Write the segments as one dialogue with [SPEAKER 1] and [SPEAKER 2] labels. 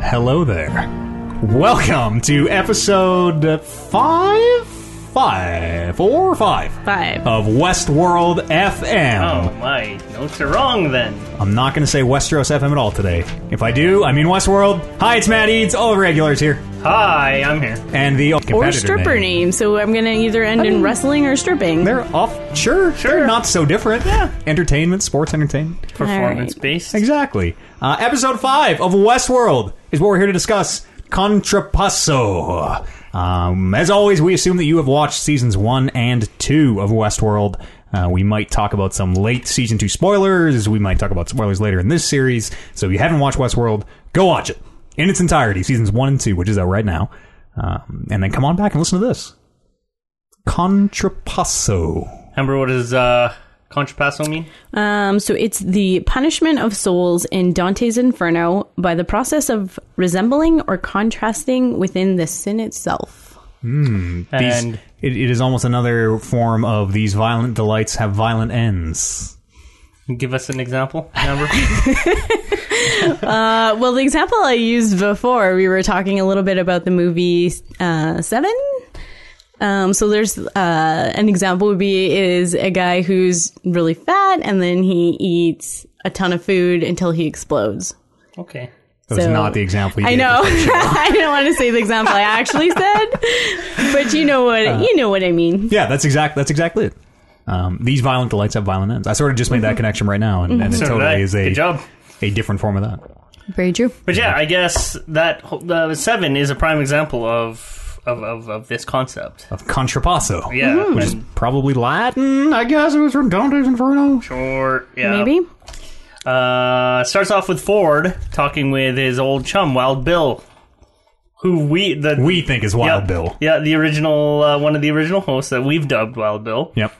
[SPEAKER 1] Hello there. Welcome to episode five, five, four, five
[SPEAKER 2] Five.
[SPEAKER 1] of Westworld FM.
[SPEAKER 3] Oh my, notes are wrong then.
[SPEAKER 1] I'm not going to say Westeros FM at all today. If I do, I mean Westworld. Hi, it's Matt Eads. All the regulars here,
[SPEAKER 3] Hi, I'm here.
[SPEAKER 1] and the
[SPEAKER 2] or
[SPEAKER 1] competitor
[SPEAKER 2] stripper
[SPEAKER 1] name.
[SPEAKER 2] name. So I'm gonna either end in wrestling or stripping.
[SPEAKER 1] They're off. Sure, they're not so different. Yeah, entertainment, sports entertainment.
[SPEAKER 3] Performance based.
[SPEAKER 1] Exactly. Uh, episode 5 of Westworld is what we're here to discuss Contrapasso. Um, as always, we assume that you have watched seasons 1 and 2 of Westworld. Uh, we might talk about some late season 2 spoilers. We might talk about spoilers later in this series. So if you haven't watched Westworld, go watch it in its entirety, seasons 1 and 2, which is out right now. Um, and then come on back and listen to this. Contrapasso.
[SPEAKER 3] Remember what does uh, contrapasso mean?
[SPEAKER 2] Um, so it's the punishment of souls in Dante's Inferno by the process of resembling or contrasting within the sin itself.
[SPEAKER 1] These-
[SPEAKER 3] and
[SPEAKER 1] it, it is almost another form of these violent delights have violent ends.
[SPEAKER 3] give us an example. Remember?
[SPEAKER 2] Uh, well, the example I used before, we were talking a little bit about the movie uh, Seven. Um, so there's uh, an example would be is a guy who's really fat and then he eats a ton of food until he explodes.
[SPEAKER 3] okay.
[SPEAKER 1] That was
[SPEAKER 2] So-
[SPEAKER 1] not the example. You
[SPEAKER 2] I
[SPEAKER 1] gave
[SPEAKER 2] know.
[SPEAKER 1] us.
[SPEAKER 2] I didn't want to say the example I actually said, but you know what you know what I mean.
[SPEAKER 1] Yeah, that's exact. That's exactly it. Um, these violent delights have violent ends. I sort of just
[SPEAKER 2] Mm-hmm.
[SPEAKER 1] made that connection right now, and, and it
[SPEAKER 3] So did I.
[SPEAKER 1] totally is
[SPEAKER 3] Good
[SPEAKER 1] a
[SPEAKER 3] job.
[SPEAKER 1] a different form of that.
[SPEAKER 2] Very true.
[SPEAKER 3] But yeah, I guess that whole- the seven is a prime example of of, of, of this concept.
[SPEAKER 1] Of contrapasso.
[SPEAKER 3] Yeah.
[SPEAKER 1] Which is
[SPEAKER 3] and-
[SPEAKER 1] probably Latin, I guess. It was from Dante's Inferno.
[SPEAKER 3] Or yeah.
[SPEAKER 2] Maybe.
[SPEAKER 3] Uh, starts off with Ford talking with his old chum, Wild Bill, who we the
[SPEAKER 1] We think is Wild
[SPEAKER 3] yeah,
[SPEAKER 1] Bill.
[SPEAKER 3] Yeah, the original uh, one of the original hosts that we've dubbed Wild Bill.
[SPEAKER 1] Yep.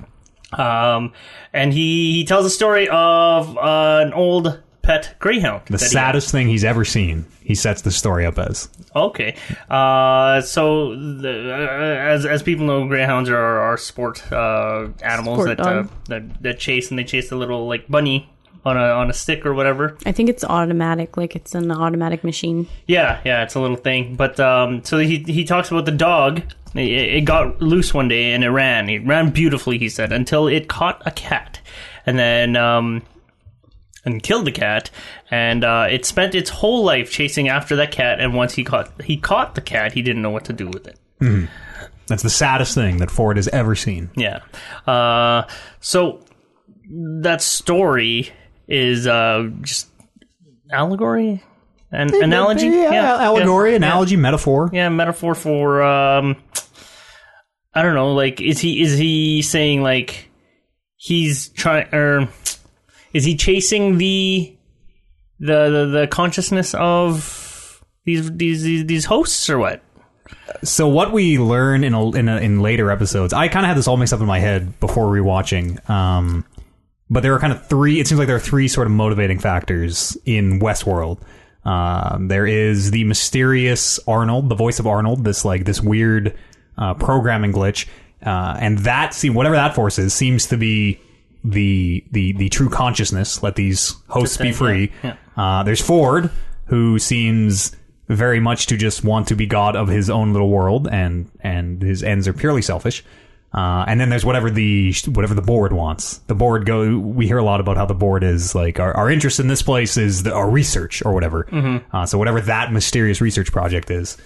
[SPEAKER 3] Um, and he, he tells a story of uh, an old pet greyhound.
[SPEAKER 1] The
[SPEAKER 3] that he-
[SPEAKER 1] saddest thing he's ever seen. He sets the story up as.
[SPEAKER 3] okay. Uh, so the, uh, as as people know, greyhounds are are sport uh, animals
[SPEAKER 2] Sport
[SPEAKER 3] that, uh,
[SPEAKER 2] dog.
[SPEAKER 3] that that chase and they chase a little like bunny on a on a stick or whatever.
[SPEAKER 2] I think it's automatic, like it's an automatic machine.
[SPEAKER 3] Yeah, yeah, it's a little thing. But um, so he he talks about the dog. It, it got loose one day and it ran. It ran beautifully, he said, until it caught a cat, and then um, and killed the cat. And uh, it spent its whole life chasing after that cat. And once he caught he caught the cat, he didn't know what to do with it.
[SPEAKER 1] That's the saddest thing that Ford has ever seen.
[SPEAKER 3] Yeah. Uh, so that story is uh, just allegory and analogy.
[SPEAKER 1] Yeah, allegory, analogy, metaphor.
[SPEAKER 3] yeah metaphor for um i don't know like is he is he saying like he's trying or is he chasing the the the, the consciousness of these, these these these hosts or what
[SPEAKER 1] So what we learn in a, in, a, in later episodes, I kind of had this all mixed up in my head before rewatching. Um, but there are kind of three. It seems like there are three sort of motivating factors in Westworld. Um, there is the mysterious Arnold, the voice of Arnold, this like this weird uh, programming glitch, uh, and that seem whatever that force is seems to be the the the true consciousness. Let these hosts be free. Uh, there's Ford, who seems very much to just want to be god of his own little world, and and his ends are purely selfish. Uh, and then there's whatever the whatever the board wants. The board go. We hear a lot about how the board is like our, our interest in this place is the, our research or whatever. Uh, so whatever that mysterious research project is,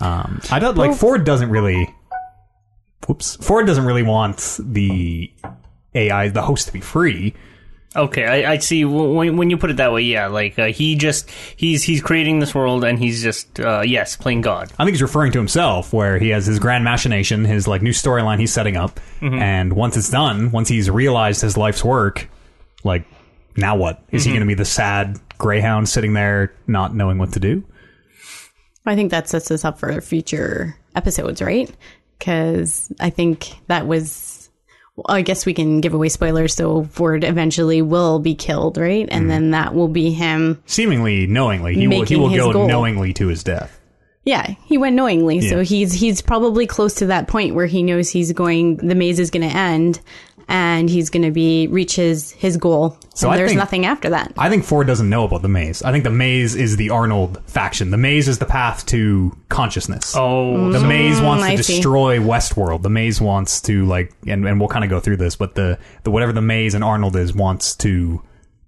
[SPEAKER 1] um, I don't like Ford doesn't really. Whoops, Ford doesn't really want the AI the host to be free.
[SPEAKER 3] okay i, I see W- when, when you put it that way yeah like uh, he just he's he's creating this world and he's just uh yes playing god
[SPEAKER 1] I think he's referring to himself, where he has his grand machination, his like new storyline he's setting up, and once it's done, once he's realized his life's work, like now what Is he going to be the sad greyhound sitting there not knowing what to do?
[SPEAKER 2] I think that sets us up for future episodes, right? Because I think that was. well, I guess we can give away spoilers. So Ford eventually will be killed, right? And then that will be him.
[SPEAKER 1] Seemingly knowingly, he will he
[SPEAKER 2] Making
[SPEAKER 1] will
[SPEAKER 2] his
[SPEAKER 1] go
[SPEAKER 2] goal.
[SPEAKER 1] knowingly to his death.
[SPEAKER 2] Yeah, he went knowingly, so
[SPEAKER 1] Yeah.
[SPEAKER 2] he's he's probably close to that point where he knows he's going. The maze is going to end, and he's going to be reach his his goal.
[SPEAKER 1] So
[SPEAKER 2] and
[SPEAKER 1] I
[SPEAKER 2] there's
[SPEAKER 1] think-
[SPEAKER 2] nothing after that.
[SPEAKER 1] I think Ford doesn't know about the maze. I think the maze is the Arnold faction. The maze is the path to consciousness.
[SPEAKER 3] Oh,
[SPEAKER 1] the maze wants to
[SPEAKER 2] Mm, I see.
[SPEAKER 1] destroy Westworld. The maze wants to like, and, and we'll kind of go through this, but the, the whatever the maze and Arnold is wants to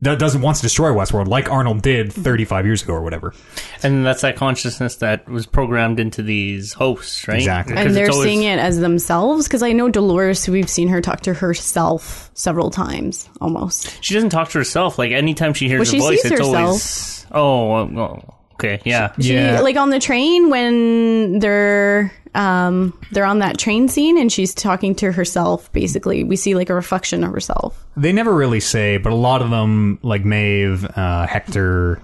[SPEAKER 1] do- doesn't wants to destroy Westworld like Arnold did 35 years ago or whatever.
[SPEAKER 3] and that's that consciousness that was programmed into these hosts, right?
[SPEAKER 1] Exactly.
[SPEAKER 3] Because
[SPEAKER 2] and they're
[SPEAKER 3] it's always-
[SPEAKER 2] seeing it as themselves because I know Dolores. We've seen her talk to herself several times, almost.
[SPEAKER 3] She doesn't talk to herself. Like anytime she hears
[SPEAKER 2] Well,
[SPEAKER 3] her
[SPEAKER 2] she
[SPEAKER 3] voice,
[SPEAKER 2] sees
[SPEAKER 3] it's
[SPEAKER 2] herself.
[SPEAKER 3] always oh, well, well, okay, yeah.
[SPEAKER 2] She-
[SPEAKER 1] Yeah.
[SPEAKER 2] like on the train when they're um they're on that train scene and she's talking to herself. Basically, we see like a reflection of herself.
[SPEAKER 1] They never really say, but a lot of them, like Maeve, uh, Hector,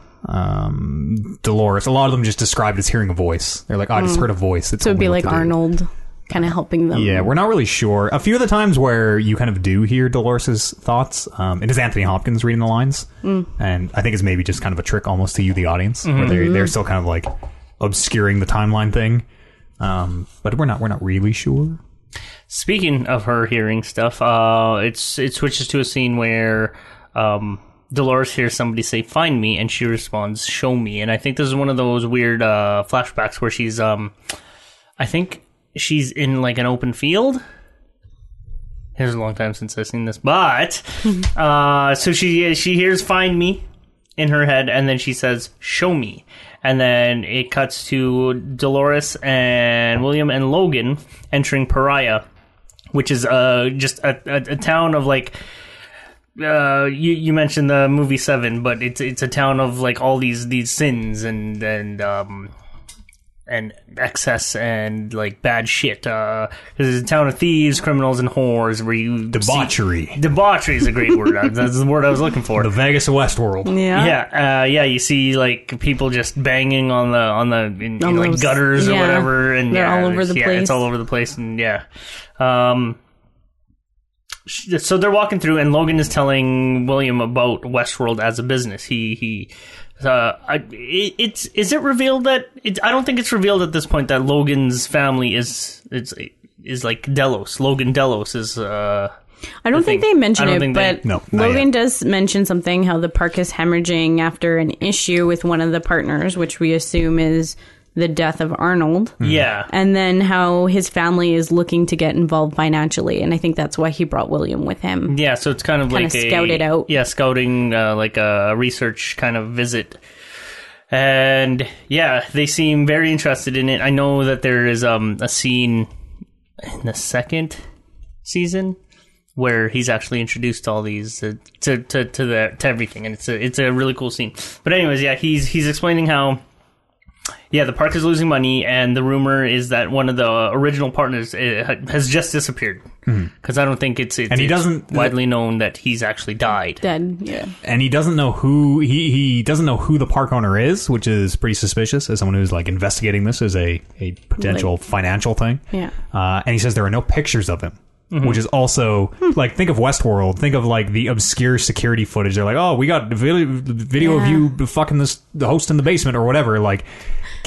[SPEAKER 1] um, Dolores, a lot of them just described as hearing a voice. They're like, oh, I just heard a voice. It's
[SPEAKER 2] Mm. So it'd be
[SPEAKER 1] only what
[SPEAKER 2] like
[SPEAKER 1] to do.
[SPEAKER 2] Arnold, kind of helping them.
[SPEAKER 1] Yeah, we're not really sure. A few of the times where you kind of do hear Dolores' thoughts, um, it is Anthony Hopkins reading the lines, and I think it's maybe just kind of a trick almost to you, the audience, where they they're still kind of like obscuring the timeline thing. Um, but we're not we're not really sure.
[SPEAKER 3] Speaking of her hearing stuff, uh, it's it switches to a scene where um, Dolores hears somebody say "Find me," and she responds "Show me." And I think this is one of those weird uh, flashbacks where she's, um, I think she's in like an open field. It was a long time since I've seen this, but uh, so she she hears "Find me" in her head, and then she says "Show me," and then it cuts to Dolores and William and Logan entering Pariah which is uh just a, a, a town of like uh you you mentioned the movie Seven, but it's it's a town of like all these these sins and and um and excess and like bad shit. Uh, 'cause it's a town of thieves, criminals, and whores where you
[SPEAKER 1] Debauchery,
[SPEAKER 3] See, debauchery is a great word. That's the word I was looking for.
[SPEAKER 1] the Vegas of Westworld.
[SPEAKER 2] Yeah.
[SPEAKER 3] Yeah, uh, yeah. You see, like people just banging on the on the in,
[SPEAKER 2] On
[SPEAKER 3] in, like
[SPEAKER 2] those-
[SPEAKER 3] gutters or
[SPEAKER 2] yeah.
[SPEAKER 3] whatever, and
[SPEAKER 2] They're
[SPEAKER 3] yeah,
[SPEAKER 2] all over the
[SPEAKER 3] yeah,
[SPEAKER 2] place.
[SPEAKER 3] It's all over the place, and yeah. Um, sh- so they're walking through, and Logan is telling William about Westworld as a business. He he. Uh, I, it, it's is it revealed that it, I don't think it's revealed at this point that Logan's family is it's is like Delos. Logan Delos is uh
[SPEAKER 2] I don't think
[SPEAKER 3] thing.
[SPEAKER 2] they mention
[SPEAKER 3] I don't
[SPEAKER 2] it,
[SPEAKER 3] think they-
[SPEAKER 2] but
[SPEAKER 1] No, not
[SPEAKER 2] Logan does mention something how the park is hemorrhaging after an issue with one of the partners, which we assume is the death of Arnold,
[SPEAKER 3] yeah
[SPEAKER 2] and then how his family is looking to get involved financially, and I think that's why he brought William with him.
[SPEAKER 3] Yeah, so it's kind of
[SPEAKER 2] Kinda
[SPEAKER 3] like a-
[SPEAKER 2] scout it out.
[SPEAKER 3] Yeah, scouting uh, like a research kind of visit, and yeah, they seem very interested in it. I know that there is um a scene in the second season where he's actually introduced to all these uh, to to to the to everything, and it's a it's a really cool scene. But anyways, yeah, he's he's explaining how. Yeah, the park is losing money, and the rumor is that one of the original partners uh, has just disappeared. Because I don't think it's, it's
[SPEAKER 1] Hmm. And he
[SPEAKER 3] it's
[SPEAKER 1] doesn't-
[SPEAKER 3] widely known that he's actually died.
[SPEAKER 2] Dead. Yeah.
[SPEAKER 1] and he doesn't know who he, he doesn't know who the park owner is, which is pretty suspicious as someone who's like investigating this as a, a potential financial thing.
[SPEAKER 2] Yeah.
[SPEAKER 1] Uh, and he says there are no pictures of him. Which is also
[SPEAKER 2] Hmm.
[SPEAKER 1] like think of Westworld, think of like the obscure security footage. They're like, oh, we got video, video
[SPEAKER 2] Yeah.
[SPEAKER 1] of you fucking this the host in the basement or whatever. Like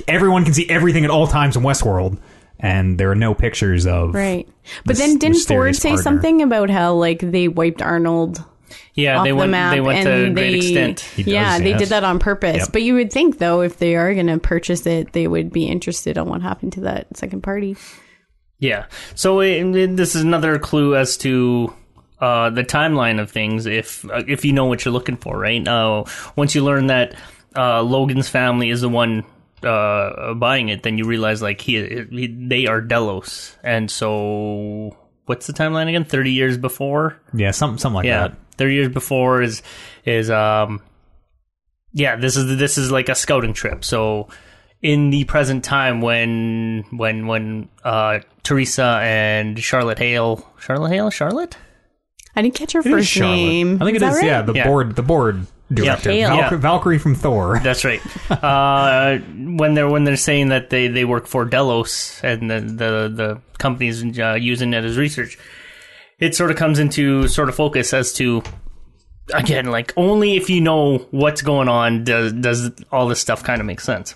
[SPEAKER 1] everyone can see everything at all times in Westworld, and there are no pictures of
[SPEAKER 2] Right.
[SPEAKER 1] This
[SPEAKER 2] But then didn't Ford
[SPEAKER 1] mysterious
[SPEAKER 2] say
[SPEAKER 1] partner.
[SPEAKER 2] something about how like they wiped Arnold
[SPEAKER 3] Yeah,
[SPEAKER 2] off
[SPEAKER 3] they
[SPEAKER 2] the
[SPEAKER 3] went
[SPEAKER 2] map
[SPEAKER 3] they went
[SPEAKER 2] and
[SPEAKER 3] to a great
[SPEAKER 2] they,
[SPEAKER 3] extent.
[SPEAKER 1] He does,
[SPEAKER 2] yeah, they
[SPEAKER 1] yes.
[SPEAKER 2] did that on purpose.
[SPEAKER 1] Yep.
[SPEAKER 2] But you would think though, if they are going to purchase it, they would be interested on what happened to that second party.
[SPEAKER 3] Yeah. So it, it- this is another clue as to uh, the timeline of things. If uh, if you know what you're looking for, right? Uh, once you learn that uh, Logan's family is the one uh, buying it, then you realize like he, he they are Delos, and so what's the timeline again? Thirty years before.
[SPEAKER 1] yeah, something something like
[SPEAKER 3] Yeah,
[SPEAKER 1] that.
[SPEAKER 3] thirty years before is is um, yeah. This is this is like a scouting trip. So in the present time, when when when uh Teresa and Charlotte Hale, Charlotte Hale, Charlotte,
[SPEAKER 2] I didn't catch her
[SPEAKER 1] It is
[SPEAKER 2] first
[SPEAKER 1] Charlotte.
[SPEAKER 2] name.
[SPEAKER 1] I think it is.
[SPEAKER 2] that right?
[SPEAKER 1] Yeah, the
[SPEAKER 3] Yeah.
[SPEAKER 1] board the board director
[SPEAKER 3] Hale.
[SPEAKER 1] Valky-
[SPEAKER 3] Yeah.
[SPEAKER 1] Valkyrie from Thor.
[SPEAKER 3] that's right. uh, when they're when they're saying that they they work for Delos and the the the companies uh, using it as research, it sort of comes into sort of focus as to again like only if you know what's going on does does all this stuff kind of make sense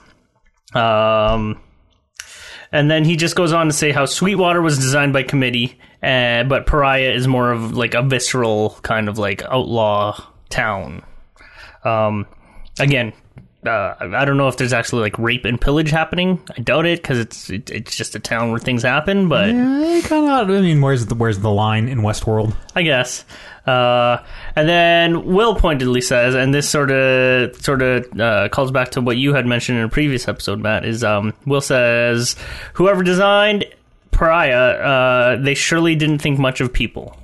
[SPEAKER 3] um And then he just goes on to say how Sweetwater was designed by committee, uh, but Pariah is more of like a visceral kind of like outlaw town. Um, again, uh, I don't know if there's actually like rape and pillage happening. I doubt it because it's it, it's just a town where things happen. But
[SPEAKER 1] I kind of. I mean, where's the where's the line in Westworld?
[SPEAKER 3] I guess. Uh, and then Will pointedly says, and this sort of sort of uh, calls back to what you had mentioned in a previous episode, Matt. Is um, Will says, whoever designed Pariah, uh, they surely didn't think much of people.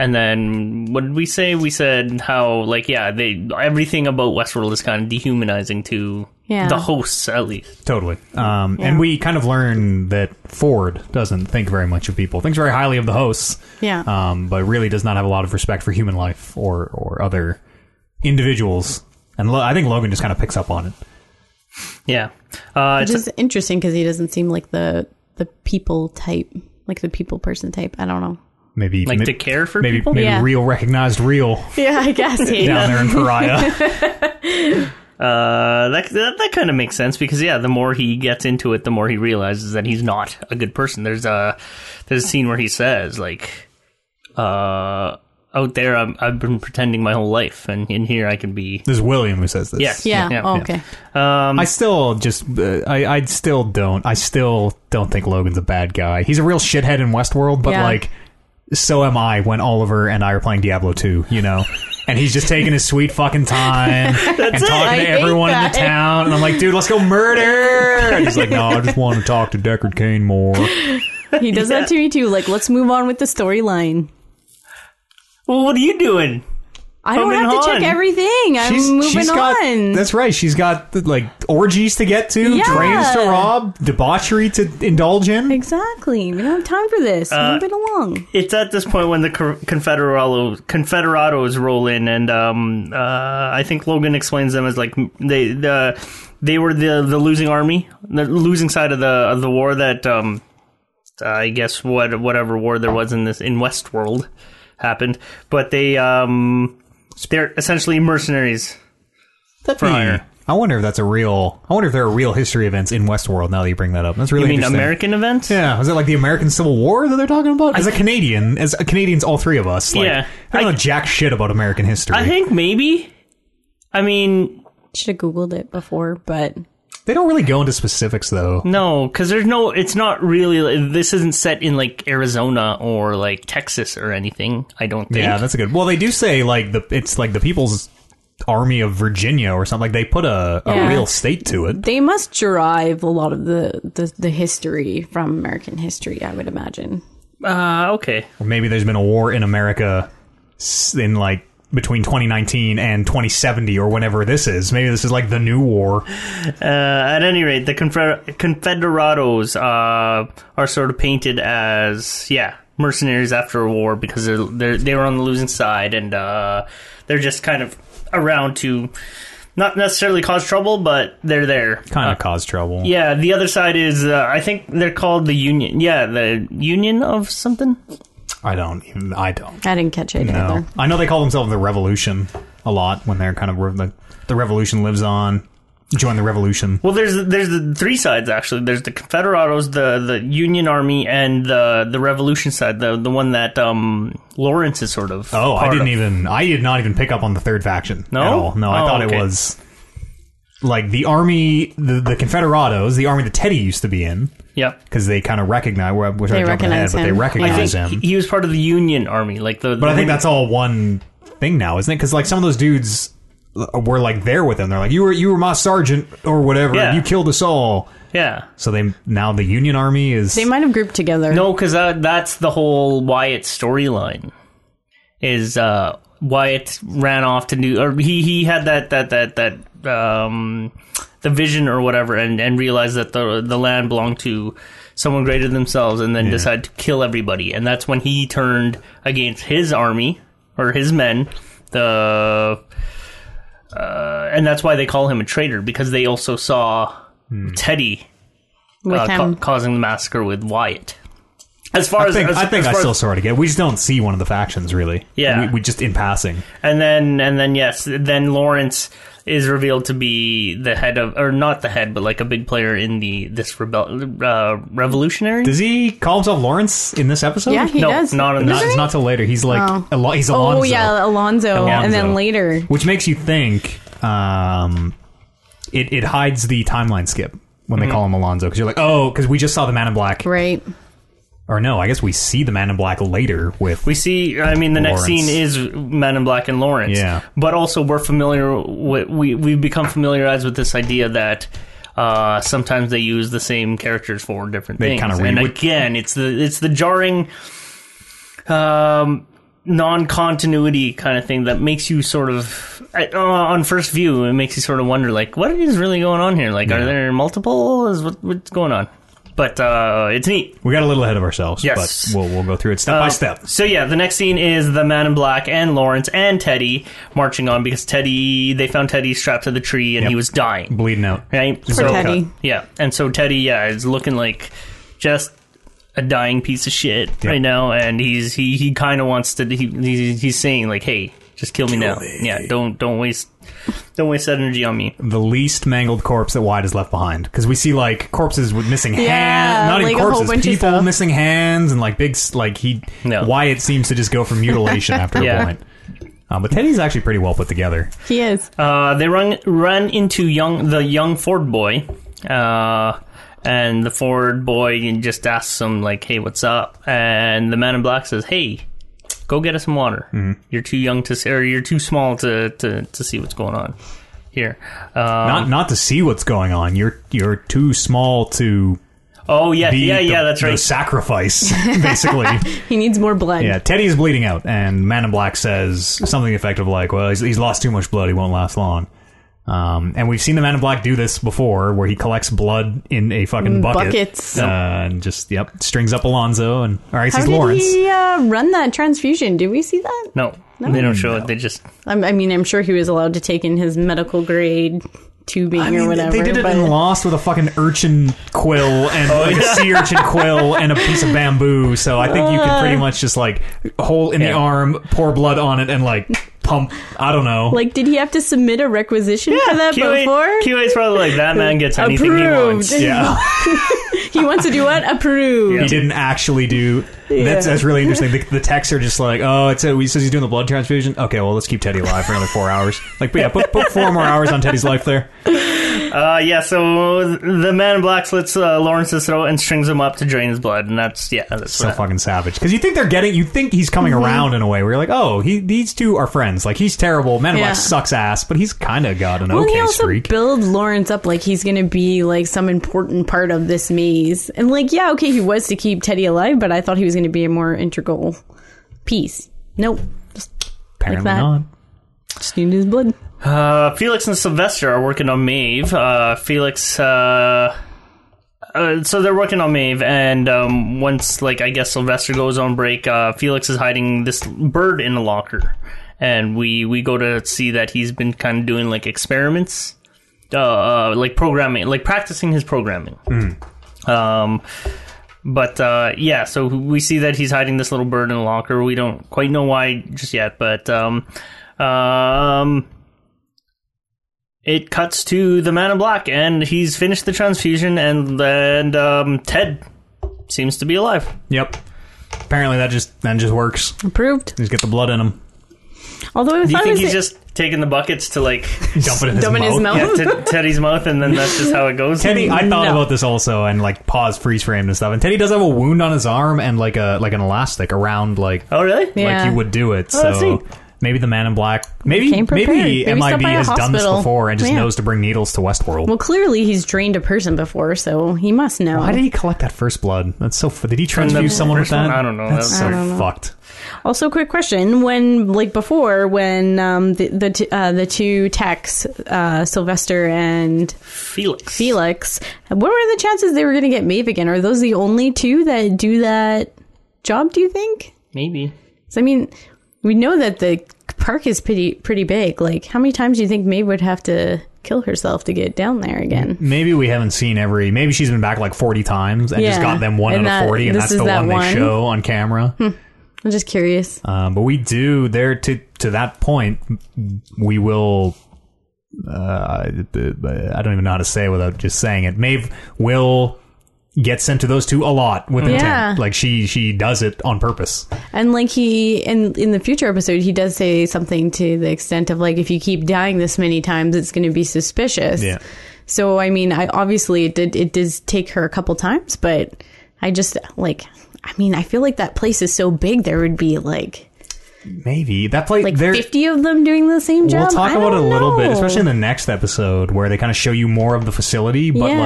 [SPEAKER 3] And then what did we say? We said how like yeah, they everything about Westworld is kind of dehumanizing to
[SPEAKER 2] Yeah.
[SPEAKER 3] the hosts at least.
[SPEAKER 1] Totally. Um, And we kind of learn that Ford doesn't think very much of people. Thinks very highly of the hosts.
[SPEAKER 2] Yeah.
[SPEAKER 1] Um, but really does not have a lot of respect for human life or or other individuals. And Lo- I think Logan just kind of picks up on it.
[SPEAKER 3] Yeah, uh,
[SPEAKER 2] Which is interesting because he doesn't seem like the the people type, like the people person type. I don't know.
[SPEAKER 1] Maybe
[SPEAKER 3] Like
[SPEAKER 1] may-
[SPEAKER 3] to care for
[SPEAKER 1] maybe,
[SPEAKER 3] people?
[SPEAKER 1] Maybe
[SPEAKER 2] Yeah.
[SPEAKER 1] real recognized real
[SPEAKER 2] Yeah, I guess he.
[SPEAKER 1] down there in Pariah.
[SPEAKER 3] Uh, that that, that kind of makes sense because yeah, the more he gets into it, the more he realizes that he's not a good person. There's a there's a scene where he says like, uh, out there I'm, I've been pretending my whole life, and in here I can be.
[SPEAKER 1] There's William who says this.
[SPEAKER 3] Yes.
[SPEAKER 2] Yeah.
[SPEAKER 3] Yeah.
[SPEAKER 2] Oh,
[SPEAKER 3] Yeah.
[SPEAKER 2] okay.
[SPEAKER 1] I still just uh, I I still don't I still don't think Logan's a bad guy. He's a real shithead in Westworld, but
[SPEAKER 2] Yeah.
[SPEAKER 1] like so am I when Oliver and I are playing Diablo 2, you know. And he's just taking his sweet fucking time and
[SPEAKER 2] it. I
[SPEAKER 1] talking to
[SPEAKER 2] hate
[SPEAKER 1] everyone in
[SPEAKER 2] that.
[SPEAKER 1] the town. And I'm like, dude, let's go murder. And he's like, no, I just want to talk to Deckard Kane more.
[SPEAKER 2] He does that to me too. Like, let's move on with the storyline.
[SPEAKER 3] Well, what are you doing?
[SPEAKER 2] I don't
[SPEAKER 3] Moving
[SPEAKER 2] have to
[SPEAKER 3] on.
[SPEAKER 2] check everything. I'm moving
[SPEAKER 1] she's
[SPEAKER 2] on.
[SPEAKER 1] got, That's right. She's got like orgies to get to,
[SPEAKER 2] Yeah.
[SPEAKER 1] trains to rob, debauchery to indulge in.
[SPEAKER 2] exactly. We don't have time for this.
[SPEAKER 1] Uh,
[SPEAKER 2] Move it along.
[SPEAKER 3] It's at this point when the Co- Confederado Confederados roll in, and um, uh, I think Logan explains them as like they the they were the the losing army, the losing side of the of the war that um, I guess what whatever war there was in this in Westworld happened, but they um, they're essentially mercenaries.
[SPEAKER 1] That'd
[SPEAKER 3] Prior.
[SPEAKER 1] I wonder if that's a real. I wonder if there are real history events in Westworld. Now that you bring that up, that's really
[SPEAKER 3] I mean,
[SPEAKER 1] interesting.
[SPEAKER 3] American events.
[SPEAKER 1] Yeah, is it like the American Civil War that they're talking about? As a Canadian, as a Canadians, all three of us, like,
[SPEAKER 3] Yeah.
[SPEAKER 1] I don't
[SPEAKER 3] I-
[SPEAKER 1] know jack shit about American history.
[SPEAKER 3] I think maybe. I mean,
[SPEAKER 2] Should have googled it before, but
[SPEAKER 1] they don't really go into specifics though.
[SPEAKER 3] No, because there's no. It's not really. This isn't set in like Arizona or like Texas or anything. I don't think.
[SPEAKER 1] Yeah, that's a good. Well, they do say like the it's like the People's Army of Virginia or something. Like they put a, a
[SPEAKER 2] Yeah.
[SPEAKER 1] real state to it.
[SPEAKER 2] they must derive a lot of the, the the history from American history. I would imagine.
[SPEAKER 3] uh, okay.
[SPEAKER 1] Or maybe there's been a war in America s- in like between 2019 and 2070 or whenever this is. Maybe this is like the new war.
[SPEAKER 3] Uh, at any rate, the Confer- Confederados uh, are sort of painted as yeah mercenaries after a war because they're, they're, they were on the losing side and uh, they're just kind of around to not necessarily cause trouble, but they're there.
[SPEAKER 1] Kind of caused trouble.
[SPEAKER 3] Yeah, the other side is uh, I think they're called the Union. Yeah, the Union of something.
[SPEAKER 1] I don't. Even, I don't.
[SPEAKER 2] I didn't catch it
[SPEAKER 1] No.
[SPEAKER 2] either.
[SPEAKER 1] I know they call themselves the Revolution a lot when they're kind of re- the, the Revolution lives on. Join the Revolution.
[SPEAKER 3] Well, there's there's the three sides actually. There's the Confederados, the the Union Army, and the the Revolution side. The the one that um Lawrence is sort of.
[SPEAKER 1] Oh, I
[SPEAKER 3] part
[SPEAKER 1] didn't
[SPEAKER 3] of.
[SPEAKER 1] even. I did not even pick up on the third faction.
[SPEAKER 3] No?
[SPEAKER 1] at all. no. I
[SPEAKER 3] Oh,
[SPEAKER 1] thought
[SPEAKER 3] okay.
[SPEAKER 1] it was like the army, the, the Confederados, the army that Teddy used to be in,
[SPEAKER 3] Yep.
[SPEAKER 1] because they kind of recognize. We're, we're
[SPEAKER 2] They
[SPEAKER 1] jumping ahead,
[SPEAKER 2] recognize
[SPEAKER 1] but
[SPEAKER 2] him.
[SPEAKER 1] they
[SPEAKER 2] I
[SPEAKER 3] I
[SPEAKER 1] recognize
[SPEAKER 3] think
[SPEAKER 1] him.
[SPEAKER 3] he, he was part of the Union Army, like the.
[SPEAKER 1] But I think that's all one thing now, isn't it? Because like some of those dudes l- were like there with him. They're like, "You were you were my sergeant or whatever.
[SPEAKER 3] Yeah.
[SPEAKER 1] You killed us all."
[SPEAKER 3] yeah.
[SPEAKER 1] So they now the Union Army is
[SPEAKER 2] They might have grouped together.
[SPEAKER 3] No, because that, that's the whole Wyatt storyline. Is uh, Wyatt ran off to New, or he he had that that that that um, the vision or whatever, and and realized that the the land belonged to someone greater than themselves, and then decided to kill everybody, and that's when he turned against his army or his men. The uh, and that's why they call him a traitor because they also saw Teddy
[SPEAKER 2] with
[SPEAKER 3] uh, ca-
[SPEAKER 2] him.
[SPEAKER 3] causing the massacre with Wyatt. As far
[SPEAKER 1] I
[SPEAKER 3] as
[SPEAKER 1] think,
[SPEAKER 3] as,
[SPEAKER 1] I, think
[SPEAKER 3] as
[SPEAKER 1] I
[SPEAKER 3] far as-
[SPEAKER 1] still sort of get. We just don't see one of the factions really.
[SPEAKER 3] Yeah.
[SPEAKER 1] we, we just in passing.
[SPEAKER 3] and then and then yes, then Lawrence is revealed to be the head of, or not the head, but like a big player in the this rebel uh, revolutionary.
[SPEAKER 1] Does he call himself Lawrence in this episode?
[SPEAKER 2] Yeah, he
[SPEAKER 3] no,
[SPEAKER 2] does.
[SPEAKER 3] not in
[SPEAKER 1] Not,
[SPEAKER 3] that.
[SPEAKER 1] it's not till later. He's like
[SPEAKER 2] Oh.
[SPEAKER 1] Alo- he's Alonzo.
[SPEAKER 2] Oh yeah, Alonzo, and then
[SPEAKER 1] Alonzo.
[SPEAKER 2] later.
[SPEAKER 1] which makes you think um, it it hides the timeline skip when
[SPEAKER 3] Mm-hmm.
[SPEAKER 1] they call him Alonzo because you're like, oh, because we just saw the Man in Black,
[SPEAKER 2] Right.
[SPEAKER 1] or no, I guess we see the Man in Black later with
[SPEAKER 3] We see. I mean, the next
[SPEAKER 1] Lawrence.
[SPEAKER 3] scene is Men in Black and Lawrence.
[SPEAKER 1] Yeah.
[SPEAKER 3] But also, we're familiar. With, we we've become familiarized with this idea that uh, sometimes they use the same characters for different
[SPEAKER 1] They
[SPEAKER 3] things.
[SPEAKER 1] kinda
[SPEAKER 3] and
[SPEAKER 1] rework-
[SPEAKER 3] again, it's the it's the jarring. Um, non-continuity kind of thing that makes you sort of at- uh, on first view it makes you sort of wonder like what is really going on here like are there multiple is what, what's going on but uh it's neat
[SPEAKER 1] we got a little ahead of ourselves,
[SPEAKER 3] Yes. Uh,
[SPEAKER 1] but we'll we'll go through it step by step.
[SPEAKER 3] Oh. So yeah, the next scene is the Man in Black and Lawrence and Teddy marching on because Teddy they found Teddy strapped to the tree and he
[SPEAKER 1] Yep.
[SPEAKER 3] was dying.
[SPEAKER 1] Bleeding out.
[SPEAKER 3] Right?
[SPEAKER 2] Poor Teddy.
[SPEAKER 3] Yeah, and so Teddy yeah is looking like just a dying piece of shit right now, and he's he he kind of wants to he he's, he's saying like hey just kill me now
[SPEAKER 1] me.
[SPEAKER 3] yeah don't don't waste don't waste that energy on me
[SPEAKER 1] The least mangled corpse that Wide has left behind because we see like corpses with missing
[SPEAKER 2] Yeah,
[SPEAKER 1] hands, not
[SPEAKER 2] like
[SPEAKER 1] even
[SPEAKER 2] a whole
[SPEAKER 1] corpses,
[SPEAKER 2] bunch of
[SPEAKER 1] people
[SPEAKER 2] stuff.
[SPEAKER 1] missing hands, and like big s- like he
[SPEAKER 3] No.
[SPEAKER 1] Wyatt seems to just go for mutilation after
[SPEAKER 3] Yeah.
[SPEAKER 1] a point. Um, but Teddy's actually pretty well put together.
[SPEAKER 2] He is.
[SPEAKER 3] Uh, they run run into young the young Ford boy, uh, and the Ford boy just asks him like, "Hey, what's up?" And the man in black says, "Hey, go get us some water. You're too young to see, or you're too small to to, to see what's going on here." Uh,
[SPEAKER 1] not not to see what's going on. You're you're too small to
[SPEAKER 3] oh yeah,
[SPEAKER 1] be
[SPEAKER 3] yeah,
[SPEAKER 1] the,
[SPEAKER 3] yeah. That's
[SPEAKER 1] the
[SPEAKER 3] right.
[SPEAKER 1] sacrifice, basically.
[SPEAKER 2] He needs more blood.
[SPEAKER 1] yeah, Teddy is bleeding out, and Man in Black says something effective like, "Well, he's, he's lost too much blood. He won't last long." Um, and we've seen the Man in Black do this before, where he collects blood in a fucking bucket,
[SPEAKER 2] Mm, buckets.
[SPEAKER 1] uh, and just yep, strings up Alonzo, and all right,
[SPEAKER 2] How
[SPEAKER 1] he's
[SPEAKER 2] did
[SPEAKER 1] Lawrence.
[SPEAKER 2] he uh, run that transfusion? Did we see that?
[SPEAKER 3] No, they don't show it. They just
[SPEAKER 2] I'm, I mean, I'm sure he was allowed to take in his medical grade tubing
[SPEAKER 1] I mean,
[SPEAKER 2] or whatever.
[SPEAKER 1] they did it
[SPEAKER 2] but-
[SPEAKER 1] in Lost with a fucking urchin quill and like a sea urchin quill and a piece of bamboo. So I think you can
[SPEAKER 2] Uh.
[SPEAKER 1] pretty much just like hole in the
[SPEAKER 3] Yeah.
[SPEAKER 1] arm, pour blood on it, and like pump. I don't know.
[SPEAKER 2] like, did he have to submit a requisition for that
[SPEAKER 3] QA,
[SPEAKER 2] before?
[SPEAKER 3] QA's probably like that man gets anything he wants.
[SPEAKER 2] Approved.
[SPEAKER 1] yeah,
[SPEAKER 2] he wants to do what? Approve.
[SPEAKER 1] he didn't actually do. That's that's really interesting. The, the texts are just like, oh, it's a, he says he's doing the blood transfusion. Okay, well, let's keep Teddy alive for another four hours. Like, but yeah, put, put four more hours on Teddy's life there.
[SPEAKER 3] Uh, yeah, so the man in black slits uh, Lawrence's throat and strings him up to drain his blood, and that's yeah, that's
[SPEAKER 1] so
[SPEAKER 3] what-
[SPEAKER 1] fucking savage because you think they're getting you think he's coming
[SPEAKER 2] Mm-hmm.
[SPEAKER 1] around in a way where you're like oh he, these two are friends like he's terrible man in
[SPEAKER 2] Yeah.
[SPEAKER 1] black sucks ass but he's kind of got an
[SPEAKER 2] Well, and
[SPEAKER 1] okay
[SPEAKER 2] he also
[SPEAKER 1] streak
[SPEAKER 2] build Lawrence up like he's going to be like some important part of this maze. And like, yeah, okay, he was to keep Teddy alive, but I thought he was going to be a more integral piece. Nope,
[SPEAKER 1] apparently
[SPEAKER 2] that.
[SPEAKER 1] not
[SPEAKER 2] just needed his blood.
[SPEAKER 3] Uh, Felix and Sylvester are working on Maeve. Uh, Felix, uh, uh, so they're working on Maeve, and um, once, like, I guess Sylvester goes on break, uh, Felix is hiding this bird in a locker, and we we go to see that he's been kind of doing like experiments, uh, uh, like programming, like practicing his programming. Um, but uh, yeah, so we see that he's hiding this little bird in a locker. We don't quite know why just yet, but um, um, it cuts to the man in black, and he's finished the transfusion, and and um, Ted seems to be alive.
[SPEAKER 1] yep apparently that just that just works
[SPEAKER 2] Approved.
[SPEAKER 1] just get the blood in him
[SPEAKER 2] Although I
[SPEAKER 3] Do you
[SPEAKER 2] thought it
[SPEAKER 3] think
[SPEAKER 2] was
[SPEAKER 3] he's just taking the buckets to like
[SPEAKER 1] dump it in his
[SPEAKER 2] dumb in
[SPEAKER 1] mouth,
[SPEAKER 2] his mouth.
[SPEAKER 3] yeah, to Teddy's mouth, and then that's just how it goes?
[SPEAKER 1] Teddy, I thought
[SPEAKER 2] No.
[SPEAKER 1] about this also, and like pause freeze frame and stuff. And Teddy does have a wound on his arm and like a like an elastic around like
[SPEAKER 3] oh really?
[SPEAKER 2] Yeah. Oh,
[SPEAKER 1] like you would do it.
[SPEAKER 3] that's
[SPEAKER 1] so
[SPEAKER 3] neat.
[SPEAKER 1] maybe the Man in Black, maybe
[SPEAKER 2] Came prepared.
[SPEAKER 1] maybe,
[SPEAKER 2] Maybe stopped
[SPEAKER 1] MIB
[SPEAKER 2] by a
[SPEAKER 1] has done this
[SPEAKER 2] hospital.
[SPEAKER 1] before and just
[SPEAKER 2] Yeah.
[SPEAKER 1] knows to bring needles to Westworld.
[SPEAKER 2] Well, clearly he's drained a person before, so he must know.
[SPEAKER 1] Why did he collect that first blood? That's so. F- did he transfuse
[SPEAKER 3] the
[SPEAKER 1] someone with
[SPEAKER 3] first one?
[SPEAKER 1] that?
[SPEAKER 3] I don't know.
[SPEAKER 1] That's
[SPEAKER 3] That's-
[SPEAKER 1] so
[SPEAKER 3] I
[SPEAKER 1] fucked.
[SPEAKER 2] Also, quick question: When, like before, when um, the the t- uh, the two techs, uh, Sylvester and
[SPEAKER 3] Felix.
[SPEAKER 2] Felix, what were the chances they were going to get Maeve again? Are those the only two that do that job? Do you think?
[SPEAKER 3] Maybe.
[SPEAKER 2] 'Cause, I mean, we know that the park is pretty pretty big. Like, how many times do you think Maeve would have to kill herself to get down there again.
[SPEAKER 1] Maybe we haven't seen every. Maybe she's been back like forty times and just
[SPEAKER 2] Yeah.
[SPEAKER 1] got them one
[SPEAKER 2] And
[SPEAKER 1] out of
[SPEAKER 2] that-
[SPEAKER 1] forty, and
[SPEAKER 2] this
[SPEAKER 1] that's
[SPEAKER 2] is
[SPEAKER 1] the
[SPEAKER 2] that
[SPEAKER 1] one they
[SPEAKER 2] one.
[SPEAKER 1] show on camera.
[SPEAKER 2] I'm just curious.
[SPEAKER 1] Um, but we do there to to that point. We will. Uh, the- the- I don't even know how to say it without just saying it. Maeve will get sent to those two a lot with
[SPEAKER 2] Mm. Yeah.
[SPEAKER 1] intent. Like she she does it on purpose.
[SPEAKER 2] And like he in in the future episode, he does say something to the extent of like if you keep dying this many times, it's going to be suspicious.
[SPEAKER 1] Yeah.
[SPEAKER 2] So I mean, I obviously it did it does take her a couple times, but I just like I mean, I feel like that place is so big there would be like
[SPEAKER 1] Maybe that play
[SPEAKER 2] like
[SPEAKER 1] there.
[SPEAKER 2] 50 of them doing the same job.
[SPEAKER 1] We'll talk
[SPEAKER 2] I
[SPEAKER 1] about it a
[SPEAKER 2] don't
[SPEAKER 1] little bit,
[SPEAKER 2] know.
[SPEAKER 1] especially in the next episode where they kind of show you more of the facility. But
[SPEAKER 2] Yeah.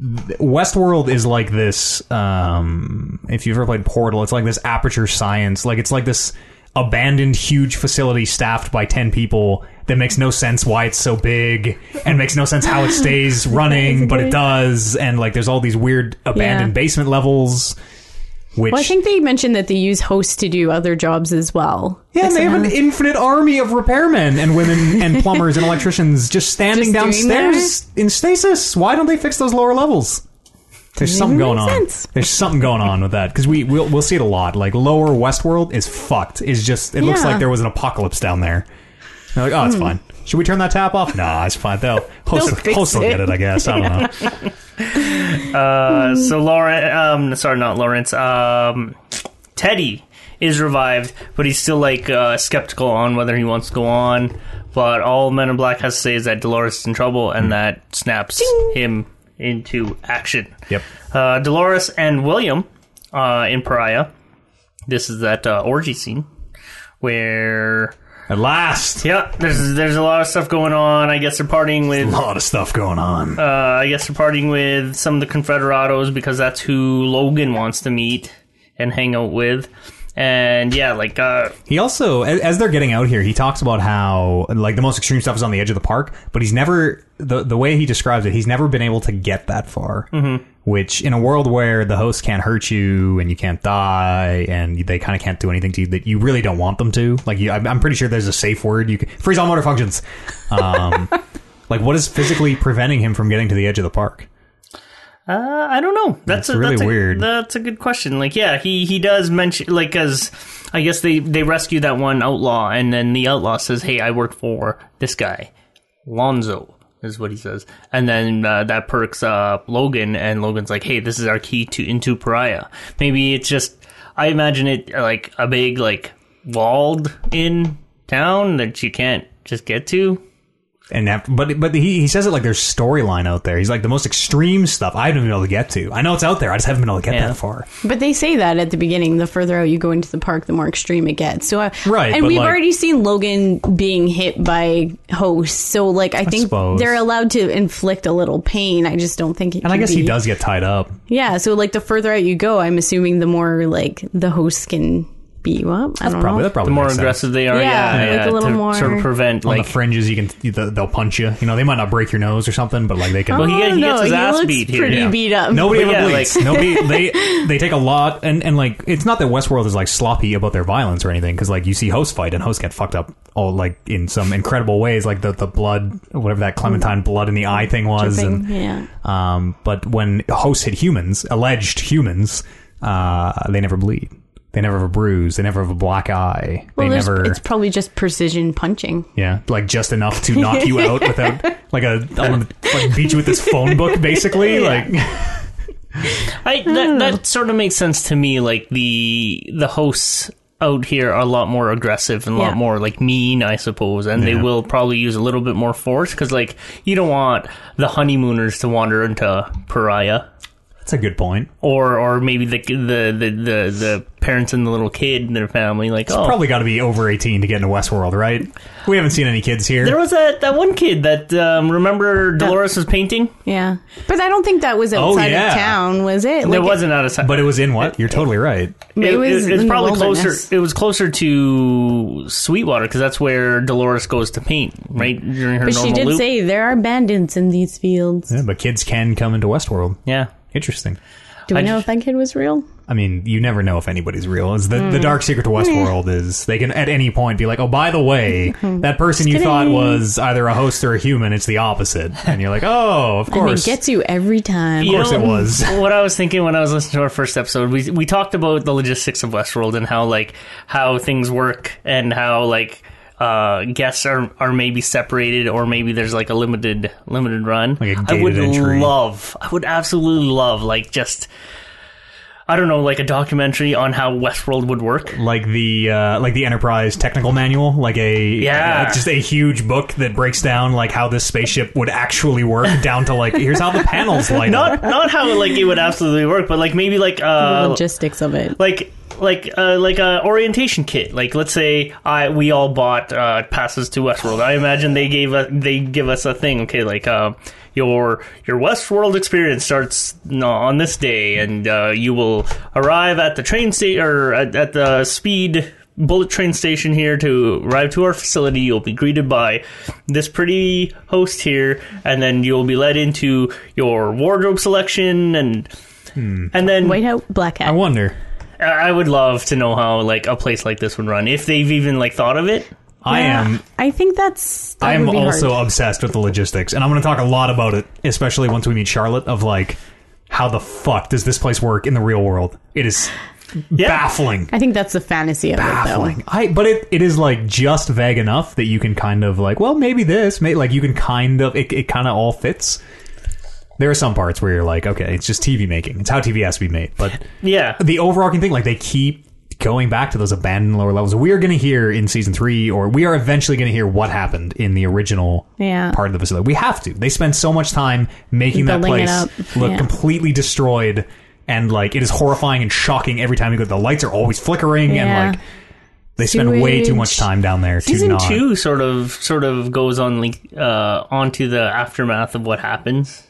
[SPEAKER 1] like, th- Westworld is like this. Um, if you've ever played Portal, it's like this aperture science. Like it's like this abandoned huge facility staffed by 10 people that makes no sense why it's so big and makes no sense how it stays running but it does and like there's all these weird abandoned
[SPEAKER 2] Yeah.
[SPEAKER 1] basement levels which
[SPEAKER 2] Well, I think they mentioned that they use hosts to do other jobs as well.
[SPEAKER 1] Yeah, and they have an
[SPEAKER 2] Somehow.
[SPEAKER 1] infinite army of repairmen and women and plumbers and electricians just standing
[SPEAKER 2] Just doing
[SPEAKER 1] downstairs in stasis. Why don't they fix those lower levels? There's something
[SPEAKER 2] even
[SPEAKER 1] going
[SPEAKER 2] make
[SPEAKER 1] on.
[SPEAKER 2] sense.
[SPEAKER 1] There's something going on with that because we we'll, we'll see it a lot. Like lower Westworld is fucked. Is just it looks
[SPEAKER 2] Yeah. Hmm.
[SPEAKER 1] like there was an apocalypse down there. And they're like, oh, it's fine. Should we turn that tap off? Nah, it's fine. They'll host,
[SPEAKER 2] fix
[SPEAKER 1] host will
[SPEAKER 2] it.
[SPEAKER 1] get it, I guess. I don't know.
[SPEAKER 3] Uh, so Lauren, um, sorry, not Lawrence. Um, Teddy is revived, but he's still like uh, skeptical on whether he wants to go on. But all Men in Black has to say is that Dolores is in trouble,
[SPEAKER 1] Hmm.
[SPEAKER 3] and that snaps him into action.
[SPEAKER 1] Yep.
[SPEAKER 3] Uh, Dolores and William uh, in Pariah. This is that uh, orgy scene where
[SPEAKER 1] At last,
[SPEAKER 3] yeah, there's there's a lot of stuff going on. I guess they're partying with
[SPEAKER 1] a lot of stuff going on.
[SPEAKER 3] uh, I guess we're partying with some of the Confederados because that's who Logan wants to meet and hang out with. And yeah, like uh,
[SPEAKER 1] He also, a- as they're getting out here, he talks about how like the most extreme stuff is on the edge of the park, but he's never the the way he describes it. He's never been able to get that far. Mm-hmm. Which, in a world where the host can't hurt you and you can't die and they kind of can't do anything to you that you really don't want them to, like you, I'm I'm pretty sure there's a safe word you can freeze all motor functions. Um, like, what is physically preventing him from getting to the edge of the park?
[SPEAKER 3] uh, I don't know.
[SPEAKER 1] That's
[SPEAKER 3] That's, a,
[SPEAKER 1] really
[SPEAKER 3] that's a-
[SPEAKER 1] weird.
[SPEAKER 3] That's a good question. Like yeah, he he does mention like because I guess they they rescue that one outlaw, and then the outlaw says, "Hey, I work for this guy, Lonzo." Is what he says, and then uh, that perks up Logan, and Logan's like, "Hey, this is our key to into Pariah." Maybe it's just I imagine it uh, like a big like walled in town that you can't just get to.
[SPEAKER 1] And after, but but he, he says it like there's storyline out there. He's like the most extreme stuff I haven't been able to get to. I know it's out there. I just haven't been able to get
[SPEAKER 3] Yeah.
[SPEAKER 1] that far.
[SPEAKER 2] But they say that at the beginning, the further out you go into the park, the more extreme it gets. So, I,
[SPEAKER 1] Right,
[SPEAKER 2] and
[SPEAKER 1] but,
[SPEAKER 2] we've
[SPEAKER 1] like-
[SPEAKER 2] already seen Logan being hit by hosts. So, like, I think
[SPEAKER 1] suppose.
[SPEAKER 2] they're allowed to inflict a little pain. I just don't think it.
[SPEAKER 1] And I guess he does get tied up.
[SPEAKER 2] Yeah. So, like, the further out you go, I'm assuming the more like the hosts can beat you up. I don't
[SPEAKER 1] Probably
[SPEAKER 2] know.
[SPEAKER 1] that probably
[SPEAKER 3] The more
[SPEAKER 1] makes sense.
[SPEAKER 3] aggressive they are,
[SPEAKER 2] Yeah,
[SPEAKER 3] yeah,
[SPEAKER 2] like a little
[SPEAKER 3] to
[SPEAKER 2] more-
[SPEAKER 3] sort of prevent
[SPEAKER 1] on
[SPEAKER 3] like
[SPEAKER 1] the fringes. You can th- they'll punch you. You know they might not break your nose or something, but like they can.
[SPEAKER 2] I
[SPEAKER 3] he-
[SPEAKER 2] don't
[SPEAKER 3] he gets
[SPEAKER 2] know.
[SPEAKER 3] his ass
[SPEAKER 2] looks
[SPEAKER 3] beat here.
[SPEAKER 2] Pretty
[SPEAKER 3] Yeah.
[SPEAKER 2] beat up.
[SPEAKER 1] Nobody
[SPEAKER 3] But
[SPEAKER 1] ever
[SPEAKER 3] yeah,
[SPEAKER 1] bleeds.
[SPEAKER 3] like-
[SPEAKER 1] Nobody they they take a lot and and like it's not that Westworld is like sloppy about their violence or anything because like you see hosts fight and hosts get fucked up all like in some incredible ways like the the blood whatever that
[SPEAKER 2] Mm.
[SPEAKER 1] Clementine blood in the eye thing was and
[SPEAKER 2] yeah.
[SPEAKER 1] um but when hosts hit humans alleged humans uh they never bleed they never have a bruise they never have a black eye
[SPEAKER 2] Well,
[SPEAKER 1] they
[SPEAKER 2] there's-
[SPEAKER 1] never
[SPEAKER 2] it's probably just precision punching.
[SPEAKER 1] Yeah, like just enough to knock you out without like a I want to like beat you with this phone book basically. Like
[SPEAKER 3] I that, that sort of makes sense to me. Like the the hosts out here are a lot more aggressive and a
[SPEAKER 2] Yeah.
[SPEAKER 3] lot more like mean, I suppose, and they
[SPEAKER 1] Yeah.
[SPEAKER 3] will probably use a little bit more force because like you don't want the honeymooners to wander into pariah.
[SPEAKER 1] that's a good point.
[SPEAKER 3] Or, or maybe the, the the the the parents and the little kid and their family like oh
[SPEAKER 1] Probably got to be over eighteen to get into Westworld, right? We haven't seen any kids here.
[SPEAKER 3] there was that, that one kid that um, remember Dolores was painting
[SPEAKER 2] Yeah. But I don't think that was
[SPEAKER 1] Oh,
[SPEAKER 2] outside
[SPEAKER 1] yeah.
[SPEAKER 2] of town, was it?
[SPEAKER 3] it
[SPEAKER 2] Like,
[SPEAKER 3] wasn't out of sight
[SPEAKER 1] but it was in what? You're totally right.
[SPEAKER 3] Mm.
[SPEAKER 2] It, was
[SPEAKER 3] it's
[SPEAKER 2] in the
[SPEAKER 3] probably closer.
[SPEAKER 2] wilderness.
[SPEAKER 3] It was closer to Sweetwater because that's where Dolores goes to paint, right? During her
[SPEAKER 2] But she
[SPEAKER 3] normal
[SPEAKER 2] did
[SPEAKER 3] loop.
[SPEAKER 2] say there are bandits in these fields.
[SPEAKER 1] Yeah, but kids can come into Westworld.
[SPEAKER 3] "Yeah."
[SPEAKER 1] Interesting.
[SPEAKER 2] Do we
[SPEAKER 3] I
[SPEAKER 2] know
[SPEAKER 3] ju-
[SPEAKER 2] if that kid was real?
[SPEAKER 1] I mean, you never know if anybody's real. Is the, the
[SPEAKER 3] Mm.
[SPEAKER 1] dark secret to Westworld is they can at any point be like, oh, by the way,
[SPEAKER 3] Mm-hmm.
[SPEAKER 1] that person you thought
[SPEAKER 2] kidding.
[SPEAKER 1] was either a host or a human, it's the opposite, and you're like, oh, of
[SPEAKER 2] And it
[SPEAKER 1] course.
[SPEAKER 2] gets you every time.
[SPEAKER 1] Yeah. course it was.
[SPEAKER 3] what I was thinking when I was listening to our first episode, we we talked about the logistics of Westworld and how like how things work and how like uh, guests are are maybe separated or maybe there's like a limited limited run.
[SPEAKER 1] Like a
[SPEAKER 3] I would
[SPEAKER 1] gated entry.
[SPEAKER 3] love, I would absolutely love like just I don't know, like a documentary on how Westworld would work.
[SPEAKER 1] like the uh, like the Enterprise technical manual, like a
[SPEAKER 3] Yeah.
[SPEAKER 1] like just a huge book that breaks down like how this spaceship would actually work down to like here's how the panels light up.
[SPEAKER 3] Not not how like it would absolutely work, but like maybe like
[SPEAKER 2] The
[SPEAKER 3] uh,
[SPEAKER 2] logistics of it.
[SPEAKER 3] like like uh, like a orientation kit. Like let's say I we all bought uh, passes to Westworld. I imagine they gave us they give us a thing. Okay, like uh, your your Westworld experience starts no, on this day, and uh, you will arrive at the train station or at, at the speed bullet train station here to arrive to our facility you'll be greeted by this pretty host here and then you'll be led into your wardrobe selection and and then
[SPEAKER 2] White Hat, Black
[SPEAKER 1] I
[SPEAKER 2] Hat.
[SPEAKER 1] wonder.
[SPEAKER 3] I I would love to know how like a place like this would run if they've even like thought of it.
[SPEAKER 1] I
[SPEAKER 2] Yeah,
[SPEAKER 1] am
[SPEAKER 2] I think that's. That
[SPEAKER 1] I am
[SPEAKER 2] would be
[SPEAKER 1] also
[SPEAKER 2] Hard.
[SPEAKER 1] obsessed with the logistics, and I'm going to talk a lot about it, especially once we meet Charlotte. Of like, how the fuck does this place work in the real world? It is baffling,
[SPEAKER 2] I think that's the fantasy of it,
[SPEAKER 1] baffling. I but it, it is like just vague enough that you can kind of like, well, maybe this, may, like you can kind of it, it kind of all fits. There are some parts where you're like, okay, it's just TV making. It's how TV has to be made, but
[SPEAKER 3] Yeah,
[SPEAKER 1] the overarching thing, like they keep going back to those abandoned lower levels. We are going to hear in season three, or we are eventually going to hear what happened in the original
[SPEAKER 2] Yeah.
[SPEAKER 1] part of the facility. We have to. They spend so much time making that
[SPEAKER 2] Building it
[SPEAKER 1] place
[SPEAKER 2] up.
[SPEAKER 1] look
[SPEAKER 2] Yeah.
[SPEAKER 1] completely destroyed, and like it is horrifying and shocking every time you go. The lights are always flickering,
[SPEAKER 2] Yeah.
[SPEAKER 1] and like they spend way too
[SPEAKER 2] Sewage.
[SPEAKER 1] much time down there. to
[SPEAKER 3] season
[SPEAKER 1] not-
[SPEAKER 3] two sort of sort of goes on like uh, onto the aftermath of what happens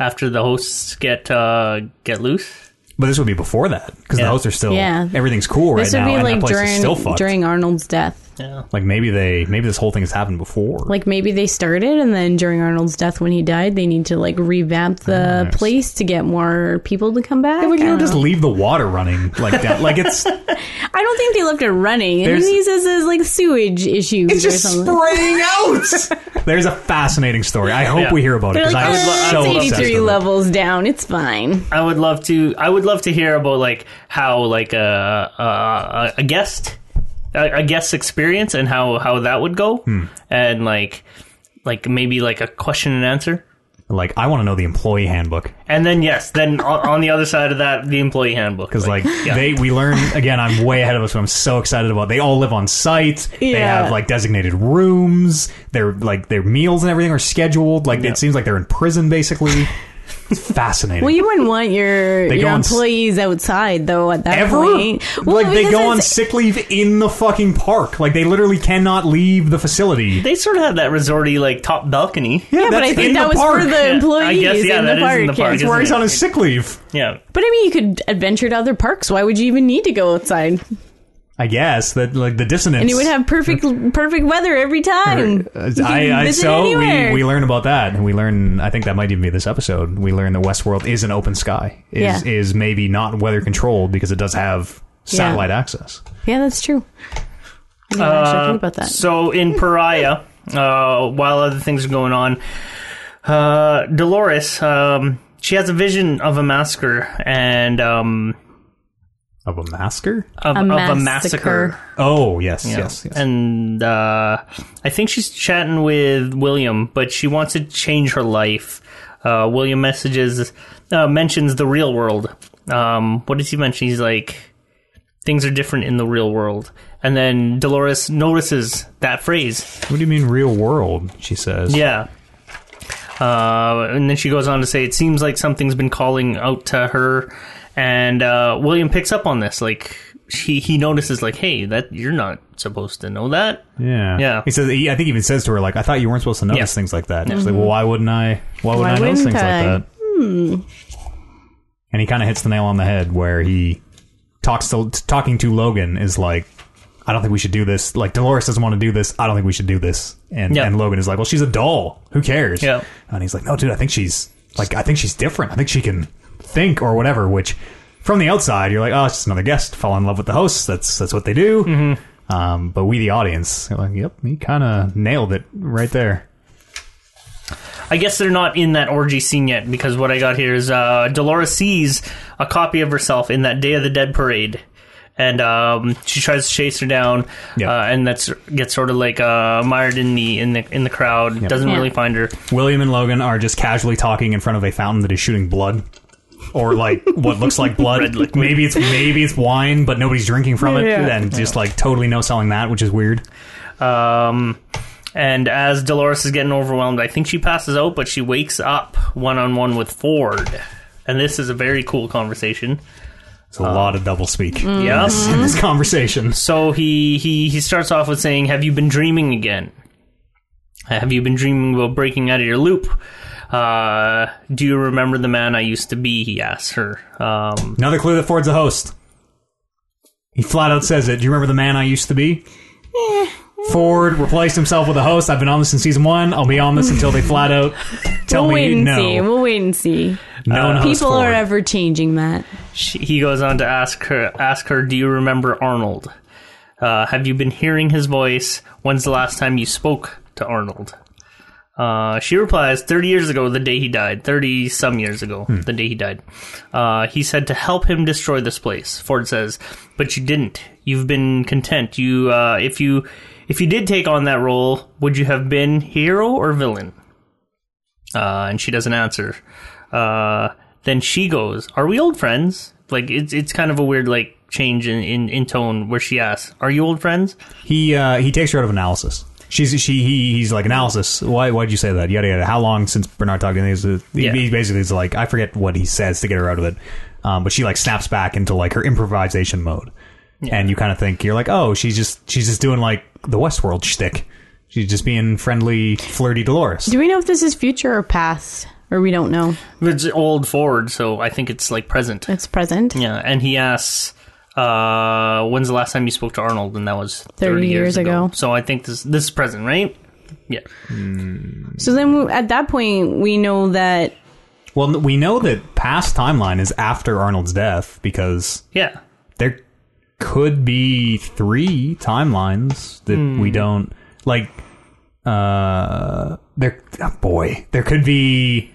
[SPEAKER 3] after the hosts get uh, get loose.
[SPEAKER 1] but this would be before that because
[SPEAKER 3] Yeah.
[SPEAKER 1] the hosts are still.
[SPEAKER 2] Yeah.
[SPEAKER 1] everything's cool
[SPEAKER 2] though. This
[SPEAKER 1] right now,
[SPEAKER 2] would be
[SPEAKER 1] and
[SPEAKER 2] like
[SPEAKER 1] that place is still
[SPEAKER 2] during
[SPEAKER 1] fucked.
[SPEAKER 2] during Arnold's death.
[SPEAKER 3] Yeah,
[SPEAKER 1] like maybe they, maybe this whole thing has happened before.
[SPEAKER 2] Like maybe they started, and then during Arnold's death, when he died, they need to like revamp the
[SPEAKER 1] yes.
[SPEAKER 2] place to get more people to come back.
[SPEAKER 1] Well, you
[SPEAKER 2] I,
[SPEAKER 1] don't
[SPEAKER 2] don't
[SPEAKER 1] just
[SPEAKER 2] know.
[SPEAKER 1] leave the water running like that. Like it's
[SPEAKER 2] I don't think they left it running. I
[SPEAKER 1] There's-
[SPEAKER 2] think he says there's like sewage issues
[SPEAKER 1] it's
[SPEAKER 2] or
[SPEAKER 1] just
[SPEAKER 2] something.
[SPEAKER 1] spraying out. There's a fascinating story. I hope
[SPEAKER 3] Yeah.
[SPEAKER 1] we hear about it
[SPEAKER 2] They're
[SPEAKER 1] because
[SPEAKER 2] like,
[SPEAKER 1] I was
[SPEAKER 2] "Eh,
[SPEAKER 1] so
[SPEAKER 2] it's
[SPEAKER 1] obsessed with
[SPEAKER 2] 83
[SPEAKER 1] it.
[SPEAKER 2] levels down. It's fine.
[SPEAKER 3] I would love to. I would love to hear about like how like a a, a- a guest a, a guest experience and how how that would go and like like maybe like a question and answer.
[SPEAKER 1] Like I want to know the employee handbook
[SPEAKER 3] And then yes, then on, on the other side of that, the employee handbook.
[SPEAKER 1] because like, they we learn again. I'm way ahead of us, but I'm so excited about. They all live on site. They
[SPEAKER 2] Yeah.
[SPEAKER 1] have like designated rooms. Their like their meals and everything are scheduled. Like it seems like they're in prison basically. it's fascinating.
[SPEAKER 2] Well, you wouldn't want your
[SPEAKER 1] They go
[SPEAKER 2] your
[SPEAKER 1] on s-
[SPEAKER 2] employees outside though at that
[SPEAKER 1] Ever?
[SPEAKER 2] point. Well,
[SPEAKER 1] like they
[SPEAKER 2] because
[SPEAKER 1] go on
[SPEAKER 2] it's-
[SPEAKER 1] sick leave in the fucking park. Like they literally cannot leave the facility.
[SPEAKER 3] They sort of have that resorty like top balcony.
[SPEAKER 2] Yeah, but I think that was for the
[SPEAKER 3] I
[SPEAKER 2] employees
[SPEAKER 3] guess, yeah,
[SPEAKER 2] in,
[SPEAKER 3] that
[SPEAKER 2] the
[SPEAKER 3] is in the
[SPEAKER 2] park.
[SPEAKER 3] park,
[SPEAKER 2] It's
[SPEAKER 3] isn't
[SPEAKER 2] wor-
[SPEAKER 1] Where
[SPEAKER 3] it?
[SPEAKER 1] he's on his sick leave.
[SPEAKER 3] Yeah.
[SPEAKER 2] But I mean, you could adventure to other parks. Why would you even need to go outside?
[SPEAKER 1] I guess that like the dissonance.
[SPEAKER 2] And you would have perfect perfect weather every time.
[SPEAKER 1] Uh,
[SPEAKER 2] You
[SPEAKER 1] I,
[SPEAKER 2] can
[SPEAKER 1] I,
[SPEAKER 2] visit
[SPEAKER 1] so we,
[SPEAKER 2] anywhere.
[SPEAKER 1] we learn about that, and we learn. I think that might even be this episode. We learn that Westworld is an open sky. Is
[SPEAKER 2] Yeah.
[SPEAKER 1] is maybe not weather controlled because it does have satellite access.
[SPEAKER 2] yeah, that's true. I didn't
[SPEAKER 1] Uh,
[SPEAKER 2] actually think about that.
[SPEAKER 3] So in Pariah, uh, while other things are going on, uh, Dolores, um, she has a vision of a massacre and um,
[SPEAKER 1] Of a masker?
[SPEAKER 3] of,
[SPEAKER 2] A
[SPEAKER 3] of a
[SPEAKER 2] massacre.
[SPEAKER 3] massacre.
[SPEAKER 1] Oh yes, yes, yes.
[SPEAKER 3] And uh, I think she's chatting with William, but she wants to change her life. Uh, William messages uh, mentions the real world. Um, what does he mention? He's like, things are different in the real world. And then Dolores notices that phrase.
[SPEAKER 1] what do you mean real world? She says.
[SPEAKER 3] Yeah. Uh, and then she goes on to say, it seems like something's been calling out to her. And uh, William picks up on this. Like, he, he notices, like, hey, that you're not supposed to know that.
[SPEAKER 1] Yeah.
[SPEAKER 3] Yeah.
[SPEAKER 1] He says. He, I think he even says to her like, "I thought you weren't supposed to notice
[SPEAKER 3] Yeah.
[SPEAKER 1] things like that." And She's like, "Well, why wouldn't I? Why wouldn't
[SPEAKER 2] Why
[SPEAKER 1] I notice
[SPEAKER 2] wouldn't
[SPEAKER 1] things
[SPEAKER 2] I?
[SPEAKER 1] like that?" And he kind of hits the nail on the head where he talks to talking to Logan is like, "I don't think we should do this." Like Dolores doesn't want to do this. I don't think we should do this. And
[SPEAKER 3] Yeah.
[SPEAKER 1] and Logan is like, "Well, she's a doll. Who cares?"
[SPEAKER 3] Yeah.
[SPEAKER 1] And he's like, "No, dude. I think she's like, I think she's different. I think she can think or whatever." Which from the outside, you're like, oh, it's just another guest. Fall in love with the host. That's that's what they do. Um, but we, the audience, are like, yep, he kind of nailed it right there.
[SPEAKER 3] I guess they're not in that orgy scene yet because what I got here is uh, Dolores sees a copy of herself in that Day of the Dead parade, and um, she tries to chase her down,
[SPEAKER 1] Yeah.
[SPEAKER 3] uh, and that's gets sort of like uh, mired in the in the in the crowd. Doesn't
[SPEAKER 2] Yeah.
[SPEAKER 3] really find her.
[SPEAKER 1] William and Logan are just casually talking in front of a fountain that is shooting blood. Or like what looks like blood. maybe it's maybe it's wine, but nobody's drinking from it.
[SPEAKER 2] Yeah.
[SPEAKER 1] And just like totally no selling that, which is weird.
[SPEAKER 3] Um, and as Dolores is getting overwhelmed, I think she passes out, but she wakes up one on one with Ford, and this is a very cool conversation.
[SPEAKER 1] It's a lot of double speak
[SPEAKER 3] Yes.
[SPEAKER 1] in this conversation.
[SPEAKER 3] So he, he he starts off with saying, "Have you been dreaming again? Have you been dreaming about breaking out of your loop? Uh, do you remember the man I used to be?" He asks her. Um,
[SPEAKER 1] Another clue that Ford's a host. He flat out says it. Do you remember the man I used to be?
[SPEAKER 2] Eh.
[SPEAKER 1] Ford replaced himself with a host. I've been on this since season one. I'll be on this until they flat out tell me
[SPEAKER 2] we'll wait and
[SPEAKER 1] no.
[SPEAKER 2] see. We'll wait and see.
[SPEAKER 1] Known host
[SPEAKER 2] People
[SPEAKER 1] Ford.
[SPEAKER 2] are ever changing, Matt.
[SPEAKER 3] she, he goes on to ask her, "Ask her, do you remember Arnold? Uh, have you been hearing his voice? When's the last time you spoke to Arnold?" Uh, she replies, 30 years ago, the day he died. 30 some years ago, the day he died. Uh, he said to help him destroy this place. Ford says, but you didn't. You've been content. You, uh, if you, if you did take on that role, would you have been hero or villain? Uh, and she doesn't answer. Uh, then she goes, are we old friends? Like, it's, it's kind of a weird, like, change in, in, in tone where she asks, are you old friends?
[SPEAKER 1] He uh, he takes her out of analysis. She's she he, he's like analysis. Why why'd you say that? Yada yada. How long since Bernard talked to you? He's, uh, he-
[SPEAKER 3] Yeah.
[SPEAKER 1] he basically is like I forget what he says to get her out of it. Um, but she like snaps back into like her improvisation mode, and you kind of think you're like oh she's just she's just doing like the Westworld shtick. She's just being friendly, flirty Dolores.
[SPEAKER 2] Do we know if this is future or past? Or we don't know.
[SPEAKER 3] It's old Ford, so I think it's, like, present.
[SPEAKER 2] It's present.
[SPEAKER 3] Yeah, and he asks, uh, "When's the last time you spoke to Arnold?" And that was
[SPEAKER 2] 30
[SPEAKER 3] thirty, years,
[SPEAKER 2] years
[SPEAKER 3] ago.
[SPEAKER 2] ago.
[SPEAKER 3] So I think this this is present, right? Yeah,
[SPEAKER 2] So then we- at that point, we know that
[SPEAKER 1] Well, we know that past timeline is after Arnold's death because
[SPEAKER 3] yeah.
[SPEAKER 1] there could be three timelines that we don't like uh there oh boy there could be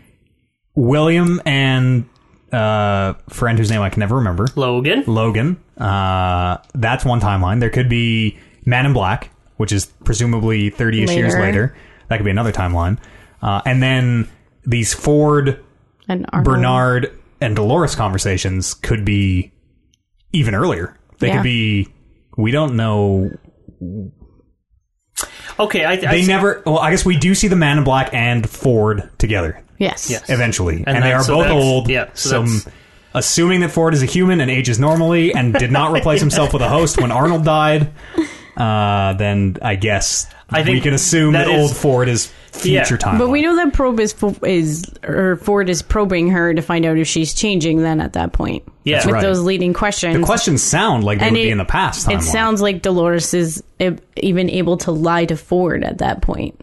[SPEAKER 1] william and uh friend whose name i can never remember
[SPEAKER 3] Logan.
[SPEAKER 1] logan uh that's one timeline there could be man in black which is presumably 30ish years
[SPEAKER 2] Later.
[SPEAKER 1] later that could be another timeline uh and then these ford
[SPEAKER 2] an Arnold-
[SPEAKER 3] Um,
[SPEAKER 1] Bernard and Dolores conversations could be even earlier. They
[SPEAKER 2] Yeah.
[SPEAKER 1] could be. We don't know.
[SPEAKER 3] Okay, I, I
[SPEAKER 1] They
[SPEAKER 3] see-
[SPEAKER 1] never. Well, I guess we do see the Man in Black and Ford together
[SPEAKER 2] Yes.
[SPEAKER 3] Yes.
[SPEAKER 1] eventually, and, they
[SPEAKER 3] that-
[SPEAKER 1] are
[SPEAKER 3] so
[SPEAKER 1] both
[SPEAKER 3] that's-
[SPEAKER 1] old.
[SPEAKER 3] yeah, so
[SPEAKER 1] so
[SPEAKER 3] that's-
[SPEAKER 1] assuming that Ford is a human and ages normally, and did not replace himself with a host when Arnold died, uh, then I guess
[SPEAKER 3] I think
[SPEAKER 1] we can assume
[SPEAKER 3] that
[SPEAKER 1] that,
[SPEAKER 3] is-
[SPEAKER 1] old Ford is
[SPEAKER 3] Yeah.
[SPEAKER 1] future time.
[SPEAKER 2] But we know that probe is, fo- is or Ford is probing her to find out if she's changing. Then at that point,
[SPEAKER 3] Yeah.
[SPEAKER 2] with
[SPEAKER 1] right.
[SPEAKER 2] those leading questions,
[SPEAKER 1] the questions sound like they
[SPEAKER 2] And
[SPEAKER 1] would
[SPEAKER 2] it-
[SPEAKER 1] be in the past.
[SPEAKER 2] it
[SPEAKER 1] timeline.
[SPEAKER 2] sounds like Dolores is e- even able to lie to Ford at that point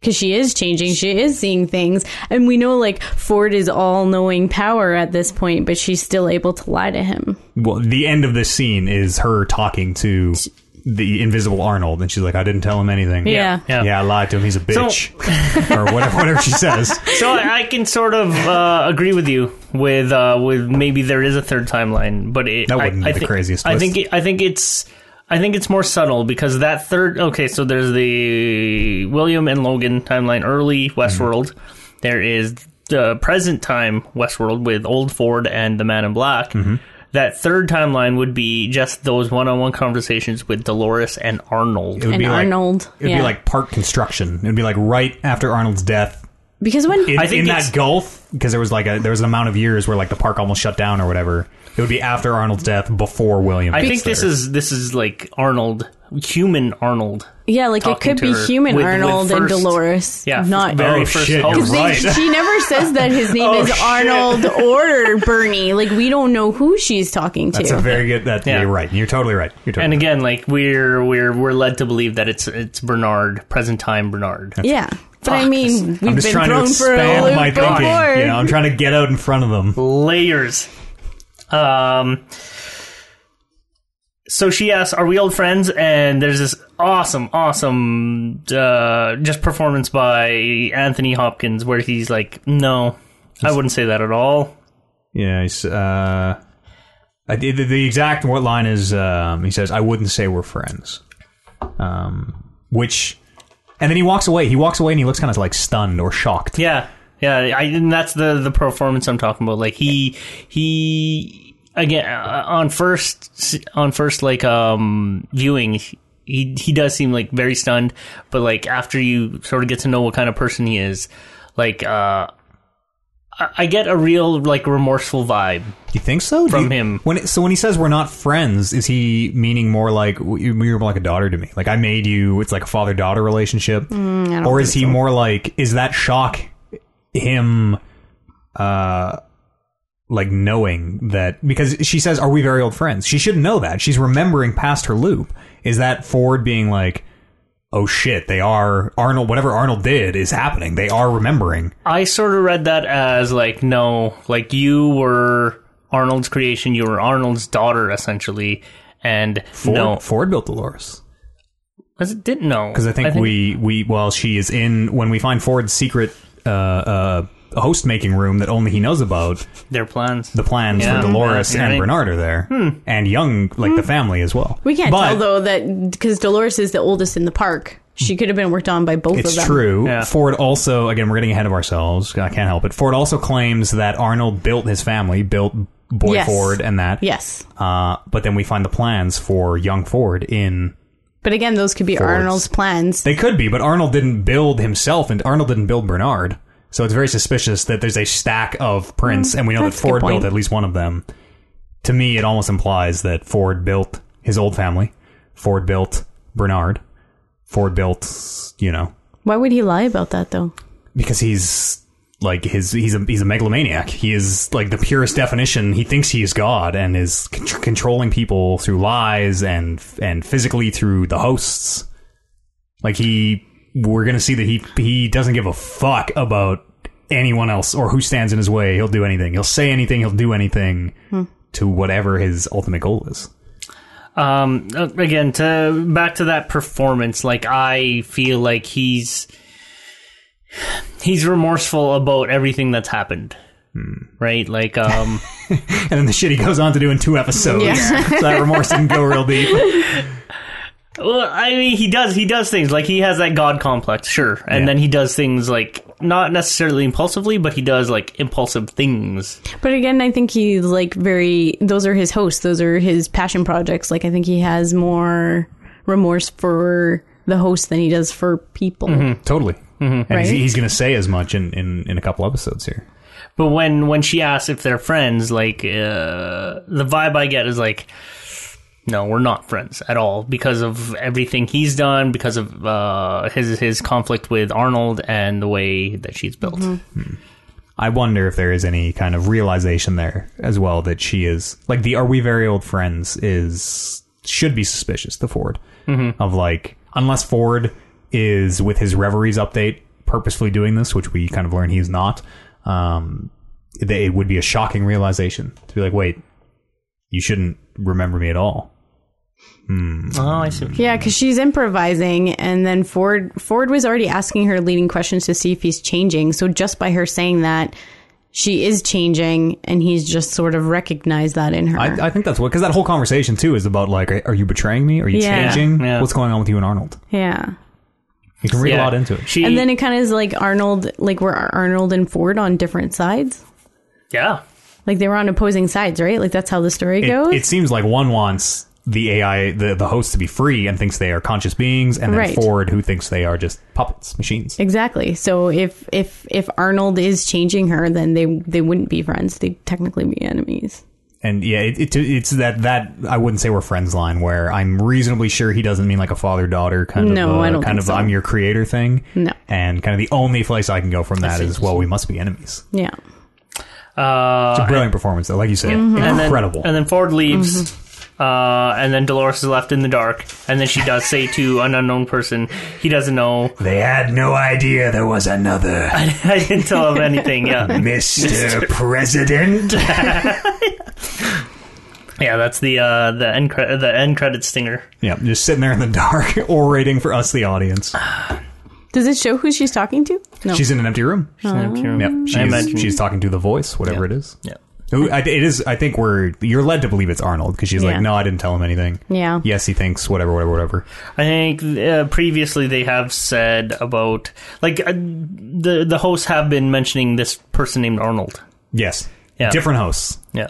[SPEAKER 2] because she is changing. She is seeing things, and we know like Ford is all-knowing power at this point, but she's still able to lie to him.
[SPEAKER 1] well, the end of this scene is her talking to the invisible Arnold, and she's like, "I didn't tell him anything."
[SPEAKER 2] Yeah.
[SPEAKER 3] Yeah.
[SPEAKER 1] yeah, I lied to him. He's a bitch, or whatever, whatever she says.
[SPEAKER 3] so I, I can sort of uh, agree with you with uh, with maybe there is a third timeline, but it,
[SPEAKER 1] That
[SPEAKER 3] I-
[SPEAKER 1] wouldn't
[SPEAKER 3] I,
[SPEAKER 1] be the
[SPEAKER 3] think-
[SPEAKER 1] craziest
[SPEAKER 3] I
[SPEAKER 1] twist.
[SPEAKER 3] think it- I think it's I think it's more subtle because that third. Okay, so there's the William and Logan timeline, early Westworld.
[SPEAKER 1] Mm-hmm.
[SPEAKER 3] There is the present time Westworld with Old Ford and the Man in Black.
[SPEAKER 1] Mm-hmm.
[SPEAKER 3] That third timeline would be just those one-on-one conversations with Dolores and Arnold.
[SPEAKER 1] It would
[SPEAKER 2] And
[SPEAKER 1] be like,
[SPEAKER 2] Arnold,
[SPEAKER 1] It would
[SPEAKER 2] yeah.
[SPEAKER 1] be like park construction. It would be like right after Arnold's death.
[SPEAKER 2] Because when
[SPEAKER 1] In,
[SPEAKER 3] I think
[SPEAKER 1] in
[SPEAKER 3] it's-
[SPEAKER 1] that gulf, because there was like a there was an amount of years where like the park almost shut down or whatever. It would be after Arnold's death, before William.
[SPEAKER 3] I think this is this is like Arnold, human Arnold.
[SPEAKER 2] yeah, like it
[SPEAKER 3] talking
[SPEAKER 2] could
[SPEAKER 3] to
[SPEAKER 2] be
[SPEAKER 3] her
[SPEAKER 2] human
[SPEAKER 3] with- with
[SPEAKER 2] Arnold and
[SPEAKER 3] first-
[SPEAKER 2] Dolores,
[SPEAKER 3] Yeah,
[SPEAKER 2] not
[SPEAKER 3] very
[SPEAKER 1] Oh,
[SPEAKER 3] first.
[SPEAKER 1] shit,
[SPEAKER 3] host.
[SPEAKER 1] you're
[SPEAKER 2] They-
[SPEAKER 1] Right.
[SPEAKER 2] she never says that his name
[SPEAKER 3] Oh,
[SPEAKER 2] is
[SPEAKER 3] shit.
[SPEAKER 2] Arnold or Bernie. Like we don't know who she's talking to.
[SPEAKER 1] That's a very good. That
[SPEAKER 3] Yeah.
[SPEAKER 1] you're right. You're totally right. You're totally
[SPEAKER 3] And
[SPEAKER 1] right.
[SPEAKER 3] again, like we're we're we're led to believe that it's it's Bernard, present time Bernard.
[SPEAKER 2] yeah, but I
[SPEAKER 3] Fuck,
[SPEAKER 2] mean, we've
[SPEAKER 1] I'm just
[SPEAKER 2] been
[SPEAKER 1] trying to
[SPEAKER 2] thrown for a
[SPEAKER 1] expand
[SPEAKER 2] loop
[SPEAKER 1] my
[SPEAKER 2] before.
[SPEAKER 1] thinking. You know, I'm trying to get out in front of them.
[SPEAKER 3] Layers. Um, so she asks, "Are we old friends?" And there's this awesome, awesome uh, just performance by Anthony Hopkins where he's like, "No, I wouldn't say that at all."
[SPEAKER 1] Yeah, he's, uh, I- the, the exact what line is um, he says, "I wouldn't say we're friends," um, which, and then he walks away. He walks away and he looks kind of like stunned or shocked.
[SPEAKER 3] Yeah, yeah, I, and that's the the performance I'm talking about. Like he he again uh, on first on first like um viewing. He, he does seem like very stunned, but like after you sort of get to know what kind of person he is, like uh, I, I get a real like remorseful vibe.
[SPEAKER 1] You think so? Do
[SPEAKER 3] From
[SPEAKER 1] you-
[SPEAKER 3] him.
[SPEAKER 1] When it, so when he says we're not friends, is he meaning more like you- you're more like a daughter to me? Like I made you. It's like a father daughter relationship, or is he more like is that shock him? Uh, like knowing that because she says, "Are we very old friends?" She should know that. She's remembering past her loop. Is that Ford being like? Oh shit! They are Arnold. Whatever Arnold did is happening. They are remembering.
[SPEAKER 3] I sort of read that as like no, like you were Arnold's creation. You were Arnold's daughter essentially, and
[SPEAKER 1] Ford,
[SPEAKER 3] no,
[SPEAKER 1] Ford built Dolores.
[SPEAKER 3] was it didn't know
[SPEAKER 1] because I think, we we well she is in when we find Ford's secret uh, uh, host making room that only he knows about.
[SPEAKER 3] their plans.
[SPEAKER 1] The plans
[SPEAKER 3] Yeah.
[SPEAKER 1] for Dolores
[SPEAKER 3] Yeah,
[SPEAKER 1] and
[SPEAKER 3] right. Hmm.
[SPEAKER 1] Bernard are there, and young like the family as well.
[SPEAKER 2] We can't
[SPEAKER 1] but
[SPEAKER 2] tell though that because Dolores is the oldest in the park. She could have been worked on by both of
[SPEAKER 1] It's
[SPEAKER 2] them.
[SPEAKER 1] true.
[SPEAKER 3] Yeah.
[SPEAKER 1] Ford also again we're getting ahead of ourselves. I can't help it. Ford also claims that Arnold built his family, built boy
[SPEAKER 2] Yes.
[SPEAKER 1] Ford and that.
[SPEAKER 2] Yes,
[SPEAKER 1] Uh, but then we find the plans for young Ford in
[SPEAKER 2] but again, those could be Arnold's plans.
[SPEAKER 1] They could be, but Arnold didn't build himself, and Arnold didn't build Bernard. So it's very suspicious that there's a stack of prints, and we know that
[SPEAKER 2] Mm, that's a good
[SPEAKER 1] Ford built
[SPEAKER 2] point.
[SPEAKER 1] at least one of them. To me, it almost implies that Ford built his old family. Ford built Bernard. Ford built, you know,
[SPEAKER 2] Why would he lie about that though?
[SPEAKER 1] because he's like his he's a he's a megalomaniac. He is like the purest definition. He thinks he is God and is con- controlling people through lies and and physically through the hosts. Like he, we're gonna see that he he doesn't give a fuck about anyone else or who stands in his way. He'll do anything. He'll say anything. He'll do anything to whatever his ultimate goal is.
[SPEAKER 3] Um, uh, again, to back to that performance, like I feel like he's he's remorseful about everything that's happened.
[SPEAKER 1] Hmm.
[SPEAKER 3] Right, like um,
[SPEAKER 1] And then the shit he goes on to do in two episodes.
[SPEAKER 2] Yeah.
[SPEAKER 1] so that remorse didn't go real deep.
[SPEAKER 3] well, I mean, he does he does things like he has that god complex, sure, and
[SPEAKER 1] Yeah.
[SPEAKER 3] then he does things like not necessarily impulsively, but he does like impulsive things.
[SPEAKER 2] But again, I think he's like very. Those are his hosts. Those are his passion projects. Like I think he has more remorse for the host than he does for people.
[SPEAKER 1] Totally. And he's,
[SPEAKER 2] Right?
[SPEAKER 1] he's going to say as much in, in, in a couple episodes here.
[SPEAKER 3] But when when she asks if they're friends, like uh, the vibe I get is like, no, we're not friends at all because of everything he's done, because of uh, his his conflict with Arnold and the way that she's built.
[SPEAKER 2] Mm-hmm.
[SPEAKER 1] I wonder if there is any kind of realization there as well that she is like the "Are we very old friends?" is should be suspicious to Ford of like unless Ford is with his reveries update purposefully doing this, which we kind of learn he's not. Um, they, it would be a shocking realization to be like, wait, you shouldn't remember me at all.
[SPEAKER 3] Oh, I see.
[SPEAKER 2] Yeah, because she's improvising, and then Ford Ford was already asking her leading questions to see if he's changing. So just by her saying that, she is changing, and he's just sort of recognized that in her.
[SPEAKER 1] I, I think that's what because that whole conversation too is about like, are you betraying me? Are you
[SPEAKER 2] Yeah.
[SPEAKER 1] changing?
[SPEAKER 3] Yeah.
[SPEAKER 1] What's going on with you and Arnold?
[SPEAKER 2] yeah,
[SPEAKER 1] You can read
[SPEAKER 3] Yeah.
[SPEAKER 1] a lot into it.
[SPEAKER 3] She
[SPEAKER 2] and then it kind of is like Arnold, like we're Arnold and Ford on different sides.
[SPEAKER 3] yeah.
[SPEAKER 2] Like they were on opposing sides, right? Like that's how the story goes.
[SPEAKER 1] It, it seems like one wants the AI, the, the host, to be free and thinks they are conscious beings, and then
[SPEAKER 2] Right.
[SPEAKER 1] Ford, who thinks they are just puppets, machines.
[SPEAKER 2] Exactly. So if if if Arnold is changing her, then they they wouldn't be friends. They'd technically be enemies.
[SPEAKER 1] And yeah, it, it, it's that that I wouldn't say we're friends line where I'm reasonably sure he doesn't mean like a father daughter kind of
[SPEAKER 2] No,
[SPEAKER 1] uh,
[SPEAKER 2] I don't
[SPEAKER 1] kind
[SPEAKER 2] think
[SPEAKER 1] of
[SPEAKER 2] so.
[SPEAKER 1] I'm your creator thing.
[SPEAKER 2] No.
[SPEAKER 1] and kind of the only place I can go from that is well, we must be enemies.
[SPEAKER 2] Yeah.
[SPEAKER 3] Uh,
[SPEAKER 1] It's a brilliant performance, though, like you said,
[SPEAKER 2] Mm-hmm.
[SPEAKER 3] and
[SPEAKER 1] incredible.
[SPEAKER 3] Then, and then Ford leaves, uh, and then Dolores is left in the dark. And then she does say to an unknown person, he doesn't know.
[SPEAKER 1] they had no idea there was another.
[SPEAKER 3] I didn't tell him anything. Yeah.
[SPEAKER 1] Mr. President.
[SPEAKER 3] Yeah, that's the uh, the end cre- the end credit stinger.
[SPEAKER 1] Yeah, just sitting there in the dark, orating for us, the audience.
[SPEAKER 2] Does it show who she's talking to? No.
[SPEAKER 1] She's in an empty room. Yep,
[SPEAKER 3] I
[SPEAKER 1] she's,
[SPEAKER 3] imagine.
[SPEAKER 1] she's talking to the voice, whatever
[SPEAKER 3] Yeah.
[SPEAKER 1] it is.
[SPEAKER 3] yeah.
[SPEAKER 1] Who- I- It is. I think we're. You're led to believe it's Arnold because she's
[SPEAKER 2] Yeah.
[SPEAKER 1] like, no, I didn't tell him anything.
[SPEAKER 2] Yeah.
[SPEAKER 1] Yes, he thinks whatever, whatever, whatever.
[SPEAKER 3] I think uh, previously they have said about like uh, the the hosts have been mentioning this person named Arnold.
[SPEAKER 1] Yes.
[SPEAKER 3] Yeah.
[SPEAKER 1] Different hosts.
[SPEAKER 3] Yeah.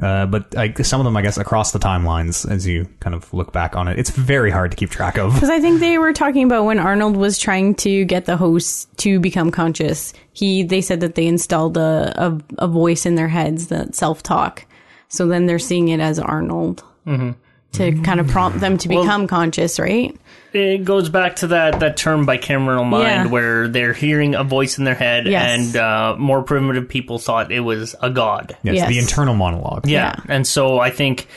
[SPEAKER 1] Uh, but I, some of them, I guess, across the timelines as you kind of look back on it, it's very hard to keep track of.
[SPEAKER 2] Because I think they were talking about when Arnold was trying to get the hosts to become conscious. He they said that they installed a a, a voice in their heads that self talk. So then they're seeing it as Arnold to kind of prompt them to become conscious, right?
[SPEAKER 3] It goes back to that, that term bicameral mind
[SPEAKER 2] Yeah.
[SPEAKER 3] where they're hearing a voice in their head,
[SPEAKER 2] Yes.
[SPEAKER 3] and uh, more primitive people thought it was a god.
[SPEAKER 1] Yes,
[SPEAKER 2] Yes.
[SPEAKER 1] the internal monologue.
[SPEAKER 3] Yeah.
[SPEAKER 2] Yeah.
[SPEAKER 3] And so I think,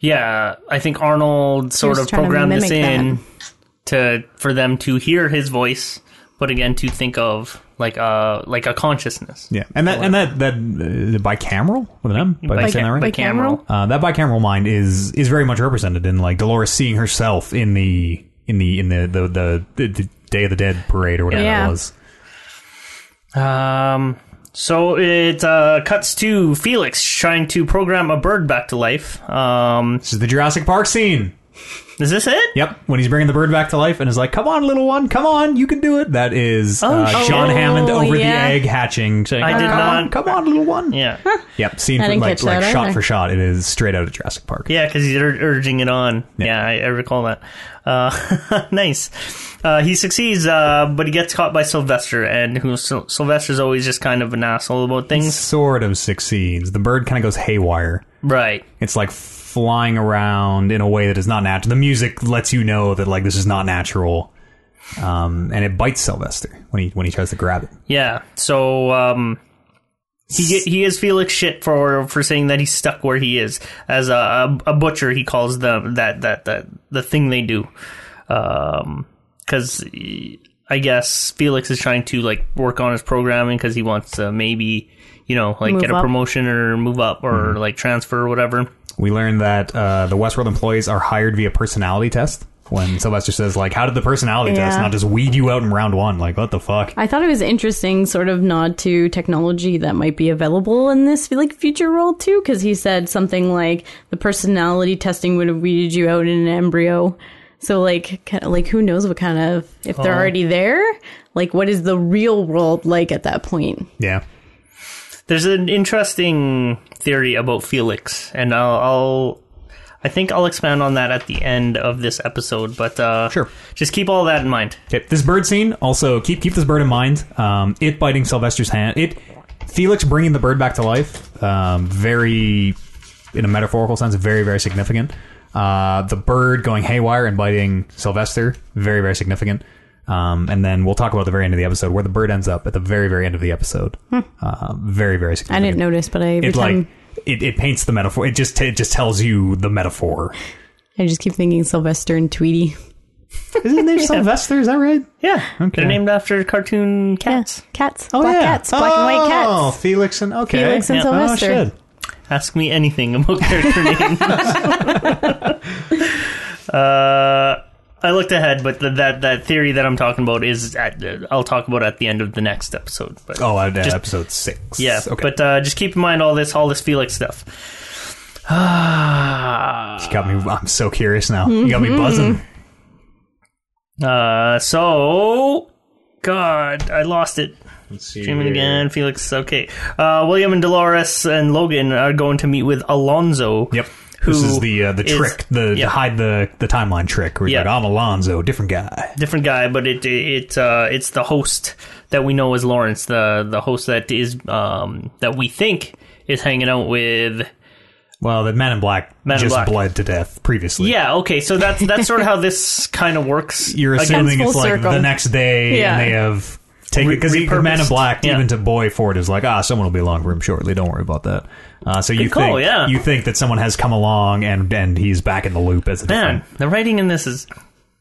[SPEAKER 3] yeah, I think Arnold sort
[SPEAKER 2] was
[SPEAKER 3] of
[SPEAKER 2] trying to
[SPEAKER 3] programmed this
[SPEAKER 2] mimic
[SPEAKER 3] in to for them to hear his voice, but again to think of like a like a consciousness.
[SPEAKER 1] Yeah, and
[SPEAKER 2] Oh,
[SPEAKER 1] that and that that uh, bicameral with an M. Am I
[SPEAKER 3] Bica-
[SPEAKER 1] saying that right?
[SPEAKER 3] bicameral.
[SPEAKER 1] uh, that bicameral mind is is very much represented in like Dolores seeing herself in the in the in the the, the, the, the Day of the Dead parade or whatever
[SPEAKER 2] Yeah.
[SPEAKER 1] that was.
[SPEAKER 3] Um, so it uh, cuts to Felix trying to program a bird back to life. Um,
[SPEAKER 1] This is the Jurassic Park scene.
[SPEAKER 3] is this it?
[SPEAKER 1] Yep, when he's bringing the bird back to life and is like, "Come on, little one, come on, you can do it." That is uh,
[SPEAKER 3] shit.
[SPEAKER 1] John
[SPEAKER 2] Oh,
[SPEAKER 1] Hammond over
[SPEAKER 2] yeah.
[SPEAKER 1] the egg hatching. Saying,
[SPEAKER 3] I did
[SPEAKER 1] come
[SPEAKER 3] not-
[SPEAKER 1] On, come on, little one.
[SPEAKER 3] Yeah.
[SPEAKER 1] Yep, scene
[SPEAKER 2] I
[SPEAKER 1] for,
[SPEAKER 2] didn't
[SPEAKER 1] like
[SPEAKER 2] catch
[SPEAKER 1] like
[SPEAKER 2] that
[SPEAKER 1] shot
[SPEAKER 2] either.
[SPEAKER 1] for shot. It is straight out of Jurassic Park.
[SPEAKER 3] Yeah, because he's ur- urging it on. Yeah, I, I recall that. Uh, nice. Uh, he succeeds, uh, but he gets caught by Sylvester, and who Syl- Sylvester's always just kind of an asshole about things.
[SPEAKER 1] Sort of succeeds. The bird kind of goes haywire.
[SPEAKER 3] Right.
[SPEAKER 1] It's like flying around in a way that is not natural. The music lets you know that like this is not natural. Um, and it bites Sylvester when he when he tries to grab it.
[SPEAKER 3] Yeah. So um, he get, he is Felix shit for for saying that he's stuck where he is. As a, a, a butcher, he calls the that that that the thing they do. Um 'cause because I guess Felix is trying to like work on his programming because he wants to maybe you know like
[SPEAKER 2] Move
[SPEAKER 3] get a
[SPEAKER 2] up.
[SPEAKER 3] promotion or move up or like transfer or whatever.
[SPEAKER 1] We learned that uh, the Westworld employees are hired via personality test. When Sylvester says like, "How did the personality
[SPEAKER 2] Yeah.
[SPEAKER 1] test not just weed you out in round one?" Like, what the fuck?
[SPEAKER 2] I thought it was interesting, sort of nod to technology that might be available in this like future world too, because he said something like the personality testing would have weeded you out in an embryo. So like, kind of, like who knows what kind of if they're already there? Like, what is the real world like at that point?
[SPEAKER 1] Yeah.
[SPEAKER 3] There's an interesting theory about Felix, and I'll, I'll I think I'll expand on that at the end of this episode. But uh,
[SPEAKER 1] Sure.
[SPEAKER 3] just keep all that in mind.
[SPEAKER 1] Okay, this bird scene. Also, keep keep this bird in mind. Um, it biting Sylvester's hand. It Felix bringing the bird back to life. Um, very, in a metaphorical sense, very very significant. Uh, the bird going haywire and biting Sylvester. Very very significant. Um, and then we'll talk about the very end of the episode where the bird ends up at the very very end of the episode. Uh, very very
[SPEAKER 2] I
[SPEAKER 1] significant.
[SPEAKER 2] didn't notice, but I every
[SPEAKER 1] It like
[SPEAKER 2] time
[SPEAKER 1] it, it paints the metaphor. It just it just tells you the metaphor.
[SPEAKER 2] I just keep thinking Sylvester and Tweety.
[SPEAKER 1] Isn't his name Sylvester? Is that right?
[SPEAKER 3] Yeah,
[SPEAKER 1] Okay.
[SPEAKER 3] they're named after cartoon cats.
[SPEAKER 2] Cats, black cats, black and white
[SPEAKER 1] Oh,
[SPEAKER 2] cats.
[SPEAKER 1] Felix and okay.
[SPEAKER 2] Felix and
[SPEAKER 3] Yeah.
[SPEAKER 2] Sylvester.
[SPEAKER 1] Oh, shit.
[SPEAKER 3] Ask me anything about character names. uh, I looked ahead, but th- that that theory that I'm talking about is at, I'll talk about at the end of the next episode. But
[SPEAKER 1] Oh, uh,
[SPEAKER 3] Just-
[SPEAKER 1] episode six.
[SPEAKER 3] Yeah,
[SPEAKER 1] okay.
[SPEAKER 3] but uh, just keep in mind all this, all this Felix stuff. Ah.
[SPEAKER 1] you got me. I'm so curious now. You got me
[SPEAKER 2] Mm-hmm.
[SPEAKER 1] buzzing.
[SPEAKER 3] Uh, so God, I lost it.
[SPEAKER 1] Let's see
[SPEAKER 3] Dreaming again, Felix. Okay, uh, William and Dolores and Logan are going to meet with Alonzo.
[SPEAKER 1] Yep.
[SPEAKER 3] Who
[SPEAKER 1] this is the uh, the
[SPEAKER 3] is-
[SPEAKER 1] trick, the, the
[SPEAKER 3] yeah.
[SPEAKER 1] hide the the timeline trick. Where you're
[SPEAKER 3] Yeah.
[SPEAKER 1] like, I'm Alonzo, different guy.
[SPEAKER 3] different guy, but it it uh, it's the host that we know as Lawrence, the the host that is um that we think is hanging out with.
[SPEAKER 1] Well, the Men in Black
[SPEAKER 3] Men in
[SPEAKER 1] just
[SPEAKER 3] Black.
[SPEAKER 1] bled to death previously.
[SPEAKER 3] Yeah. Okay. So that's that's sort of how this kind of works.
[SPEAKER 1] You're
[SPEAKER 3] Again,
[SPEAKER 1] assuming
[SPEAKER 2] full
[SPEAKER 1] it's like
[SPEAKER 2] circle.
[SPEAKER 1] the next day,
[SPEAKER 2] Yeah.
[SPEAKER 1] and they have taken because
[SPEAKER 3] Re-
[SPEAKER 1] the Man in
[SPEAKER 3] repurposed.
[SPEAKER 1] Black,
[SPEAKER 3] Yeah.
[SPEAKER 1] even to Boy Ford, is like, ah, someone will be along for him shortly. Don't worry about that. Uh, so you
[SPEAKER 3] call,
[SPEAKER 1] think
[SPEAKER 3] yeah.
[SPEAKER 1] you think that someone has come along and and he's back in the loop as a different-
[SPEAKER 3] man, the writing in this is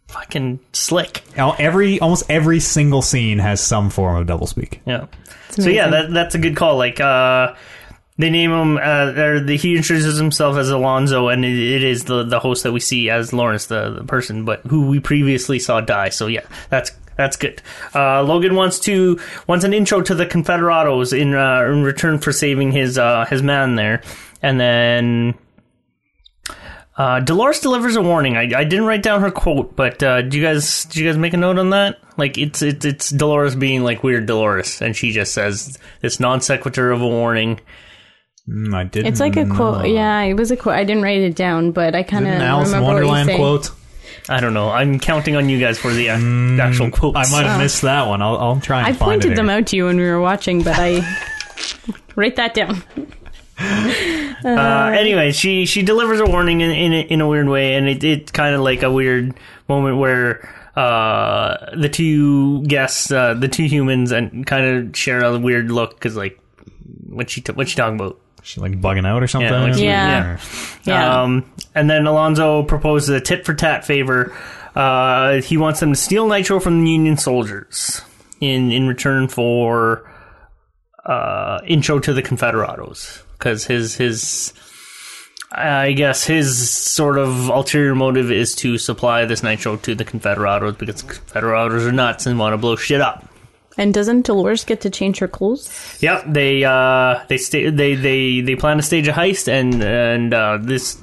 [SPEAKER 3] fucking slick.
[SPEAKER 1] Al- every almost every single scene has some form of doublespeak.
[SPEAKER 3] Yeah. So yeah, that that's a good call. Like uh They name him. Uh, or the, he introduces himself as Alonzo, and it, it is the the host that we see as Lawrence, the, the person, but who we previously saw die. So yeah, that's that's good. Uh, Logan wants to wants an intro to the Confederados in uh, in return for saving his uh, his man there, and then. Uh, Dolores delivers a warning. I, I didn't write down her quote, but uh, do you guys do you guys make a note on that? Like it's it's it's Dolores being like weird Dolores, and she just says this non sequitur of a warning.
[SPEAKER 1] Mm, I didn't.
[SPEAKER 2] It's like a quote.
[SPEAKER 1] know.
[SPEAKER 2] Yeah, it was a quote. I didn't write it down, but I kind
[SPEAKER 1] Didn't
[SPEAKER 2] of
[SPEAKER 1] Alice in
[SPEAKER 2] remember
[SPEAKER 1] Wonderland
[SPEAKER 2] what
[SPEAKER 1] quote.
[SPEAKER 2] you
[SPEAKER 3] I don't know. I'm counting on you guys for the ac- actual quotes.
[SPEAKER 1] Mm, I might have missed that one. I'll, I'll try and
[SPEAKER 2] I
[SPEAKER 1] find it.
[SPEAKER 2] pointed them
[SPEAKER 1] here.
[SPEAKER 2] out to you when we were watching, but I write that down.
[SPEAKER 3] Uh, anyway, she she delivers a warning in in, a- in a weird way, and it it's kind of like a weird moment where uh the two guests, uh, the two humans, and kind of share a weird look because like what she t- what she talking about.
[SPEAKER 1] She like bugging out or something.
[SPEAKER 3] Yeah, like she-
[SPEAKER 2] Yeah. Yeah.
[SPEAKER 3] Um, and then Alonzo proposes a tit for tat favor. Uh, he wants them to steal nitro from the Union soldiers in in return for uh, intro to the Confederados because his his I guess his sort of ulterior motive is to supply this nitro to the Confederados because the Confederados are nuts and want to blow shit up.
[SPEAKER 2] and doesn't Dolores get to change her clothes?
[SPEAKER 3] Yep, they uh, they sta- they they they plan to stage a heist, and and uh, this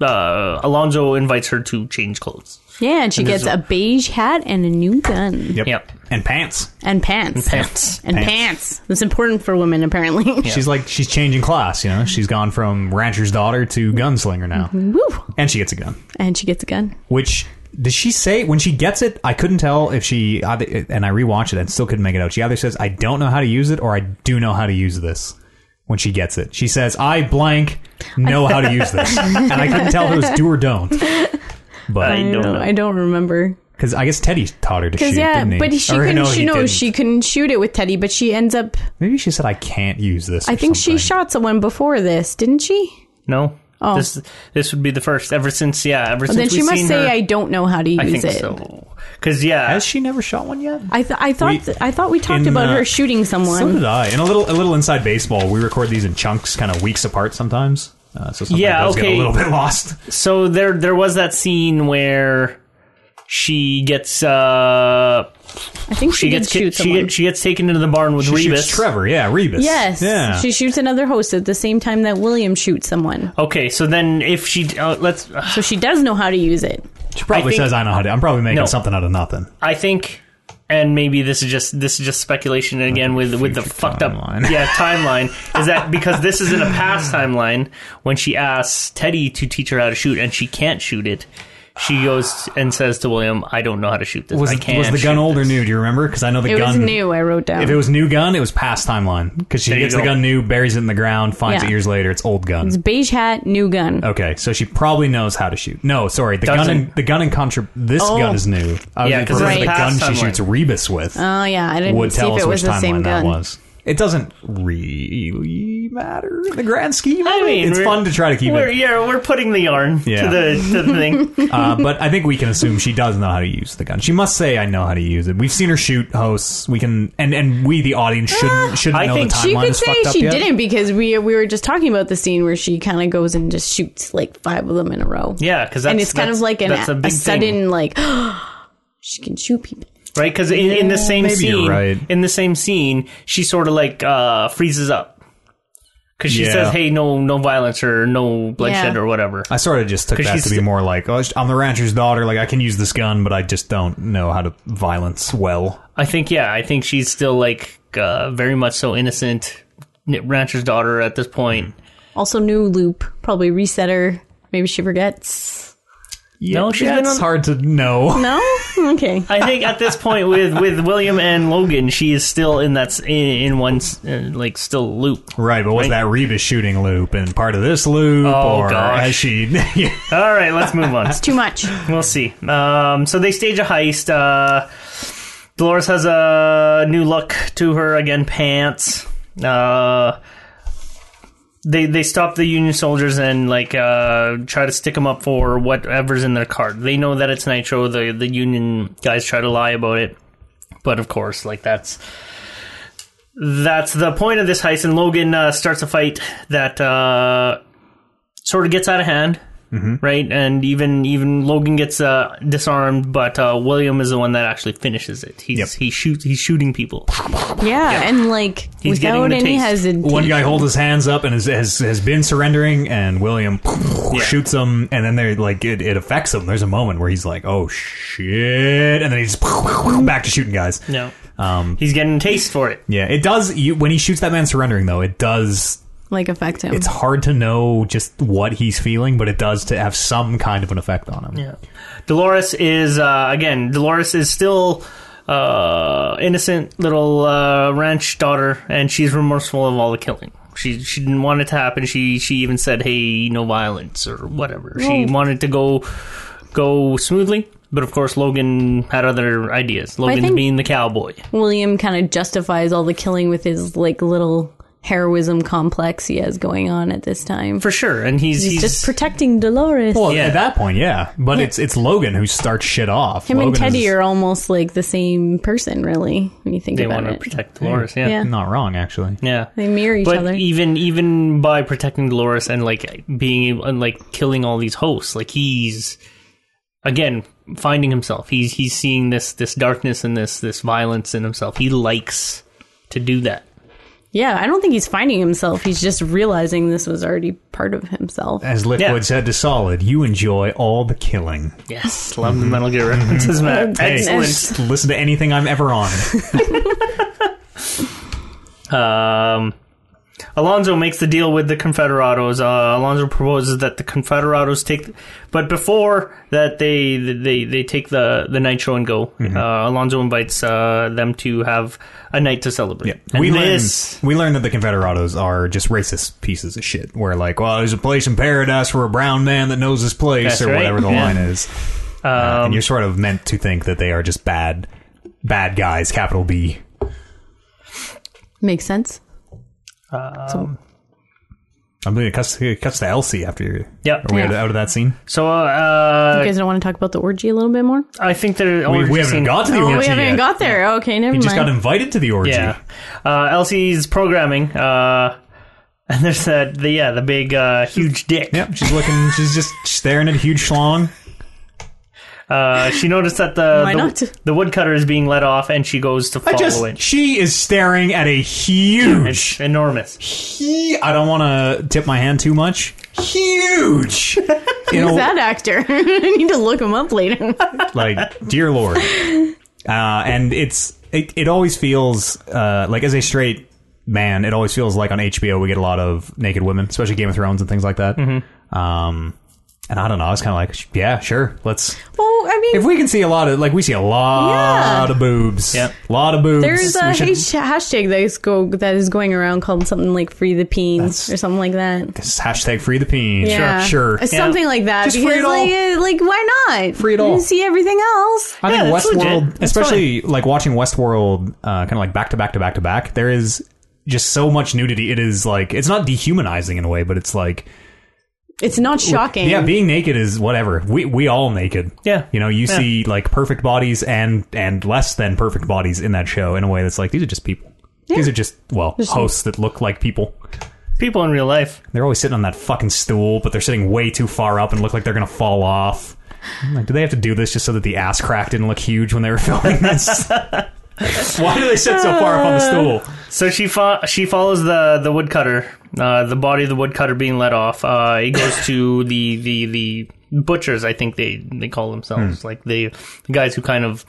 [SPEAKER 3] uh, Alonzo invites her to change clothes.
[SPEAKER 2] Yeah, and she
[SPEAKER 3] there's
[SPEAKER 2] gets a beige hat and a new gun.
[SPEAKER 1] Yep.
[SPEAKER 3] Yep.
[SPEAKER 1] And pants.
[SPEAKER 2] And pants.
[SPEAKER 3] Pants.
[SPEAKER 2] And
[SPEAKER 1] Pants.
[SPEAKER 2] pants. That's important for women, apparently.
[SPEAKER 1] She's like she's changing class. You know, she's gone from rancher's daughter to gunslinger
[SPEAKER 2] Mm-hmm.
[SPEAKER 1] now,
[SPEAKER 2] Woo!
[SPEAKER 1] and she gets a gun.
[SPEAKER 2] And she gets a gun.
[SPEAKER 1] Which does she say when she gets it? I couldn't tell if she either, and I rewatched it and still couldn't make it out. She either says I don't know how to use it or I do know how to use this. When she gets it, she says I blank know how to use this, and I couldn't tell if it was do or don't. But
[SPEAKER 3] I don't know.
[SPEAKER 2] I don't remember.
[SPEAKER 1] because I guess Teddy taught her to shoot,
[SPEAKER 2] Because yeah,
[SPEAKER 1] didn't he?
[SPEAKER 2] but she
[SPEAKER 1] Or
[SPEAKER 2] couldn't.
[SPEAKER 1] no, he
[SPEAKER 2] she no,
[SPEAKER 1] didn't.
[SPEAKER 2] she couldn't shoot it with Teddy. But she ends up.
[SPEAKER 1] Maybe she said I can't use this.
[SPEAKER 2] I
[SPEAKER 1] or
[SPEAKER 2] think she
[SPEAKER 1] something.
[SPEAKER 2] shot someone before this, didn't she?
[SPEAKER 3] No.
[SPEAKER 2] Oh.
[SPEAKER 3] This this would be the first ever since yeah ever
[SPEAKER 2] Well,
[SPEAKER 3] since
[SPEAKER 2] then she
[SPEAKER 3] we've
[SPEAKER 2] must
[SPEAKER 3] seen
[SPEAKER 2] say,
[SPEAKER 3] her,
[SPEAKER 2] "I don't know how to use
[SPEAKER 3] I think
[SPEAKER 2] it."
[SPEAKER 3] so because yeah
[SPEAKER 1] Has she never shot one yet?
[SPEAKER 2] I, th- I thought
[SPEAKER 1] We-
[SPEAKER 2] th- I thought we talked
[SPEAKER 1] in,
[SPEAKER 2] about
[SPEAKER 1] uh,
[SPEAKER 2] her shooting
[SPEAKER 1] So
[SPEAKER 2] someone.
[SPEAKER 1] did I. And a little, a little inside baseball. We record these in chunks, kind of weeks apart sometimes. Uh, so something
[SPEAKER 3] Yeah,
[SPEAKER 1] does get
[SPEAKER 3] okay.
[SPEAKER 1] a little bit lost.
[SPEAKER 3] so there there was that scene where she gets uh
[SPEAKER 2] I think she,
[SPEAKER 3] she
[SPEAKER 2] did
[SPEAKER 3] gets ki-
[SPEAKER 2] shoot
[SPEAKER 3] she,
[SPEAKER 2] someone.
[SPEAKER 3] get- she gets taken into the barn with
[SPEAKER 1] She
[SPEAKER 3] Rebus
[SPEAKER 1] shoots Trevor, yeah, Rebus.
[SPEAKER 2] yes,
[SPEAKER 1] yeah.
[SPEAKER 2] she shoots another host at the same time that William shoots someone.
[SPEAKER 3] okay so then if she uh, let's
[SPEAKER 2] So she does know how to use it.
[SPEAKER 1] She probably
[SPEAKER 3] I think-
[SPEAKER 1] says, "I know how to." I'm probably making
[SPEAKER 3] No.
[SPEAKER 1] something out of nothing.
[SPEAKER 3] I think, and maybe this is just this is just speculation again with with the
[SPEAKER 1] future
[SPEAKER 3] fucked
[SPEAKER 1] timeline.
[SPEAKER 3] up yeah timeline is that because this is in a past timeline when she asks Teddy to teach her how to shoot and she can't shoot it. She goes and says to William, "I don't know how to shoot this.
[SPEAKER 1] Was,
[SPEAKER 3] I can't."
[SPEAKER 1] was the
[SPEAKER 3] shoot
[SPEAKER 1] gun old
[SPEAKER 3] this."
[SPEAKER 1] or new? Do you remember? Because I know the
[SPEAKER 2] It
[SPEAKER 1] gun.
[SPEAKER 2] was new. I wrote down.
[SPEAKER 1] If it was new gun, it was past timeline. Because she
[SPEAKER 3] There you
[SPEAKER 1] gets the
[SPEAKER 3] go.
[SPEAKER 1] gun new, buries it in the ground, finds
[SPEAKER 2] Yeah.
[SPEAKER 1] it years later. It's old gun.
[SPEAKER 2] beige hat, new gun.
[SPEAKER 1] Okay, so she probably knows how to shoot. No, sorry, the gun
[SPEAKER 3] Doesn't.
[SPEAKER 1] and the gun and contra. This
[SPEAKER 2] Oh.
[SPEAKER 1] gun is new. I was
[SPEAKER 3] Yeah, 'cause
[SPEAKER 1] referring to
[SPEAKER 2] it's
[SPEAKER 1] the gun
[SPEAKER 3] past
[SPEAKER 1] she
[SPEAKER 3] timeline.
[SPEAKER 1] shoots Rebus with.
[SPEAKER 2] Oh yeah, I didn't
[SPEAKER 1] would
[SPEAKER 2] see
[SPEAKER 1] tell us
[SPEAKER 2] if it was
[SPEAKER 1] which
[SPEAKER 2] the same
[SPEAKER 1] timeline that
[SPEAKER 2] gun.
[SPEAKER 1] was. It doesn't really matter in the grand scheme. of
[SPEAKER 3] I
[SPEAKER 1] it.
[SPEAKER 3] mean,
[SPEAKER 1] it's
[SPEAKER 3] we're-
[SPEAKER 1] fun to try to keep
[SPEAKER 3] We're,
[SPEAKER 1] it,
[SPEAKER 3] yeah, we're putting the yarn
[SPEAKER 1] Yeah.
[SPEAKER 3] to the to the thing.
[SPEAKER 1] uh, but I think we can assume she does know how to use the gun. She must say, "I know how to use it." We've seen her shoot hosts. We can, and and we, the audience, shouldn't shouldn't
[SPEAKER 3] I
[SPEAKER 1] know
[SPEAKER 3] think
[SPEAKER 1] the timeline
[SPEAKER 2] Ah, She could
[SPEAKER 1] is
[SPEAKER 2] say
[SPEAKER 1] fucked up
[SPEAKER 2] she
[SPEAKER 1] yet.
[SPEAKER 2] didn't because we we were just talking about the scene where she kind of goes and just shoots like five of them in a row.
[SPEAKER 3] Yeah, because
[SPEAKER 2] and it's kind of like an,
[SPEAKER 3] that's a,
[SPEAKER 2] a,
[SPEAKER 3] big
[SPEAKER 2] sudden
[SPEAKER 3] thing.
[SPEAKER 2] like she can shoot people.
[SPEAKER 3] right? Because in, in the same
[SPEAKER 1] maybe you're
[SPEAKER 3] scene,
[SPEAKER 1] right.
[SPEAKER 3] in the same scene, she sort of like uh, freezes up because she
[SPEAKER 1] Yeah.
[SPEAKER 3] says, "Hey, no, no violence or no bloodshed
[SPEAKER 2] Yeah.
[SPEAKER 3] or whatever."
[SPEAKER 1] I sort of just took
[SPEAKER 3] 'Cause
[SPEAKER 1] that
[SPEAKER 3] she's
[SPEAKER 1] to be
[SPEAKER 3] st-
[SPEAKER 1] more like, oh, I'm the rancher's daughter. Like I can use this gun, but I just don't know how to violence well.
[SPEAKER 3] I think, yeah, I think she's still like uh, very much so innocent n- rancher's daughter at this point.
[SPEAKER 2] Also, new loop probably reset her. Maybe she forgets.
[SPEAKER 1] Yeah,
[SPEAKER 3] No, she's been
[SPEAKER 1] it's
[SPEAKER 3] on-
[SPEAKER 1] hard to know.
[SPEAKER 2] No, okay.
[SPEAKER 3] I think at this point with with William and Logan, she is still in that s- in, in one s- uh, like still loop.
[SPEAKER 1] Right, but was that Rebus shooting loop and part of this loop,
[SPEAKER 3] Oh,
[SPEAKER 1] or
[SPEAKER 3] gosh.
[SPEAKER 1] has she? Yeah.
[SPEAKER 3] All right, let's move on.
[SPEAKER 2] Too much.
[SPEAKER 3] We'll see. Um, so they stage a heist. Uh, Dolores has a new look to her again. Pants. Uh, they they stop the Union soldiers and like uh, try to stick them up for whatever's in their cart. They know that it's nitro. The the Union guys try to lie about it, but of course, like that's That's the point of this heist, and Logan uh, starts a fight that uh, sort of gets out of hand,
[SPEAKER 1] Mm-hmm.
[SPEAKER 3] right? And even even Logan gets uh, disarmed, but uh, William is the one that actually finishes it. He's
[SPEAKER 1] Yep.
[SPEAKER 3] he shoots he's shooting people.
[SPEAKER 2] Yeah, and like
[SPEAKER 3] He's getting
[SPEAKER 2] without
[SPEAKER 3] the
[SPEAKER 2] any
[SPEAKER 3] taste.
[SPEAKER 2] hesitation.
[SPEAKER 1] One guy holds his hands up and has, has, has been surrendering, and William shoots him, and then they're like, it, it affects him. There's a moment where he's like, oh shit, and then he's back to shooting guys.
[SPEAKER 3] No,
[SPEAKER 1] Um,
[SPEAKER 3] he's getting a taste for it.
[SPEAKER 1] yeah, it does. You, when he shoots that man surrendering, though, it does
[SPEAKER 2] like affect him.
[SPEAKER 1] it's hard to know just what he's feeling, but it does to have some kind of an effect on him.
[SPEAKER 3] Yeah. Dolores is uh, again. Dolores is still uh, innocent little uh, ranch daughter, and she's remorseful of all the killing. She she didn't want it to happen. She she even said, "Hey, no violence" or whatever. She wanted to go go smoothly, but of course Logan had other ideas. Logan
[SPEAKER 2] think-
[SPEAKER 3] being the cowboy.
[SPEAKER 2] William kind of justifies all the killing with his like little heroism complex he has going on at this time.
[SPEAKER 3] For sure, and he's
[SPEAKER 2] he's,
[SPEAKER 3] he's,
[SPEAKER 2] just protecting Dolores.
[SPEAKER 1] Well,
[SPEAKER 3] Yeah.
[SPEAKER 1] at that point, yeah, but it's it's Logan who starts shit off.
[SPEAKER 2] him and
[SPEAKER 1] Logan
[SPEAKER 2] Teddy
[SPEAKER 1] is
[SPEAKER 2] are almost like the same person, really. When you think
[SPEAKER 3] they
[SPEAKER 2] about
[SPEAKER 3] want to
[SPEAKER 2] it,
[SPEAKER 3] protect Dolores.
[SPEAKER 2] Yeah.
[SPEAKER 3] Yeah, yeah.
[SPEAKER 1] not wrong actually.
[SPEAKER 2] they mirror each
[SPEAKER 3] but
[SPEAKER 2] other.
[SPEAKER 3] even even by protecting Dolores and like being able and like killing all these hosts, like he's again finding himself. He's he's seeing this this darkness and this this violence in himself. He likes to do that.
[SPEAKER 2] yeah, I don't think he's finding himself. He's just realizing this was already part of himself.
[SPEAKER 1] As Liquid
[SPEAKER 3] Yeah.
[SPEAKER 1] said to Solid, you enjoy all the killing.
[SPEAKER 3] Yes, love the Metal Gear references, Matt.
[SPEAKER 1] Hey,
[SPEAKER 3] Excellent.
[SPEAKER 1] just listen to anything I'm ever on.
[SPEAKER 3] Um, Alonso makes the deal with the Confederados. Uh, Alonso proposes that the Confederados take, but before that, they they they take the the night show and go.
[SPEAKER 1] Mm-hmm.
[SPEAKER 3] Uh, Alonso invites uh, them to have a night to celebrate. And
[SPEAKER 1] we
[SPEAKER 3] this,
[SPEAKER 1] learn we learn that the Confederados are just racist pieces of shit. Where like, well, there's a place in paradise for a brown man that knows his place,
[SPEAKER 3] That's
[SPEAKER 1] or
[SPEAKER 3] right,
[SPEAKER 1] whatever the
[SPEAKER 3] yeah. Um,
[SPEAKER 1] line is. Uh, and you're sort of meant to think that they are just bad, bad guys. Capital B.
[SPEAKER 2] Makes sense.
[SPEAKER 1] I believe it cuts, it cuts to Elsie after you.
[SPEAKER 3] Yeah.
[SPEAKER 1] Are we
[SPEAKER 2] Yeah.
[SPEAKER 1] Out, of, out of that scene?
[SPEAKER 3] so
[SPEAKER 2] You
[SPEAKER 3] uh,
[SPEAKER 2] guys don't want to talk about the orgy a little bit more?
[SPEAKER 3] I think they're
[SPEAKER 1] We, we haven't got to the
[SPEAKER 2] Oh,
[SPEAKER 1] orgy
[SPEAKER 2] we haven't
[SPEAKER 1] yet.
[SPEAKER 2] even got there. Okay, never
[SPEAKER 1] he
[SPEAKER 2] mind.
[SPEAKER 1] just got invited to the orgy.
[SPEAKER 3] Yeah, uh, Elsie's programming, uh, and there's that the yeah the big uh, huge dick.
[SPEAKER 1] Yep, she's looking. She's just staring at a huge schlong.
[SPEAKER 3] Uh, she noticed that the
[SPEAKER 2] Why
[SPEAKER 3] the,
[SPEAKER 2] not?
[SPEAKER 3] the woodcutter is being let off, and she goes to follow
[SPEAKER 1] I just.
[SPEAKER 3] it.
[SPEAKER 1] She is staring at a
[SPEAKER 3] It's
[SPEAKER 1] huge.
[SPEAKER 3] enormous.
[SPEAKER 1] He, I don't want to tip my hand too much. Huge. you
[SPEAKER 2] Who's
[SPEAKER 1] know,
[SPEAKER 2] that actor? I need to look him up later.
[SPEAKER 1] like dear lord. Uh, and it's it. It always feels uh, like as a straight man, it always feels like on HBO we get a lot of naked women, especially Game of Thrones and things like that.
[SPEAKER 2] Mm-hmm.
[SPEAKER 1] Um, and I don't know. I was kind of like, sh- yeah, sure, let's.
[SPEAKER 2] well, I mean,
[SPEAKER 1] if we can see a lot of like we see a lot
[SPEAKER 2] Yeah.
[SPEAKER 1] of boobs
[SPEAKER 3] Yep.
[SPEAKER 1] a lot of boobs
[SPEAKER 2] There's a
[SPEAKER 1] We should-
[SPEAKER 2] hash- hashtag that is, go- that is going around called something like free the peens
[SPEAKER 1] That's-
[SPEAKER 2] or something like that.
[SPEAKER 1] This is hashtag free the peen
[SPEAKER 2] Yeah.
[SPEAKER 1] sure
[SPEAKER 2] Uh,
[SPEAKER 1] sure
[SPEAKER 2] Something like that.
[SPEAKER 1] Just free
[SPEAKER 2] because
[SPEAKER 1] it all.
[SPEAKER 2] like, uh, like, why not?
[SPEAKER 1] Free it
[SPEAKER 2] You
[SPEAKER 1] all.
[SPEAKER 2] see everything else.
[SPEAKER 1] I think
[SPEAKER 3] Yeah, that's legit.
[SPEAKER 1] Westworld,
[SPEAKER 3] That's
[SPEAKER 1] especially like watching Westworld, uh, kind of like back to back to back to back. There is just so much nudity. It is like it's not dehumanizing in a way, but it's like
[SPEAKER 2] It's not shocking.
[SPEAKER 1] yeah, being naked is whatever. We we all naked.
[SPEAKER 3] Yeah.
[SPEAKER 1] you know, you
[SPEAKER 3] Yeah.
[SPEAKER 1] see like perfect bodies and and less than perfect bodies in that show in a way that's like these are just people. These are just well hosts that look like people.
[SPEAKER 3] people in real life.
[SPEAKER 1] They're always sitting on that fucking stool, but they're sitting way too far up and look like they're gonna fall off. I'm like, do they have to do this just so that the ass crack didn't look huge when they were filming this? Why do they sit so far up on the stool?
[SPEAKER 3] So she fo- she follows the the woodcutter, uh, the body of the woodcutter being let off. Uh, it goes to the the the butchers. I think they they call themselves like the, the guys who kind of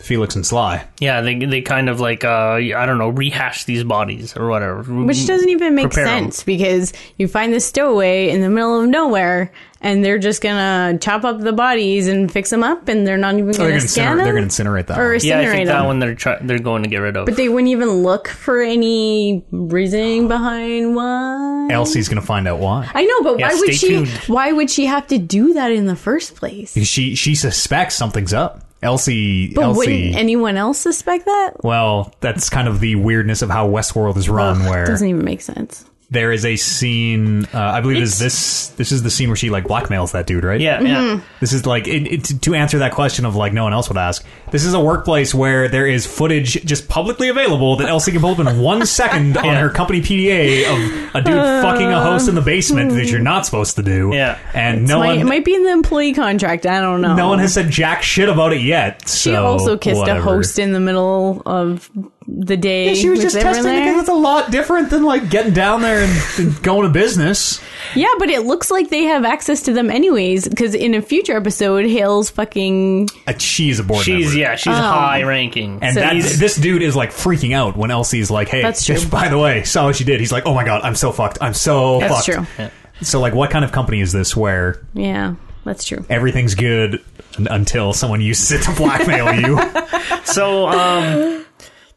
[SPEAKER 1] Felix and Sly.
[SPEAKER 3] yeah they they kind of like uh, I don't know rehash these bodies or whatever.
[SPEAKER 2] Which doesn't even make
[SPEAKER 3] Prepare 'em.
[SPEAKER 2] sense because you find the stowaway in the middle of nowhere and they're just going to chop up the bodies and fix them up and they're not even
[SPEAKER 1] Oh, They're
[SPEAKER 2] going
[SPEAKER 1] gonna
[SPEAKER 2] to scan
[SPEAKER 1] incinerate,
[SPEAKER 2] them
[SPEAKER 1] they're gonna incinerate that.
[SPEAKER 2] or
[SPEAKER 1] one.
[SPEAKER 2] incinerate
[SPEAKER 3] yeah, I think that
[SPEAKER 2] them.
[SPEAKER 3] one they're try- they're going to get rid of.
[SPEAKER 2] But they wouldn't even look for any reasoning behind why.
[SPEAKER 1] Elsie's gonna find out why.
[SPEAKER 2] I know, but
[SPEAKER 3] Yeah,
[SPEAKER 2] why would
[SPEAKER 3] stay
[SPEAKER 2] she?
[SPEAKER 3] tuned.
[SPEAKER 2] Why would she have to do that in the first place?
[SPEAKER 1] She she suspects something's up. Elsie
[SPEAKER 2] But
[SPEAKER 1] Elsie
[SPEAKER 2] wouldn't anyone else suspect that?
[SPEAKER 1] Well, that's kind of the weirdness of how Westworld is run where
[SPEAKER 2] Doesn't even make sense.
[SPEAKER 1] there is a scene. Uh, I believe is
[SPEAKER 3] It's-
[SPEAKER 1] this this is the scene where she like blackmails that dude, right?
[SPEAKER 3] Yeah,
[SPEAKER 2] Mm-hmm.
[SPEAKER 3] yeah.
[SPEAKER 1] This is like it, it, to- to answer that question of like no one else would ask. This is a workplace where there is footage just publicly available that Elsie can pull up in one second on her company PDA of a dude
[SPEAKER 2] Uh,
[SPEAKER 1] fucking a host in the basement that you're not supposed to do.
[SPEAKER 3] Yeah.
[SPEAKER 1] and no
[SPEAKER 2] might,
[SPEAKER 1] one
[SPEAKER 2] it might be in the employee contract. I don't know.
[SPEAKER 1] no one has said jack shit about it yet.
[SPEAKER 2] She also kissed a host in the middle of the day.
[SPEAKER 1] Yeah, she was
[SPEAKER 2] with
[SPEAKER 1] just
[SPEAKER 2] everyone
[SPEAKER 1] testing
[SPEAKER 2] there.
[SPEAKER 1] because it's a lot different than like getting down there and, and going to business.
[SPEAKER 2] Yeah, but it looks like they have access to them anyways. Because in a future episode, Hale's fucking
[SPEAKER 1] Uh, she's a board
[SPEAKER 3] She's
[SPEAKER 1] member.
[SPEAKER 3] yeah, she's
[SPEAKER 2] Oh.
[SPEAKER 3] high ranking.
[SPEAKER 1] And
[SPEAKER 2] So
[SPEAKER 1] that,
[SPEAKER 2] he's-
[SPEAKER 1] this dude is like freaking out when Elsie's like, "Hey,
[SPEAKER 2] That's
[SPEAKER 1] just
[SPEAKER 2] true.
[SPEAKER 1] by the way, saw what you did." He's like, "Oh my god, I'm so fucked. I'm so
[SPEAKER 2] That's
[SPEAKER 1] fucked."
[SPEAKER 2] true.
[SPEAKER 1] So like, what kind of company is this where
[SPEAKER 2] yeah, that's true.
[SPEAKER 1] everything's good un- until someone uses it to blackmail you?
[SPEAKER 3] so um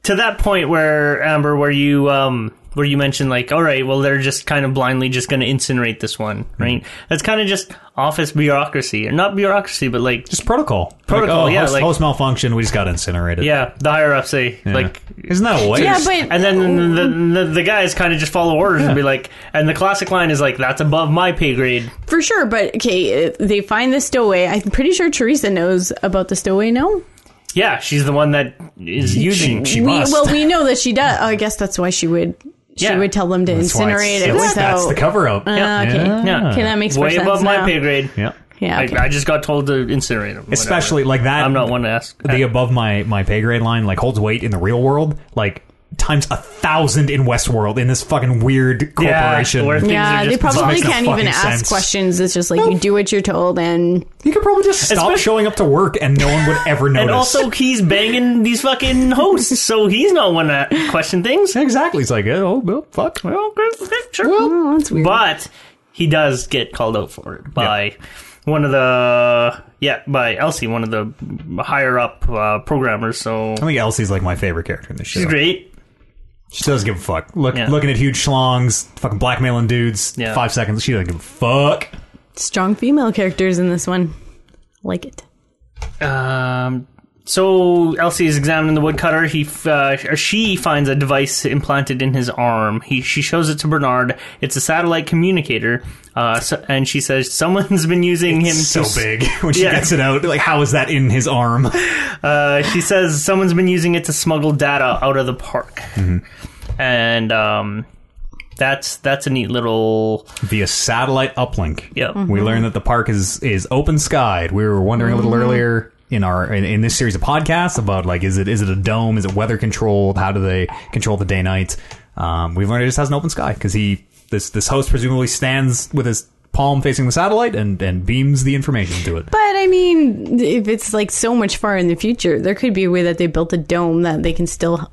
[SPEAKER 3] to that point where amber where you um where you mentioned like all right well they're just kind of blindly just going to incinerate this one
[SPEAKER 1] Hmm.
[SPEAKER 3] right that's kind of just office bureaucracy or not bureaucracy but like
[SPEAKER 1] Just protocol.
[SPEAKER 3] Protocol,
[SPEAKER 1] Like, oh,
[SPEAKER 3] yeah,
[SPEAKER 1] Host,
[SPEAKER 3] like-
[SPEAKER 1] host malfunction. We just got incinerated.
[SPEAKER 3] yeah the higher ups say
[SPEAKER 1] Yeah.
[SPEAKER 3] like
[SPEAKER 1] isn't that a waste?
[SPEAKER 2] Yeah, but
[SPEAKER 3] and then the, the, the guys kind of just follow orders
[SPEAKER 1] Yeah.
[SPEAKER 3] and be like and the classic line is like that's above my pay grade
[SPEAKER 2] for sure. But okay, uh, they find the stowaway. I'm pretty sure Teresa knows about the stowaway. No,
[SPEAKER 3] yeah she's the one that is using
[SPEAKER 1] she
[SPEAKER 2] we
[SPEAKER 1] must.
[SPEAKER 2] well we know that she does. Oh, I guess that's why she would. She
[SPEAKER 3] Yeah.
[SPEAKER 2] would tell them to
[SPEAKER 1] That's why it's-
[SPEAKER 2] incinerate it
[SPEAKER 1] that's- That's
[SPEAKER 2] without.
[SPEAKER 1] the cover up.
[SPEAKER 2] Uh, okay.
[SPEAKER 3] Yeah.
[SPEAKER 2] Okay, that makes more
[SPEAKER 3] way
[SPEAKER 2] sense
[SPEAKER 3] above my
[SPEAKER 2] now.
[SPEAKER 3] pay grade
[SPEAKER 1] Ah. Yeah.
[SPEAKER 2] Yeah, okay.
[SPEAKER 3] I, I just got told to incinerate them
[SPEAKER 1] Especially like that.
[SPEAKER 3] i'm not one to ask
[SPEAKER 1] the above my my pay grade line like holds weight in the real world like times a thousand in Westworld in this fucking weird
[SPEAKER 3] Yeah,
[SPEAKER 1] corporation.
[SPEAKER 3] where things are
[SPEAKER 2] yeah, they
[SPEAKER 3] just
[SPEAKER 2] probably
[SPEAKER 1] makes no
[SPEAKER 2] can't even
[SPEAKER 1] fucking
[SPEAKER 2] ask
[SPEAKER 1] sense.
[SPEAKER 2] questions. It's just like you do what you're told, and
[SPEAKER 1] you could probably just stop
[SPEAKER 3] Especially-
[SPEAKER 1] showing up to work and no one would ever notice.
[SPEAKER 3] And also, he's banging these fucking hosts, so he's not one to question things.
[SPEAKER 1] exactly, it's like oh well, fuck. Well,
[SPEAKER 3] Sure.
[SPEAKER 2] oh, that's weird.
[SPEAKER 3] But he does get called out for it by one of the yeah by Elsie, one of the higher up uh, programmers. So
[SPEAKER 1] I think Elsie's like my favorite character in this show.
[SPEAKER 3] she's great.
[SPEAKER 1] She doesn't give a fuck. Look,
[SPEAKER 3] Yeah.
[SPEAKER 1] looking at huge schlongs, fucking blackmailing dudes.
[SPEAKER 3] Yeah.
[SPEAKER 1] Five seconds. She doesn't give a fuck.
[SPEAKER 2] Strong female characters in this one. Like it.
[SPEAKER 3] Um, so Elsie is examining the woodcutter. He f- uh, or she finds a device implanted in his arm. He she shows it to Bernard. It's a satellite communicator. Uh, so, and she says someone's been using him
[SPEAKER 1] so
[SPEAKER 3] to s-
[SPEAKER 1] big when she
[SPEAKER 3] Yeah.
[SPEAKER 1] gets it out. Like how is that in his arm?
[SPEAKER 3] Uh, she says someone's been using it to smuggle data out of the park, and um, that's that's a neat little
[SPEAKER 1] via satellite uplink.
[SPEAKER 3] Yep. Mhm.
[SPEAKER 1] We learned that the park is is open skied. We were wondering a little earlier in our in, in this series of podcasts about like is it is it a dome? Is it weather controlled? How do they control the day night? Um, we learned it just has an open sky because he this this host presumably stands with his palm facing the satellite and and beams the information to it.
[SPEAKER 2] But I mean, if it's like so much far in the future, there could be a way that they built a dome that they can still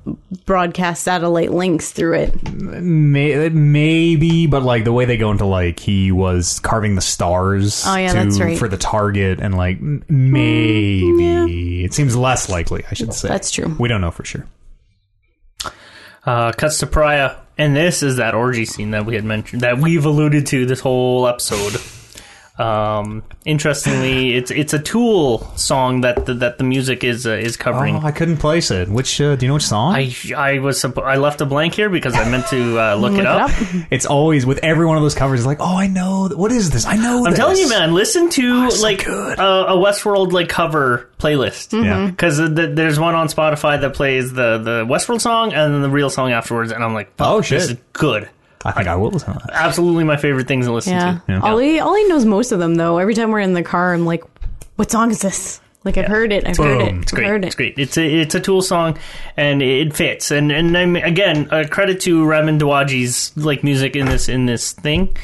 [SPEAKER 2] broadcast satellite links through it.
[SPEAKER 1] May, maybe, but like the way they go into like he was carving the stars
[SPEAKER 2] Oh, yeah,
[SPEAKER 1] to,
[SPEAKER 2] that's right. Mm,
[SPEAKER 1] for the target, and like m- maybe it seems less likely. I should say
[SPEAKER 2] That's true.
[SPEAKER 1] We don't know for sure.
[SPEAKER 3] uh, cuts to Pariah, and this is that orgy scene that we had mentioned that we've alluded to this whole episode. Um, interestingly, it's it's a Tool song that the, that the music is uh, is covering.
[SPEAKER 1] Oh, I couldn't place it. Which uh, do you know which song?
[SPEAKER 3] I I was suppo- I left a blank here because I meant to uh, look, it up.
[SPEAKER 1] it's always with every one of those covers. It's like, oh, I know. th- What is this? I know.
[SPEAKER 3] I'm telling you, man. Listen to
[SPEAKER 1] so
[SPEAKER 3] like
[SPEAKER 1] good. Mm-hmm.
[SPEAKER 3] A, a Westworld like cover playlist.
[SPEAKER 1] Yeah.
[SPEAKER 3] because th there's one on Spotify that plays the the Westworld song and then the real song afterwards, and I'm like, fuck,
[SPEAKER 1] Oh,
[SPEAKER 3] this
[SPEAKER 1] shit.
[SPEAKER 3] is good.
[SPEAKER 1] I think I will listen to that.
[SPEAKER 3] Absolutely my favorite things to listen
[SPEAKER 2] Yeah.
[SPEAKER 3] to.
[SPEAKER 2] Ollie, Ollie knows most of them though. Every time we're in the car, I'm like, "What song is this?" Like I've heard it. I've heard
[SPEAKER 1] Boom.
[SPEAKER 2] it.
[SPEAKER 1] It's
[SPEAKER 2] I've heard
[SPEAKER 3] Great,
[SPEAKER 2] it.
[SPEAKER 3] it's great. It's a it's a Tool song, and it fits. And and I mean, again, a credit to Ramin Djawaji's like music in this in this thing.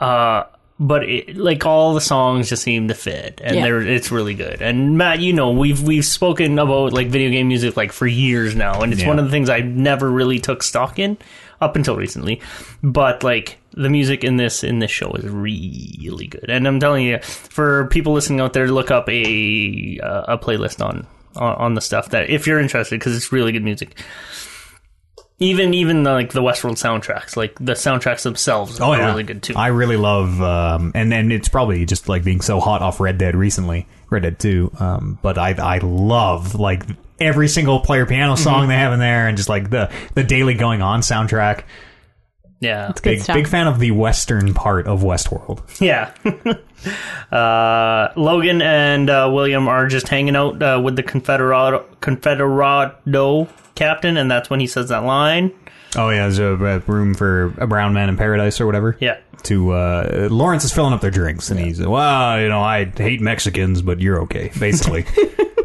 [SPEAKER 3] Uh, but it, like all the songs just seem to fit, and
[SPEAKER 2] Yeah.
[SPEAKER 3] they're it's really good. And Matt, you know, we've we've spoken about like video game music like for years now, and it's
[SPEAKER 1] Yeah.
[SPEAKER 3] one of the things I never really took stock in up until recently. But like the music in this in this show is really good, and I'm telling you, for people listening out there, look up a uh, a playlist on on, on the stuff that if you're interested, because it's really good music. Even even like the Westworld soundtracks, like the soundtracks themselves,
[SPEAKER 1] Oh,
[SPEAKER 3] are
[SPEAKER 1] yeah.
[SPEAKER 3] really good too.
[SPEAKER 1] I really love, um, and and it's probably just like being so hot off Red Dead recently, Red Dead Two. Um, but I I love like every
[SPEAKER 3] Mm-hmm.
[SPEAKER 1] single player piano song they have in there, and just like the the daily going on soundtrack.
[SPEAKER 3] Yeah.
[SPEAKER 2] It's good
[SPEAKER 1] Big,
[SPEAKER 2] stuff.
[SPEAKER 1] big fan of the western part of Westworld.
[SPEAKER 3] Yeah. uh, Logan and uh, William are just hanging out uh, with the Confederado, Confederado captain, and that's when he says that line.
[SPEAKER 1] Oh yeah, there's a, a room for a brown man in paradise or whatever.
[SPEAKER 3] Yeah.
[SPEAKER 1] To uh, Lawrence is filling up their drinks, and he's well, you know, I hate Mexicans, but you're okay, basically.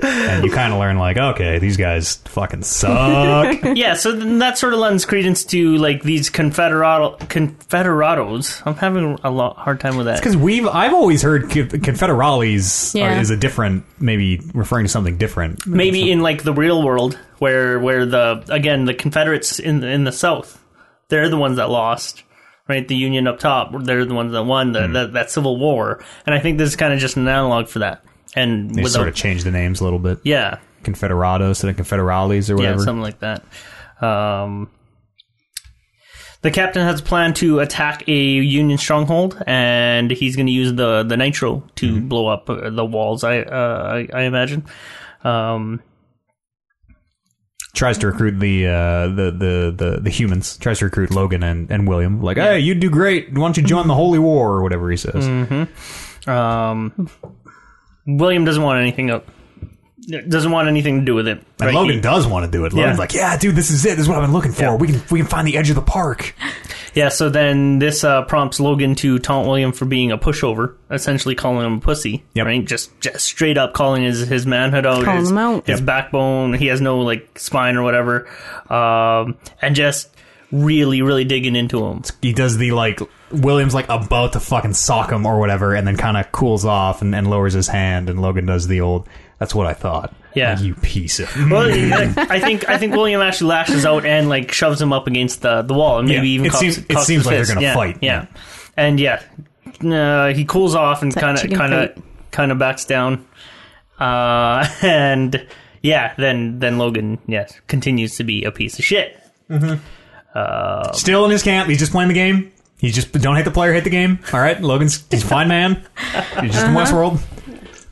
[SPEAKER 1] and you kind of learn like, okay, these guys fucking suck.
[SPEAKER 3] yeah, so then that sort of lends credence to like these Confederado Confederados. I'm having a lot, hard time with that.
[SPEAKER 1] Because we've, I've always heard co- Confederales are-
[SPEAKER 2] Yeah.
[SPEAKER 1] is a different, maybe referring to something different.
[SPEAKER 3] Maybe in like the real world, where where the again the Confederates in the, in the South, they're the ones that lost, right? The Union up top, they're the ones that won
[SPEAKER 1] Hmm.
[SPEAKER 3] the, that that Civil War, and I think this is kind of just an analog for that. And
[SPEAKER 1] They
[SPEAKER 3] without,
[SPEAKER 1] sort of change the names a little bit.
[SPEAKER 3] yeah,
[SPEAKER 1] Confederados to the Confederales or whatever.
[SPEAKER 3] Yeah, something like that. Um, the captain has a plan to attack a Union stronghold, and he's going to use the the nitro to
[SPEAKER 1] Mm-hmm.
[SPEAKER 3] blow up uh, the walls. I uh, I, I imagine. Um,
[SPEAKER 1] tries to recruit the, uh, the the the the humans. Tries to recruit Logan and, and William. Like, hey, you do great. Why don't you join the Holy War or whatever he says?
[SPEAKER 3] um, William doesn't want anything up. Doesn't want anything to do with it.
[SPEAKER 1] And
[SPEAKER 3] right?
[SPEAKER 1] Logan
[SPEAKER 3] He-
[SPEAKER 1] does want to do it. Logan's
[SPEAKER 3] Yeah.
[SPEAKER 1] like, yeah, dude, this is it. This is what I've been looking for.
[SPEAKER 3] Yeah.
[SPEAKER 1] We can we can find the edge of the park.
[SPEAKER 3] Yeah, so then this uh, prompts Logan to taunt William for being a pushover, essentially calling him a pussy.
[SPEAKER 1] Yep.
[SPEAKER 3] Right? Just, just straight up calling his, his manhood out,
[SPEAKER 2] Calling
[SPEAKER 3] his,
[SPEAKER 2] him out.
[SPEAKER 3] his backbone. He has no like spine or whatever. Um, and just really, really digging into him.
[SPEAKER 1] He does the like William's like about to fucking sock him or whatever, and then kind of cools off and, and lowers his hand. And Logan does the old. That's what I thought.
[SPEAKER 3] Yeah.
[SPEAKER 1] Like, you piece of.
[SPEAKER 3] Well, I I think I think William actually lashes out and like shoves him up against the, the wall and maybe
[SPEAKER 1] Yeah.
[SPEAKER 3] even
[SPEAKER 1] It
[SPEAKER 3] cocks-
[SPEAKER 1] seems- it
[SPEAKER 3] cocks
[SPEAKER 1] seems
[SPEAKER 3] his
[SPEAKER 1] like they're
[SPEAKER 3] fist.
[SPEAKER 1] gonna
[SPEAKER 3] Yeah,
[SPEAKER 1] fight.
[SPEAKER 3] Yeah, and yeah, uh, he cools off and
[SPEAKER 2] that
[SPEAKER 3] kind of
[SPEAKER 2] chicken
[SPEAKER 3] kind of
[SPEAKER 2] fight.
[SPEAKER 3] kind of backs down, uh, and yeah, then then Logan yes continues to be a piece of shit.
[SPEAKER 1] Still in his camp. He's just playing the game. He just don't hit the player, hit the game. All right, Logan's he's a fine man. He's just in Westworld.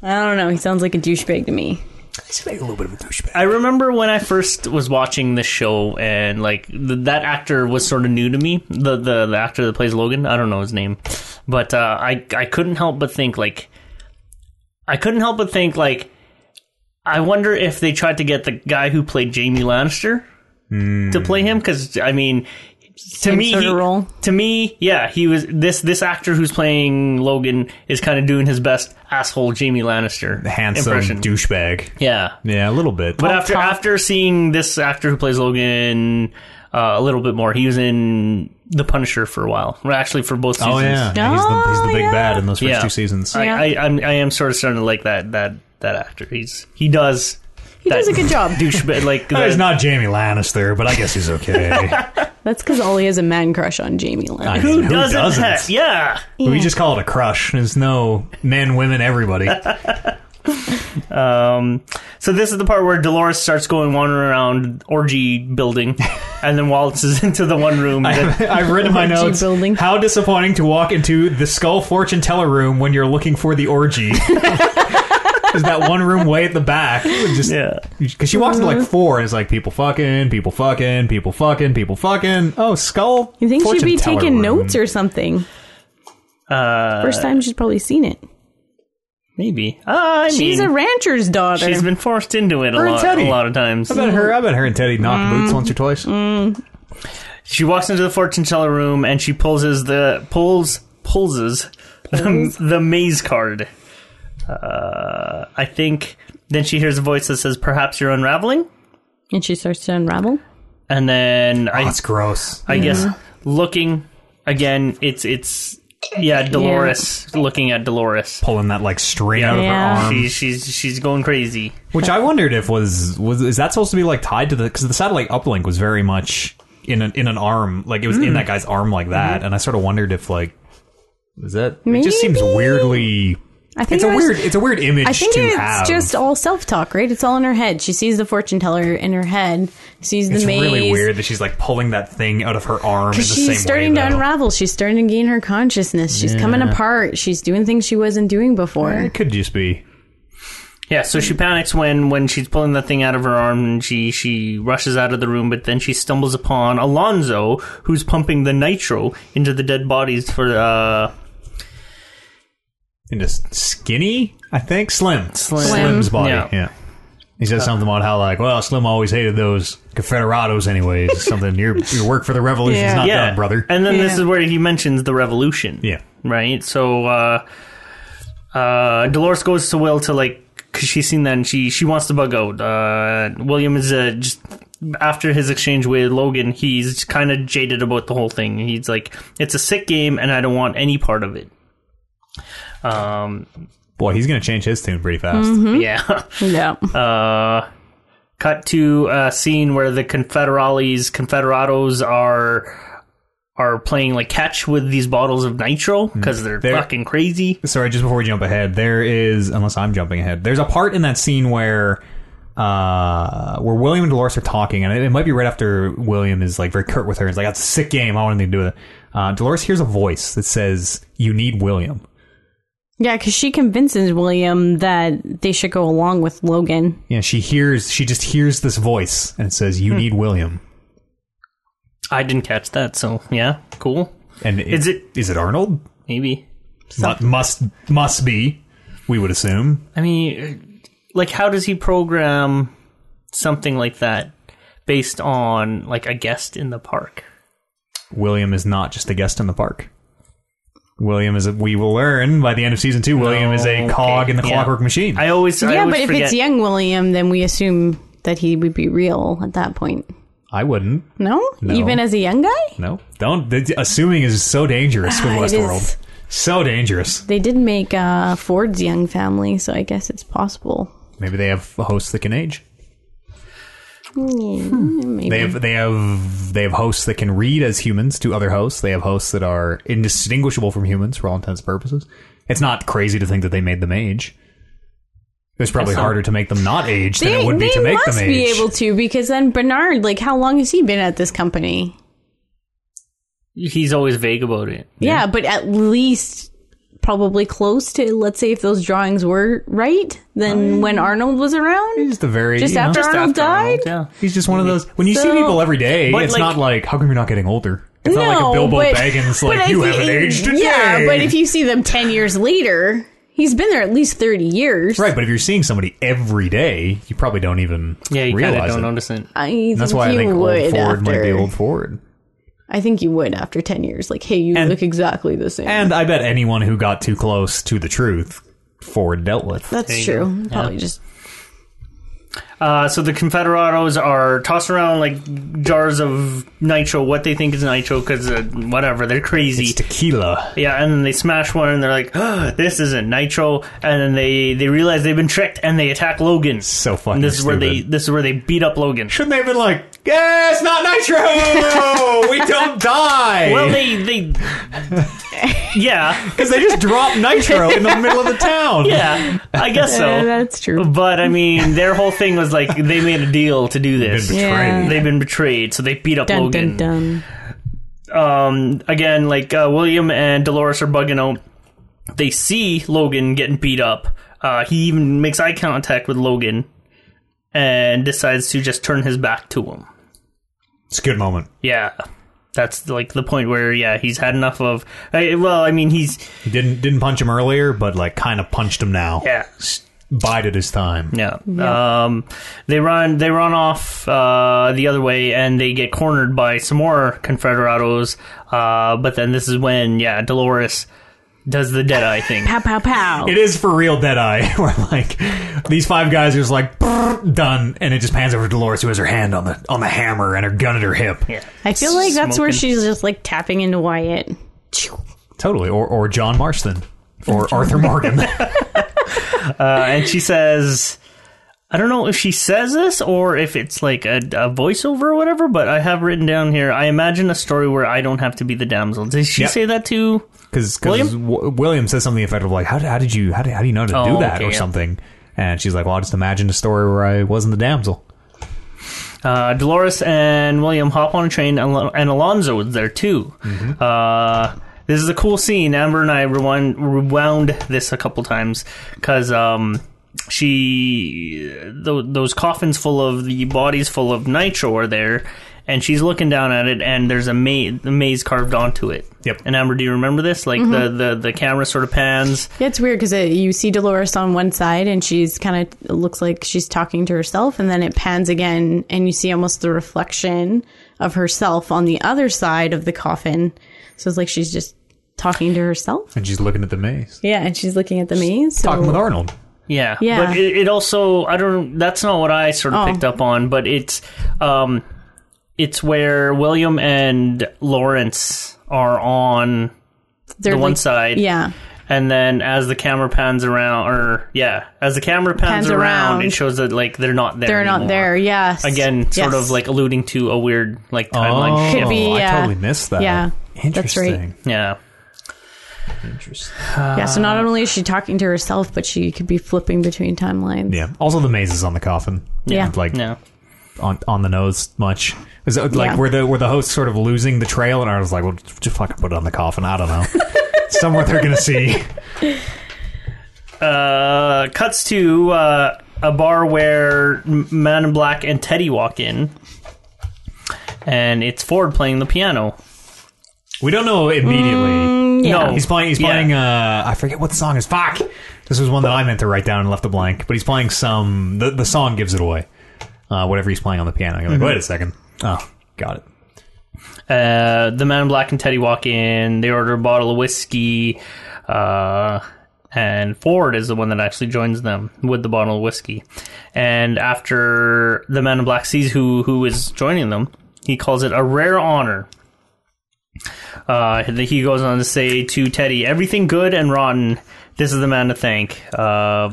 [SPEAKER 2] I don't know. He sounds like a douchebag to me.
[SPEAKER 1] He's a little bit of a douchebag.
[SPEAKER 3] I remember when I first was watching this show and like th- that actor was sort of new to me. The, the the actor that plays Logan, I don't know his name, but uh, I I couldn't help but think like I couldn't help but think like I wonder if they tried to get the guy who played Jamie Lannister to play him because I mean. to
[SPEAKER 2] Same
[SPEAKER 3] me,
[SPEAKER 2] sort
[SPEAKER 3] he-
[SPEAKER 2] of role.
[SPEAKER 3] to me, yeah, he was this this actor who's playing Logan is kind of doing his best asshole Jamie Lannister
[SPEAKER 1] Handsome
[SPEAKER 3] impression.
[SPEAKER 1] douchebag.
[SPEAKER 3] yeah,
[SPEAKER 1] Yeah, a little bit.
[SPEAKER 3] but after after seeing this actor who plays Logan uh, a little bit more, he was in The Punisher for a while. Well, actually, for both seasons.
[SPEAKER 1] oh yeah, he's, the, he's the
[SPEAKER 2] Oh,
[SPEAKER 1] big
[SPEAKER 2] yeah.
[SPEAKER 1] bad in those first
[SPEAKER 3] Yeah.
[SPEAKER 1] two seasons.
[SPEAKER 3] I,
[SPEAKER 2] Yeah.
[SPEAKER 3] I, I'm, I am sort of starting to like that that that actor. He's he does
[SPEAKER 2] He does a good job.
[SPEAKER 3] douchebag like
[SPEAKER 1] Oh, he's
[SPEAKER 3] the-
[SPEAKER 1] not Jamie Lannister, but I guess he's okay.
[SPEAKER 2] That's because Ollie has a man crush on Jamie Lynn.
[SPEAKER 3] who,
[SPEAKER 1] Who
[SPEAKER 3] doesn't,
[SPEAKER 1] doesn't?
[SPEAKER 3] have- yeah
[SPEAKER 1] We just call it a crush. There's no men, women, everybody.
[SPEAKER 3] Um, so this is the part where Dolores starts going wandering around orgy building, and then waltzes into the one room. that-
[SPEAKER 1] I've written in my
[SPEAKER 2] Orgy
[SPEAKER 1] notes.
[SPEAKER 2] building.
[SPEAKER 1] How disappointing to walk into the skull fortune teller room when you're looking for the orgy. There's that one room way at the back. Just
[SPEAKER 3] yeah.
[SPEAKER 1] Because she walks into
[SPEAKER 2] Mm-hmm.
[SPEAKER 1] like four and it's like people fucking, people fucking, people fucking, people fucking. Oh, skull.
[SPEAKER 2] You think she'd
[SPEAKER 1] fortune
[SPEAKER 2] be
[SPEAKER 1] teller
[SPEAKER 2] taking
[SPEAKER 1] room.
[SPEAKER 2] notes or something?
[SPEAKER 3] Uh,
[SPEAKER 2] First time she's probably seen it.
[SPEAKER 3] maybe. I
[SPEAKER 2] She's
[SPEAKER 3] mean,
[SPEAKER 2] a rancher's daughter.
[SPEAKER 3] she's been forced into it a
[SPEAKER 1] Her and
[SPEAKER 3] lot,
[SPEAKER 1] Teddy.
[SPEAKER 3] a lot of times.
[SPEAKER 1] I bet her. I bet her and Teddy
[SPEAKER 2] Mm.
[SPEAKER 1] knock boots once or twice.
[SPEAKER 3] She walks into the fortune teller room and she pulls his the pulls pulls the, the maze card. Uh, I think then she hears a voice that says, "Perhaps you're unraveling,"
[SPEAKER 2] and she starts to unravel.
[SPEAKER 3] and then I
[SPEAKER 1] Oh, That's gross.
[SPEAKER 3] I guess looking again. It's it's yeah Dolores looking at Dolores.
[SPEAKER 1] Pulling that like string out of
[SPEAKER 2] Yeah.
[SPEAKER 1] her arm,
[SPEAKER 3] She's she's she's going crazy.
[SPEAKER 1] which I wondered if was was is that supposed to be like tied to the because the satellite uplink was very much in an in an arm like it was
[SPEAKER 2] Mm.
[SPEAKER 1] in that guy's arm like that, and I sort of wondered if like was that it just seems
[SPEAKER 2] Mm-hmm. Maybe.
[SPEAKER 1] weirdly.
[SPEAKER 2] I think
[SPEAKER 1] It's a
[SPEAKER 2] it was-
[SPEAKER 1] weird. It's a weird image.
[SPEAKER 2] I think
[SPEAKER 1] to
[SPEAKER 2] it's
[SPEAKER 1] have.
[SPEAKER 2] just all self talk, right? It's all in her head. She sees the fortune teller in her head. Sees the
[SPEAKER 1] It's
[SPEAKER 2] maze.
[SPEAKER 1] really weird that she's like pulling that thing out of her arm. In the
[SPEAKER 2] She's
[SPEAKER 1] same
[SPEAKER 2] starting
[SPEAKER 1] way,
[SPEAKER 2] to
[SPEAKER 1] though.
[SPEAKER 2] unravel. She's starting to gain her consciousness. She's coming apart. She's doing things she wasn't doing before.
[SPEAKER 1] It could just be.
[SPEAKER 3] Yeah, so
[SPEAKER 1] Mm.
[SPEAKER 3] she panics when when she's pulling the thing out of her arm and she she rushes out of the room, but then she stumbles upon Alonzo, who's pumping the nitro into the dead bodies for uh
[SPEAKER 1] And just skinny, I think. Slim.
[SPEAKER 3] Slim.
[SPEAKER 1] Slim's
[SPEAKER 2] Slim.
[SPEAKER 1] body.
[SPEAKER 3] Yeah.
[SPEAKER 1] Yeah. He said something about how like, well, Slim always hated those Confederados anyways. something your your work for the revolution's
[SPEAKER 2] Yeah.
[SPEAKER 1] not
[SPEAKER 3] yeah,
[SPEAKER 1] done, brother.
[SPEAKER 3] And then this
[SPEAKER 2] Yeah.
[SPEAKER 3] is where he mentions the revolution.
[SPEAKER 1] yeah.
[SPEAKER 3] right? So uh, uh, Dolores goes to Will to like because she's seen that and she she wants to bug out. Uh, William is uh, just after his exchange with Logan, he's kind of jaded about the whole thing. He's like, "It's a sick game, and I don't want any part of it." Um.
[SPEAKER 1] Boy, he's gonna change his tune pretty fast.
[SPEAKER 3] Mm-hmm. Yeah.
[SPEAKER 2] Yeah.
[SPEAKER 3] Uh, cut to a scene where the Confederales, Confederados are are playing like catch with these bottles of nitro because they're,
[SPEAKER 1] Mm-hmm. They're-
[SPEAKER 3] fucking crazy.
[SPEAKER 1] sorry, just before we jump ahead, there is unless I'm jumping ahead, there's a part in that scene where uh where William and Dolores are talking, and it, it might be right after William is like very curt with her. It's like that's a sick game, I want anything to do with it. Uh, Dolores hears a voice that says, You need William.
[SPEAKER 2] Yeah, because she convinces William that they should go along with Logan.
[SPEAKER 1] Yeah, she hears she just hears this voice and it says,
[SPEAKER 3] Hmm.
[SPEAKER 1] You need William.
[SPEAKER 3] I didn't catch that, so yeah, cool.
[SPEAKER 1] And it,
[SPEAKER 3] Is it-
[SPEAKER 1] is it Arnold?
[SPEAKER 3] Maybe.
[SPEAKER 1] Mu- must must be, we would assume.
[SPEAKER 3] I mean, uh, like, how does he program something like that based on like a guest in the park?
[SPEAKER 1] William is not just a guest in the park. William is a, we will learn by the end of season two, William is a
[SPEAKER 3] Oh, Okay,
[SPEAKER 1] cog in the
[SPEAKER 3] yeah.
[SPEAKER 1] clockwork machine.
[SPEAKER 3] I always, I
[SPEAKER 2] yeah,
[SPEAKER 3] always
[SPEAKER 2] but if
[SPEAKER 3] forget.
[SPEAKER 2] it's young William, then we assume that he would be real at that point.
[SPEAKER 1] I wouldn't.
[SPEAKER 2] No?
[SPEAKER 1] No.
[SPEAKER 2] Even as a young guy?
[SPEAKER 1] No, don't. th- Assuming is so dangerous with
[SPEAKER 2] Ah, it
[SPEAKER 1] Westworld.
[SPEAKER 2] is.
[SPEAKER 1] So dangerous.
[SPEAKER 2] They did make uh, Ford's young family, so I guess it's possible.
[SPEAKER 1] Maybe they have hosts that can age.
[SPEAKER 2] Yeah, maybe.
[SPEAKER 1] They have they have they have hosts that can read as humans to other hosts. They have hosts that are indistinguishable from humans for all intents and purposes. It's not crazy to think that they made them age. It was probably
[SPEAKER 3] That's not-
[SPEAKER 1] harder to make them not age than
[SPEAKER 2] they,
[SPEAKER 1] it would be
[SPEAKER 2] they
[SPEAKER 1] to make
[SPEAKER 2] must
[SPEAKER 1] them age.
[SPEAKER 2] be able to because then Bernard, like, how long has he been at this company?
[SPEAKER 3] He's always vague about it.
[SPEAKER 2] Yeah, but at least probably close to. Let's say if those drawings were right, then when Arnold was around,
[SPEAKER 1] He's the very
[SPEAKER 2] Just
[SPEAKER 1] you know,
[SPEAKER 2] after- Arnold died?
[SPEAKER 3] Arnold, yeah.
[SPEAKER 1] he's just one of those when you see
[SPEAKER 2] So-
[SPEAKER 1] people every day.
[SPEAKER 3] But,
[SPEAKER 1] It's
[SPEAKER 3] like-
[SPEAKER 1] not like how come you're not getting older. It's not like a
[SPEAKER 2] No,
[SPEAKER 1] Bilbo
[SPEAKER 2] but-
[SPEAKER 1] Baggins
[SPEAKER 2] but
[SPEAKER 1] like
[SPEAKER 2] I
[SPEAKER 1] you
[SPEAKER 2] see-
[SPEAKER 1] haven't aged a
[SPEAKER 2] Yeah,
[SPEAKER 1] day."
[SPEAKER 2] but if you see them 10 years later, he's been there at least 30 years.
[SPEAKER 1] Right, but if you're seeing somebody every day, you probably don't even
[SPEAKER 3] Yeah, you kind of
[SPEAKER 1] realize
[SPEAKER 3] don't
[SPEAKER 1] it.
[SPEAKER 3] notice it.
[SPEAKER 2] I think
[SPEAKER 1] That's why
[SPEAKER 2] you
[SPEAKER 1] I think
[SPEAKER 2] would
[SPEAKER 1] old Ford
[SPEAKER 2] after,
[SPEAKER 1] might be old Ford.
[SPEAKER 2] I think you would after 10 years. Like, hey, you
[SPEAKER 1] And-
[SPEAKER 2] look exactly the same.
[SPEAKER 1] And I bet anyone who got too close to the truth, Ford dealt with.
[SPEAKER 2] That's
[SPEAKER 3] There you
[SPEAKER 2] true. Probably just.
[SPEAKER 3] Uh, so the Confederados are tossing around like jars of nitro, what they think is nitro, because uh, whatever, they're crazy.
[SPEAKER 1] It's tequila.
[SPEAKER 3] Yeah, and then they smash one, and they're like, oh, "This isn't Nitro," and then they they realize they've been tricked, and they attack Logan.
[SPEAKER 1] So fucking
[SPEAKER 3] And this is where they
[SPEAKER 1] stupid.
[SPEAKER 3] this is where they beat up Logan.
[SPEAKER 1] Shouldn't they have been like, yeah, it's not nitro! we don't die!
[SPEAKER 3] Well, they they yeah
[SPEAKER 1] Because they just dropped nitro in the middle of the town.
[SPEAKER 3] yeah I guess
[SPEAKER 2] Yeah,
[SPEAKER 3] so.
[SPEAKER 2] uh, that's true.
[SPEAKER 3] But I mean, their whole thing was like they made a deal to do this.
[SPEAKER 1] Been
[SPEAKER 2] Yeah.
[SPEAKER 1] betrayed.
[SPEAKER 3] They've been betrayed, so they beat up
[SPEAKER 2] Dun,
[SPEAKER 3] Logan.
[SPEAKER 2] dun, dun.
[SPEAKER 3] um, again, like uh, William and Dolores are bugging out. They see Logan getting beat up. Uh, he even makes eye contact with Logan and decides to just turn his back to him.
[SPEAKER 1] It's a good moment.
[SPEAKER 3] Yeah. That's like the point where, yeah, he's had enough of. I, well, I mean, he's.
[SPEAKER 1] He didn't didn't punch him earlier, but like kind of punched him now.
[SPEAKER 3] Yeah.
[SPEAKER 1] Bided his time.
[SPEAKER 3] Yeah. Um, they run. They run off uh, the other way, and they get cornered by some more Confederados. Uh, but then this is when, yeah, Dolores does the Deadeye thing.
[SPEAKER 2] Pow, pow, pow.
[SPEAKER 1] It is for real Deadeye, where like these five guys are just like "Brrr," done, and it just pans over to Dolores who has her hand on the on the hammer and her gun at her hip.
[SPEAKER 3] Yeah.
[SPEAKER 2] I feel like that's where
[SPEAKER 3] Smoking.
[SPEAKER 2] she's just like tapping into Wyatt.
[SPEAKER 1] Totally, or or John Marston, or Arthur Morgan.
[SPEAKER 3] Uh, and she says, I don't know if she says this or if it's like a, a voiceover or whatever, but I have written down here, I imagine a story where I don't have to be the damsel. Did she
[SPEAKER 1] Yep.
[SPEAKER 3] say that too?
[SPEAKER 1] Because
[SPEAKER 3] William?
[SPEAKER 1] w- William says something effective like, "How did, how did you how did, how do you know to
[SPEAKER 3] Oh,
[SPEAKER 1] do that
[SPEAKER 3] okay,
[SPEAKER 1] or
[SPEAKER 3] yeah.
[SPEAKER 1] something?" And she's like, "Well, I just imagined a story where I wasn't the damsel."
[SPEAKER 3] Uh, Dolores and William hop on a train, and, Al- and Alonzo is there too. Uh, this is a cool scene. Amber and I rewound, rewound this a couple times because um, she th- those coffins full of the bodies full of nitro are there, and she's looking down at it, and there's a maze, the maze carved onto it.
[SPEAKER 1] Yep.
[SPEAKER 3] And Amber, do you remember this? Like the, the the camera sort of pans.
[SPEAKER 2] Yeah, it's weird because you see Dolores on one side and she's kind of looks like she's talking to herself, and then it pans again and you see almost the reflection of herself on the other side of the coffin. So it's like she's just talking to herself.
[SPEAKER 1] and she's looking at the maze.
[SPEAKER 2] Yeah, and she's looking at the maze. So
[SPEAKER 1] Talking with Arnold.
[SPEAKER 3] Yeah.
[SPEAKER 2] Yeah.
[SPEAKER 3] But it, it also I don't that's not what I sort of
[SPEAKER 2] Oh.
[SPEAKER 3] picked up on, but it's um it's where William and Lawrence are on
[SPEAKER 2] they're
[SPEAKER 3] the one
[SPEAKER 2] like-
[SPEAKER 3] side.
[SPEAKER 2] Yeah,
[SPEAKER 3] And then as the camera pans around or yeah, as the camera pans,
[SPEAKER 2] Pans
[SPEAKER 3] around,
[SPEAKER 2] around.
[SPEAKER 3] it shows that like they're not there.
[SPEAKER 2] they're not
[SPEAKER 3] anymore.
[SPEAKER 2] there. Yes,
[SPEAKER 3] Again, sort
[SPEAKER 2] Yes.
[SPEAKER 3] of like alluding to a weird like timeline.
[SPEAKER 2] Could be,
[SPEAKER 1] Oh. I
[SPEAKER 2] yeah.
[SPEAKER 1] totally missed that.
[SPEAKER 2] Yeah, that's right.
[SPEAKER 1] Interesting.
[SPEAKER 3] Yeah.
[SPEAKER 1] Interesting.
[SPEAKER 2] yeah. So
[SPEAKER 3] uh,
[SPEAKER 2] not only is she talking to herself, but she could be flipping between timelines.
[SPEAKER 1] Yeah. Also, the maze is on the coffin.
[SPEAKER 2] Yeah.
[SPEAKER 1] Like
[SPEAKER 3] No.
[SPEAKER 1] on on the nose much. Is it like
[SPEAKER 2] Yeah.
[SPEAKER 1] where the where the host sort of losing the trail, and I was like, well, just just fucking put it on the coffin. I don't know. Somewhere they're gonna see.
[SPEAKER 3] Uh, cuts to uh, a bar where M- Man in Black and Teddy walk in, and it's Ford playing the piano.
[SPEAKER 1] We don't know immediately.
[SPEAKER 2] Mm,
[SPEAKER 3] yeah.
[SPEAKER 1] No, he's playing. He's
[SPEAKER 3] Oh. Yeah.
[SPEAKER 1] playing. Uh, I forget what song is. Fuck. This was one that I meant to write down and left a blank. But he's playing some. The, the song gives it away. Uh, whatever he's playing on the piano. You're like, wait a second. Oh, got it.
[SPEAKER 3] Uh, the Man in Black and Teddy walk in. They order a bottle of whiskey, uh, and Ford is the one that actually joins them with the bottle of whiskey. And after the Man in Black sees who who is joining them, he calls it a rare honor. Uh, he goes on to say to Teddy, "Everything good and rotten. This is the man to thank." Uh,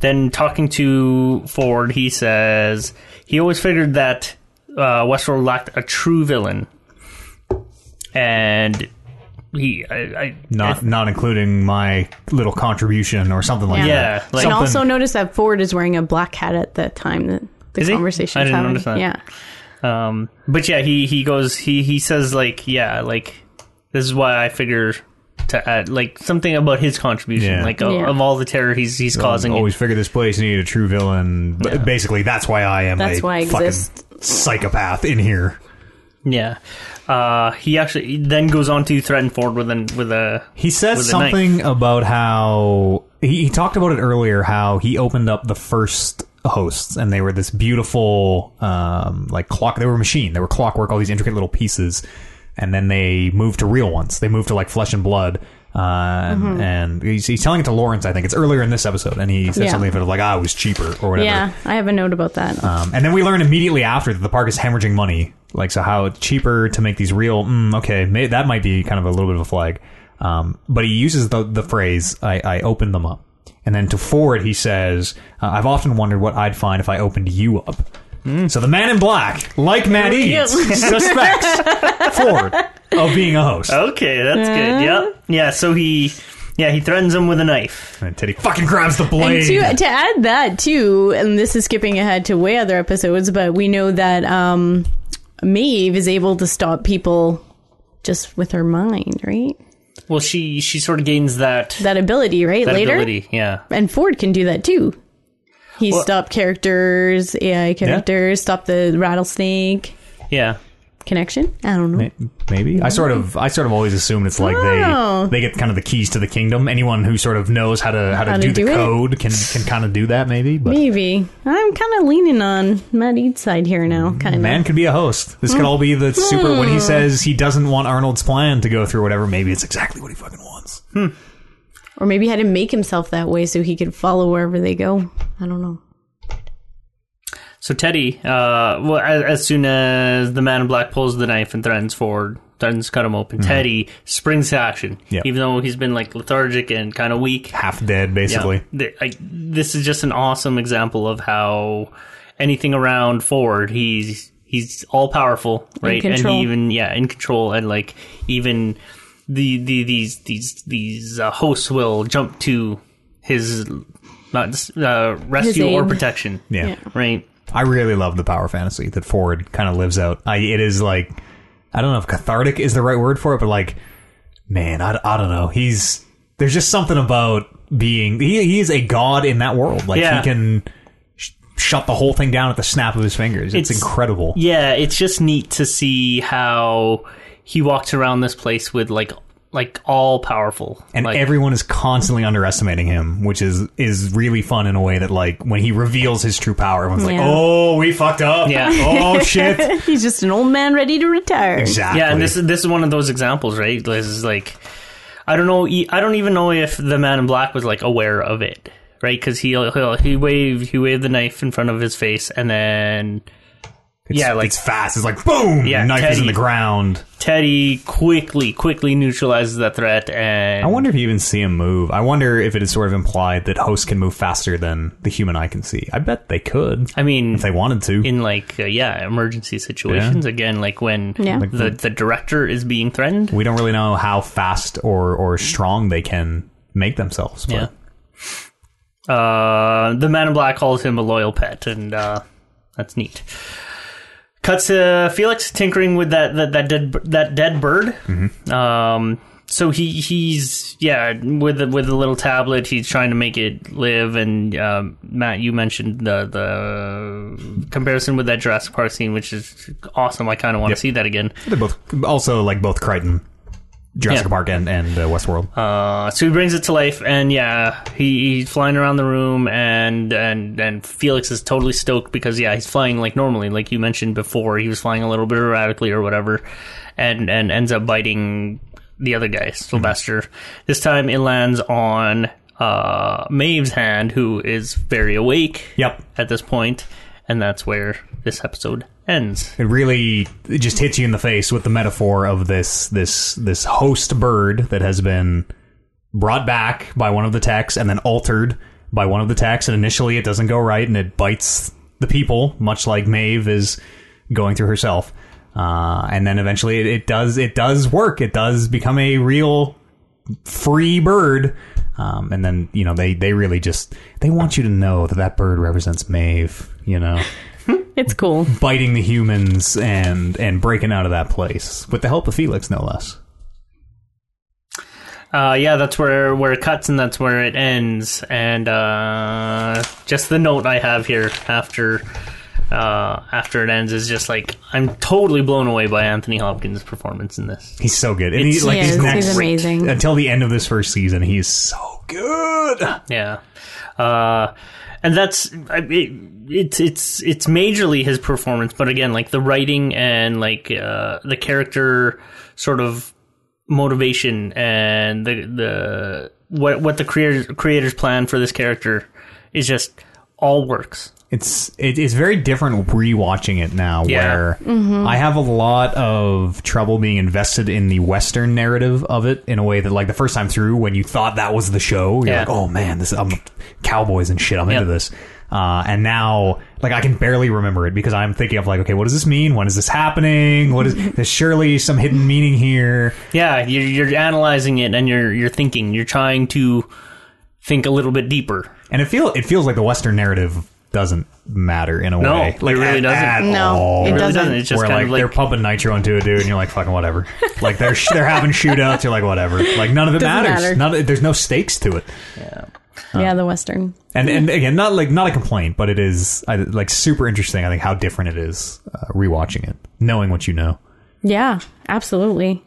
[SPEAKER 3] then talking to Ford, he says he always figured that uh, Westworld lacked a true villain, and he, I, I
[SPEAKER 1] Not not including my little contribution or something like
[SPEAKER 2] Yeah.
[SPEAKER 1] that.
[SPEAKER 3] Yeah, like-
[SPEAKER 1] Something-
[SPEAKER 2] and also notice that Ford is wearing a black hat at the time that the
[SPEAKER 3] Is he?
[SPEAKER 2] conversation
[SPEAKER 3] I
[SPEAKER 2] is
[SPEAKER 3] didn't
[SPEAKER 2] having.
[SPEAKER 3] notice that.
[SPEAKER 2] Yeah.
[SPEAKER 3] Um, but yeah, he he goes he he says like yeah like this is why I figure to add like something about his contribution
[SPEAKER 1] Yeah. oh,
[SPEAKER 3] like o-
[SPEAKER 2] Yeah.
[SPEAKER 3] of all the terror he's he's causing.
[SPEAKER 1] always figured this place needed a true villain. But Basically, that's why I am.
[SPEAKER 2] That's
[SPEAKER 1] a
[SPEAKER 2] why I
[SPEAKER 1] fucking
[SPEAKER 2] exist.
[SPEAKER 1] Psychopath in here.
[SPEAKER 3] Yeah, uh, he actually he then goes on to threaten Ford with an with a
[SPEAKER 1] He says
[SPEAKER 3] with a knife.
[SPEAKER 1] something about how he, he talked about it earlier. How he opened up the first hosts, and they were this beautiful, um, like clock. They were a machine. They were clockwork. All these intricate little pieces, and then they moved to real ones. They moved to like flesh and blood. Uh, and-
[SPEAKER 2] Mm-hmm.
[SPEAKER 1] And he's, he's telling it to Lawrence. I think it's earlier in this episode, and he said
[SPEAKER 2] Yeah.
[SPEAKER 1] something about like, "Ah, it was cheaper" or whatever.
[SPEAKER 2] Yeah. I have a note about that.
[SPEAKER 1] Um, and then we learn immediately after that the park is hemorrhaging money. Like, so how it's cheaper to make these real? Mm, okay, may, that might be kind of a little bit of a flag. Um, but he uses the the phrase "I, I opened them up," and then to Ford he says, uh, "I've often wondered what I'd find if I opened you up."
[SPEAKER 2] Hmm.
[SPEAKER 1] So the man in black, like Matt Eads, suspects Ford of being a host.
[SPEAKER 2] Oh.
[SPEAKER 3] okay that's good yeah yeah so he yeah he threatens him with a knife
[SPEAKER 1] And Teddy fucking grabs the
[SPEAKER 2] And
[SPEAKER 1] blade.
[SPEAKER 2] to, to add that too, and this is skipping ahead to way other episodes, but we know that um, Maeve is able to stop people just with her mind, right?
[SPEAKER 3] well she she sort of gains that,
[SPEAKER 2] That ability, right?
[SPEAKER 3] that
[SPEAKER 2] Later,
[SPEAKER 3] ability yeah
[SPEAKER 2] and Ford can do that too. He
[SPEAKER 3] Well-
[SPEAKER 2] stopped characters, AI characters, stopped the rattlesnake
[SPEAKER 3] yeah
[SPEAKER 2] connection. I don't know.
[SPEAKER 1] Maybe I sort of I sort of always assumed it's like
[SPEAKER 2] Oh.
[SPEAKER 1] they they get kind of the keys to the kingdom. Anyone who sort of knows how to how to
[SPEAKER 2] How to
[SPEAKER 1] do,
[SPEAKER 2] do
[SPEAKER 1] the
[SPEAKER 2] it?
[SPEAKER 1] code can can kind of do that. Maybe, but
[SPEAKER 2] Maybe I'm kind of leaning on Matt Ead's side here now, kind of.
[SPEAKER 1] man could be a host.
[SPEAKER 2] Hmm.
[SPEAKER 1] This could all be the super. When he says he doesn't want Arnold's plan to go through, whatever, maybe it's exactly what he fucking wants.
[SPEAKER 2] Or maybe he had to make himself that way so he could follow wherever they go. I don't know.
[SPEAKER 3] So Teddy, uh, well, as, as soon as the man in black pulls the knife and threatens Ford, threatens to cut him open, Teddy springs to action.
[SPEAKER 1] Yeah.
[SPEAKER 3] Even though he's been like lethargic and kind of weak.
[SPEAKER 1] Half dead,
[SPEAKER 3] Yeah.
[SPEAKER 1] basically.
[SPEAKER 3] Th- I, this is just an awesome example of how anything around Ford, he's he's all powerful, right? And
[SPEAKER 2] control.
[SPEAKER 3] he even yeah, in control, and like even the the these these these uh, hosts will jump to his not uh, rescue or
[SPEAKER 2] aid.
[SPEAKER 3] protection,
[SPEAKER 1] Yeah.
[SPEAKER 2] Yeah.
[SPEAKER 3] right?
[SPEAKER 1] I really love the power fantasy that Ford kind of lives out. I it is like I don't know if cathartic is the right word for it, but like man, I, I don't know. He's there's just something about being he, he is a god in that world. Like
[SPEAKER 3] Yeah.
[SPEAKER 1] he can sh- shut the whole thing down at the snap of his fingers. It's,
[SPEAKER 3] It's-
[SPEAKER 1] incredible.
[SPEAKER 3] Yeah, it's just neat to see how he walks around this place with like like all powerful
[SPEAKER 1] and
[SPEAKER 3] like,
[SPEAKER 1] everyone is constantly underestimating him, which is is really fun in a way that like when he reveals his true power, everyone's like,
[SPEAKER 2] Yeah.
[SPEAKER 1] "Oh, we fucked up.
[SPEAKER 3] Yeah.
[SPEAKER 1] Oh shit.
[SPEAKER 2] He's just an old man ready to retire.
[SPEAKER 1] exactly.
[SPEAKER 3] yeah, and this is this is one of those examples, right? This is like I don't know, e- I don't even know if the Man in Black was like aware of it, right? Because he he'll, he waved he waved the knife in front of his face, and then
[SPEAKER 1] It's-
[SPEAKER 3] yeah, like-
[SPEAKER 1] it's fast. It's like boom.
[SPEAKER 3] Yeah,
[SPEAKER 1] knife is in
[SPEAKER 3] Teddy.
[SPEAKER 1] the ground.
[SPEAKER 3] Teddy quickly quickly neutralizes that threat, and
[SPEAKER 1] I wonder if you even see him move. I wonder if it is sort of implied that hosts can move faster than the human eye can see. I bet they could
[SPEAKER 3] I mean,
[SPEAKER 1] if they wanted to.
[SPEAKER 3] in like uh, yeah emergency situations again like when
[SPEAKER 2] Yeah. Like
[SPEAKER 3] the, the director is being threatened
[SPEAKER 1] we don't really know how fast or or strong they can make themselves. But
[SPEAKER 3] yeah uh the man in black calls him a loyal pet and uh that's neat cuts uh felix tinkering with that that, that dead b- that dead bird um so he he's yeah with the, with the little tablet he's trying to make it live and um, Matt you mentioned the the comparison with that Jurassic Park scene which is awesome I kind of want to see that again
[SPEAKER 1] they're both also like both Crichton, Jurassic
[SPEAKER 3] Yeah.
[SPEAKER 1] Park, and and uh, Westworld.
[SPEAKER 3] Uh, so he brings it to life, and yeah, he, he's flying around the room, and and and Felix is totally stoked because yeah, he's flying like normally, like you mentioned before, he was flying a little bit erratically or whatever, and and ends up biting the other guy, Sylvester. This time it lands on uh Maeve's hand, who is very awake.
[SPEAKER 1] Yep.
[SPEAKER 3] At this point, and that's where this episode ends.
[SPEAKER 1] it really it just hits you in the face with the metaphor of this this this host bird that has been brought back by one of the techs and then altered by one of the techs and initially it doesn't go right and it bites the people much like Maeve is going through herself uh, and then eventually it, it does it does work it does become a real free bird um, and then you know they they really just they want you to know that that bird represents Maeve you know
[SPEAKER 2] It's cool.
[SPEAKER 1] biting the humans and and breaking out of that place with the help of Felix, no less.
[SPEAKER 3] Uh, yeah, that's where where it cuts and that's where it ends. And uh, just the note I have here after uh, after it ends is just like I'm totally blown away by Anthony Hopkins' performance in this.
[SPEAKER 1] He's so good, and he,
[SPEAKER 3] It's-
[SPEAKER 1] like
[SPEAKER 2] Yeah,
[SPEAKER 1] these
[SPEAKER 2] he's
[SPEAKER 1] next
[SPEAKER 2] amazing.
[SPEAKER 1] until the end of this first season, he is so good.
[SPEAKER 3] Yeah, uh, and that's I- it, it's it's it's majorly his performance, but again, like the writing and like uh, the character sort of motivation and the the what what the creators creators plan for this character is just all works.
[SPEAKER 1] It's it, it's very different rewatching it now,
[SPEAKER 3] Yeah.
[SPEAKER 1] where I have a lot of trouble being invested in the Western narrative of it in a way that, like, the first time through, when you thought that was the show, you're
[SPEAKER 3] Yeah.
[SPEAKER 1] like, "Oh man, this I'm cowboys and shit. I'm
[SPEAKER 3] Yep.
[SPEAKER 1] into this." Uh, and now, like, I can barely remember it because I'm thinking of like, "Okay, what does this mean? When is this happening? What is there's surely some hidden meaning here?"
[SPEAKER 3] Yeah, you're, you're analyzing it and you're you're thinking. You're trying to think a little bit deeper.
[SPEAKER 1] And it feel it feels like the Western narrative doesn't matter in a
[SPEAKER 3] No,
[SPEAKER 1] way.
[SPEAKER 3] it
[SPEAKER 1] Like
[SPEAKER 3] really
[SPEAKER 1] at-
[SPEAKER 3] doesn't.
[SPEAKER 1] at
[SPEAKER 2] No,
[SPEAKER 1] all.
[SPEAKER 2] it
[SPEAKER 3] It really
[SPEAKER 2] Doesn't-
[SPEAKER 3] doesn't. It's just
[SPEAKER 1] where
[SPEAKER 3] kind
[SPEAKER 1] like,
[SPEAKER 3] of like
[SPEAKER 1] they're pumping nitro into a dude, and you're like, fucking whatever. like they're sh- they're having shootouts. You're like, whatever. Like none of it
[SPEAKER 2] Doesn't
[SPEAKER 1] matters.
[SPEAKER 2] matter.
[SPEAKER 1] None of, there's no stakes to it.
[SPEAKER 2] Yeah, the Western.
[SPEAKER 1] And and again, not like not a complaint, but it is I, like super interesting. I think how different it is uh, rewatching it, knowing what you know.
[SPEAKER 2] Yeah, absolutely.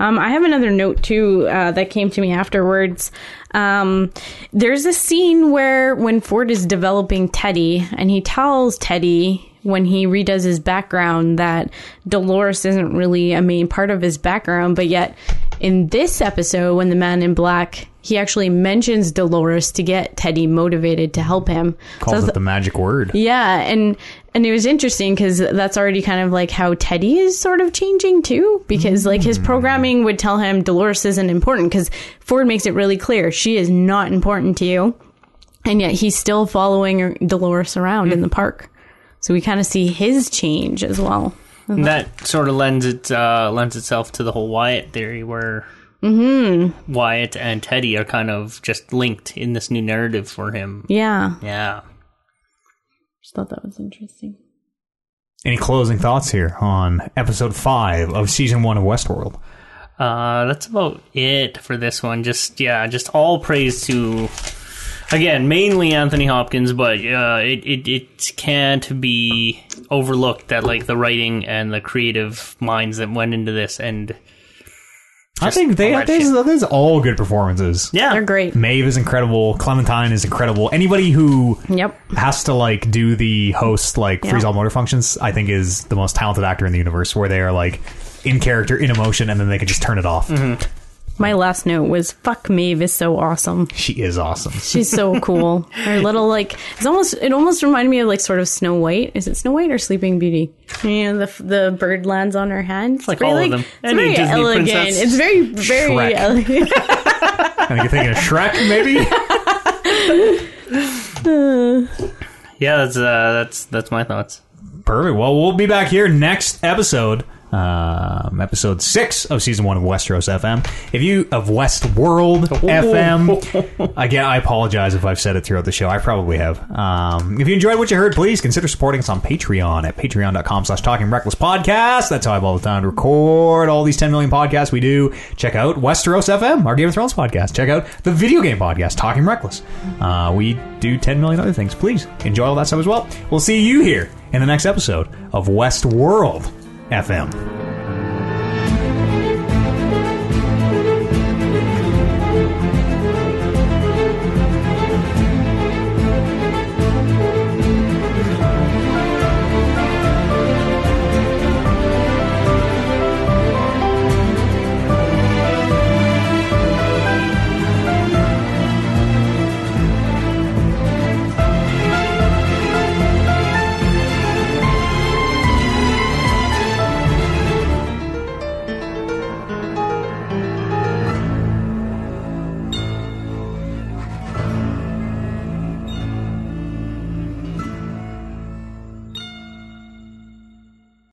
[SPEAKER 2] Um, I have another note too uh, that came to me afterwards. Um, there's a scene where when Ford is developing Teddy, and he tells Teddy when he redoes his background that Dolores isn't really a main part of his background, but yet in this episode, when the man in black, he actually mentions Dolores to get Teddy motivated to help him. So I
[SPEAKER 1] Calls
[SPEAKER 2] was
[SPEAKER 1] it the magic word.
[SPEAKER 2] yeah, and and it was interesting because that's already kind of like how Teddy is sort of changing too, because like his programming would tell him Dolores isn't important because Ford makes it really clear she is not important to you, and yet he's still following er, Dolores around in the park. So we kind of see his change as well.
[SPEAKER 3] that sort of lends it uh, lends itself to the whole Wyatt theory, where Wyatt and Teddy are kind of just linked in this new narrative for him.
[SPEAKER 2] Yeah,
[SPEAKER 3] Yeah.
[SPEAKER 2] just thought that was interesting.
[SPEAKER 1] Any closing thoughts here on episode five of season one of Westworld?
[SPEAKER 3] Uh, that's about it for this one. Just yeah, just all praise to again mainly Anthony Hopkins, but uh, it, it it can't be overlooked that like the writing and the creative minds that went into this, and
[SPEAKER 1] I think they
[SPEAKER 3] all that
[SPEAKER 1] there's,
[SPEAKER 3] shit.
[SPEAKER 1] there's all good performances.
[SPEAKER 3] yeah,
[SPEAKER 2] They're great.
[SPEAKER 1] Maeve is incredible. Clementine is incredible. Anybody who
[SPEAKER 2] Yep.
[SPEAKER 1] has to like do the host like
[SPEAKER 2] Yeah.
[SPEAKER 1] freeze all motor functions, I think is the most talented actor in the universe. Where they are like in character, in emotion, and then they can just turn it off.
[SPEAKER 2] My last note was fuck Maeve is so awesome.
[SPEAKER 1] She is awesome.
[SPEAKER 2] She's so cool. Her little like it's almost it almost reminded me of like sort of Snow White. Is it Snow White or Sleeping Beauty? You know the the bird lands on her hand. It's
[SPEAKER 3] like
[SPEAKER 2] very,
[SPEAKER 3] all of them.
[SPEAKER 2] It's
[SPEAKER 3] Any
[SPEAKER 2] very
[SPEAKER 3] Disney
[SPEAKER 2] elegant.
[SPEAKER 3] princess.
[SPEAKER 2] It's very very
[SPEAKER 1] Shrek.
[SPEAKER 2] elegant.
[SPEAKER 1] I think you're thinking of Shrek, maybe.
[SPEAKER 3] yeah. That's uh, that's that's my thoughts.
[SPEAKER 1] Perfect. Well, we'll be back here next episode, um, episode six of season one of Westeros FM. If you of Westworld FM, again, I apologize if I've said it throughout the show. I probably have. Um, if you enjoyed what you heard, please consider supporting us on Patreon at patreon.com/slash Talking Reckless Podcast. That's how I have all the time to record all these 10 million podcasts we do. Check out Westeros FM, our Game of Thrones podcast. Check out the video game podcast, Talking Reckless. Uh, we do 10 million other things. Please enjoy all that stuff as well. We'll see you here in the next episode of Westworld FM.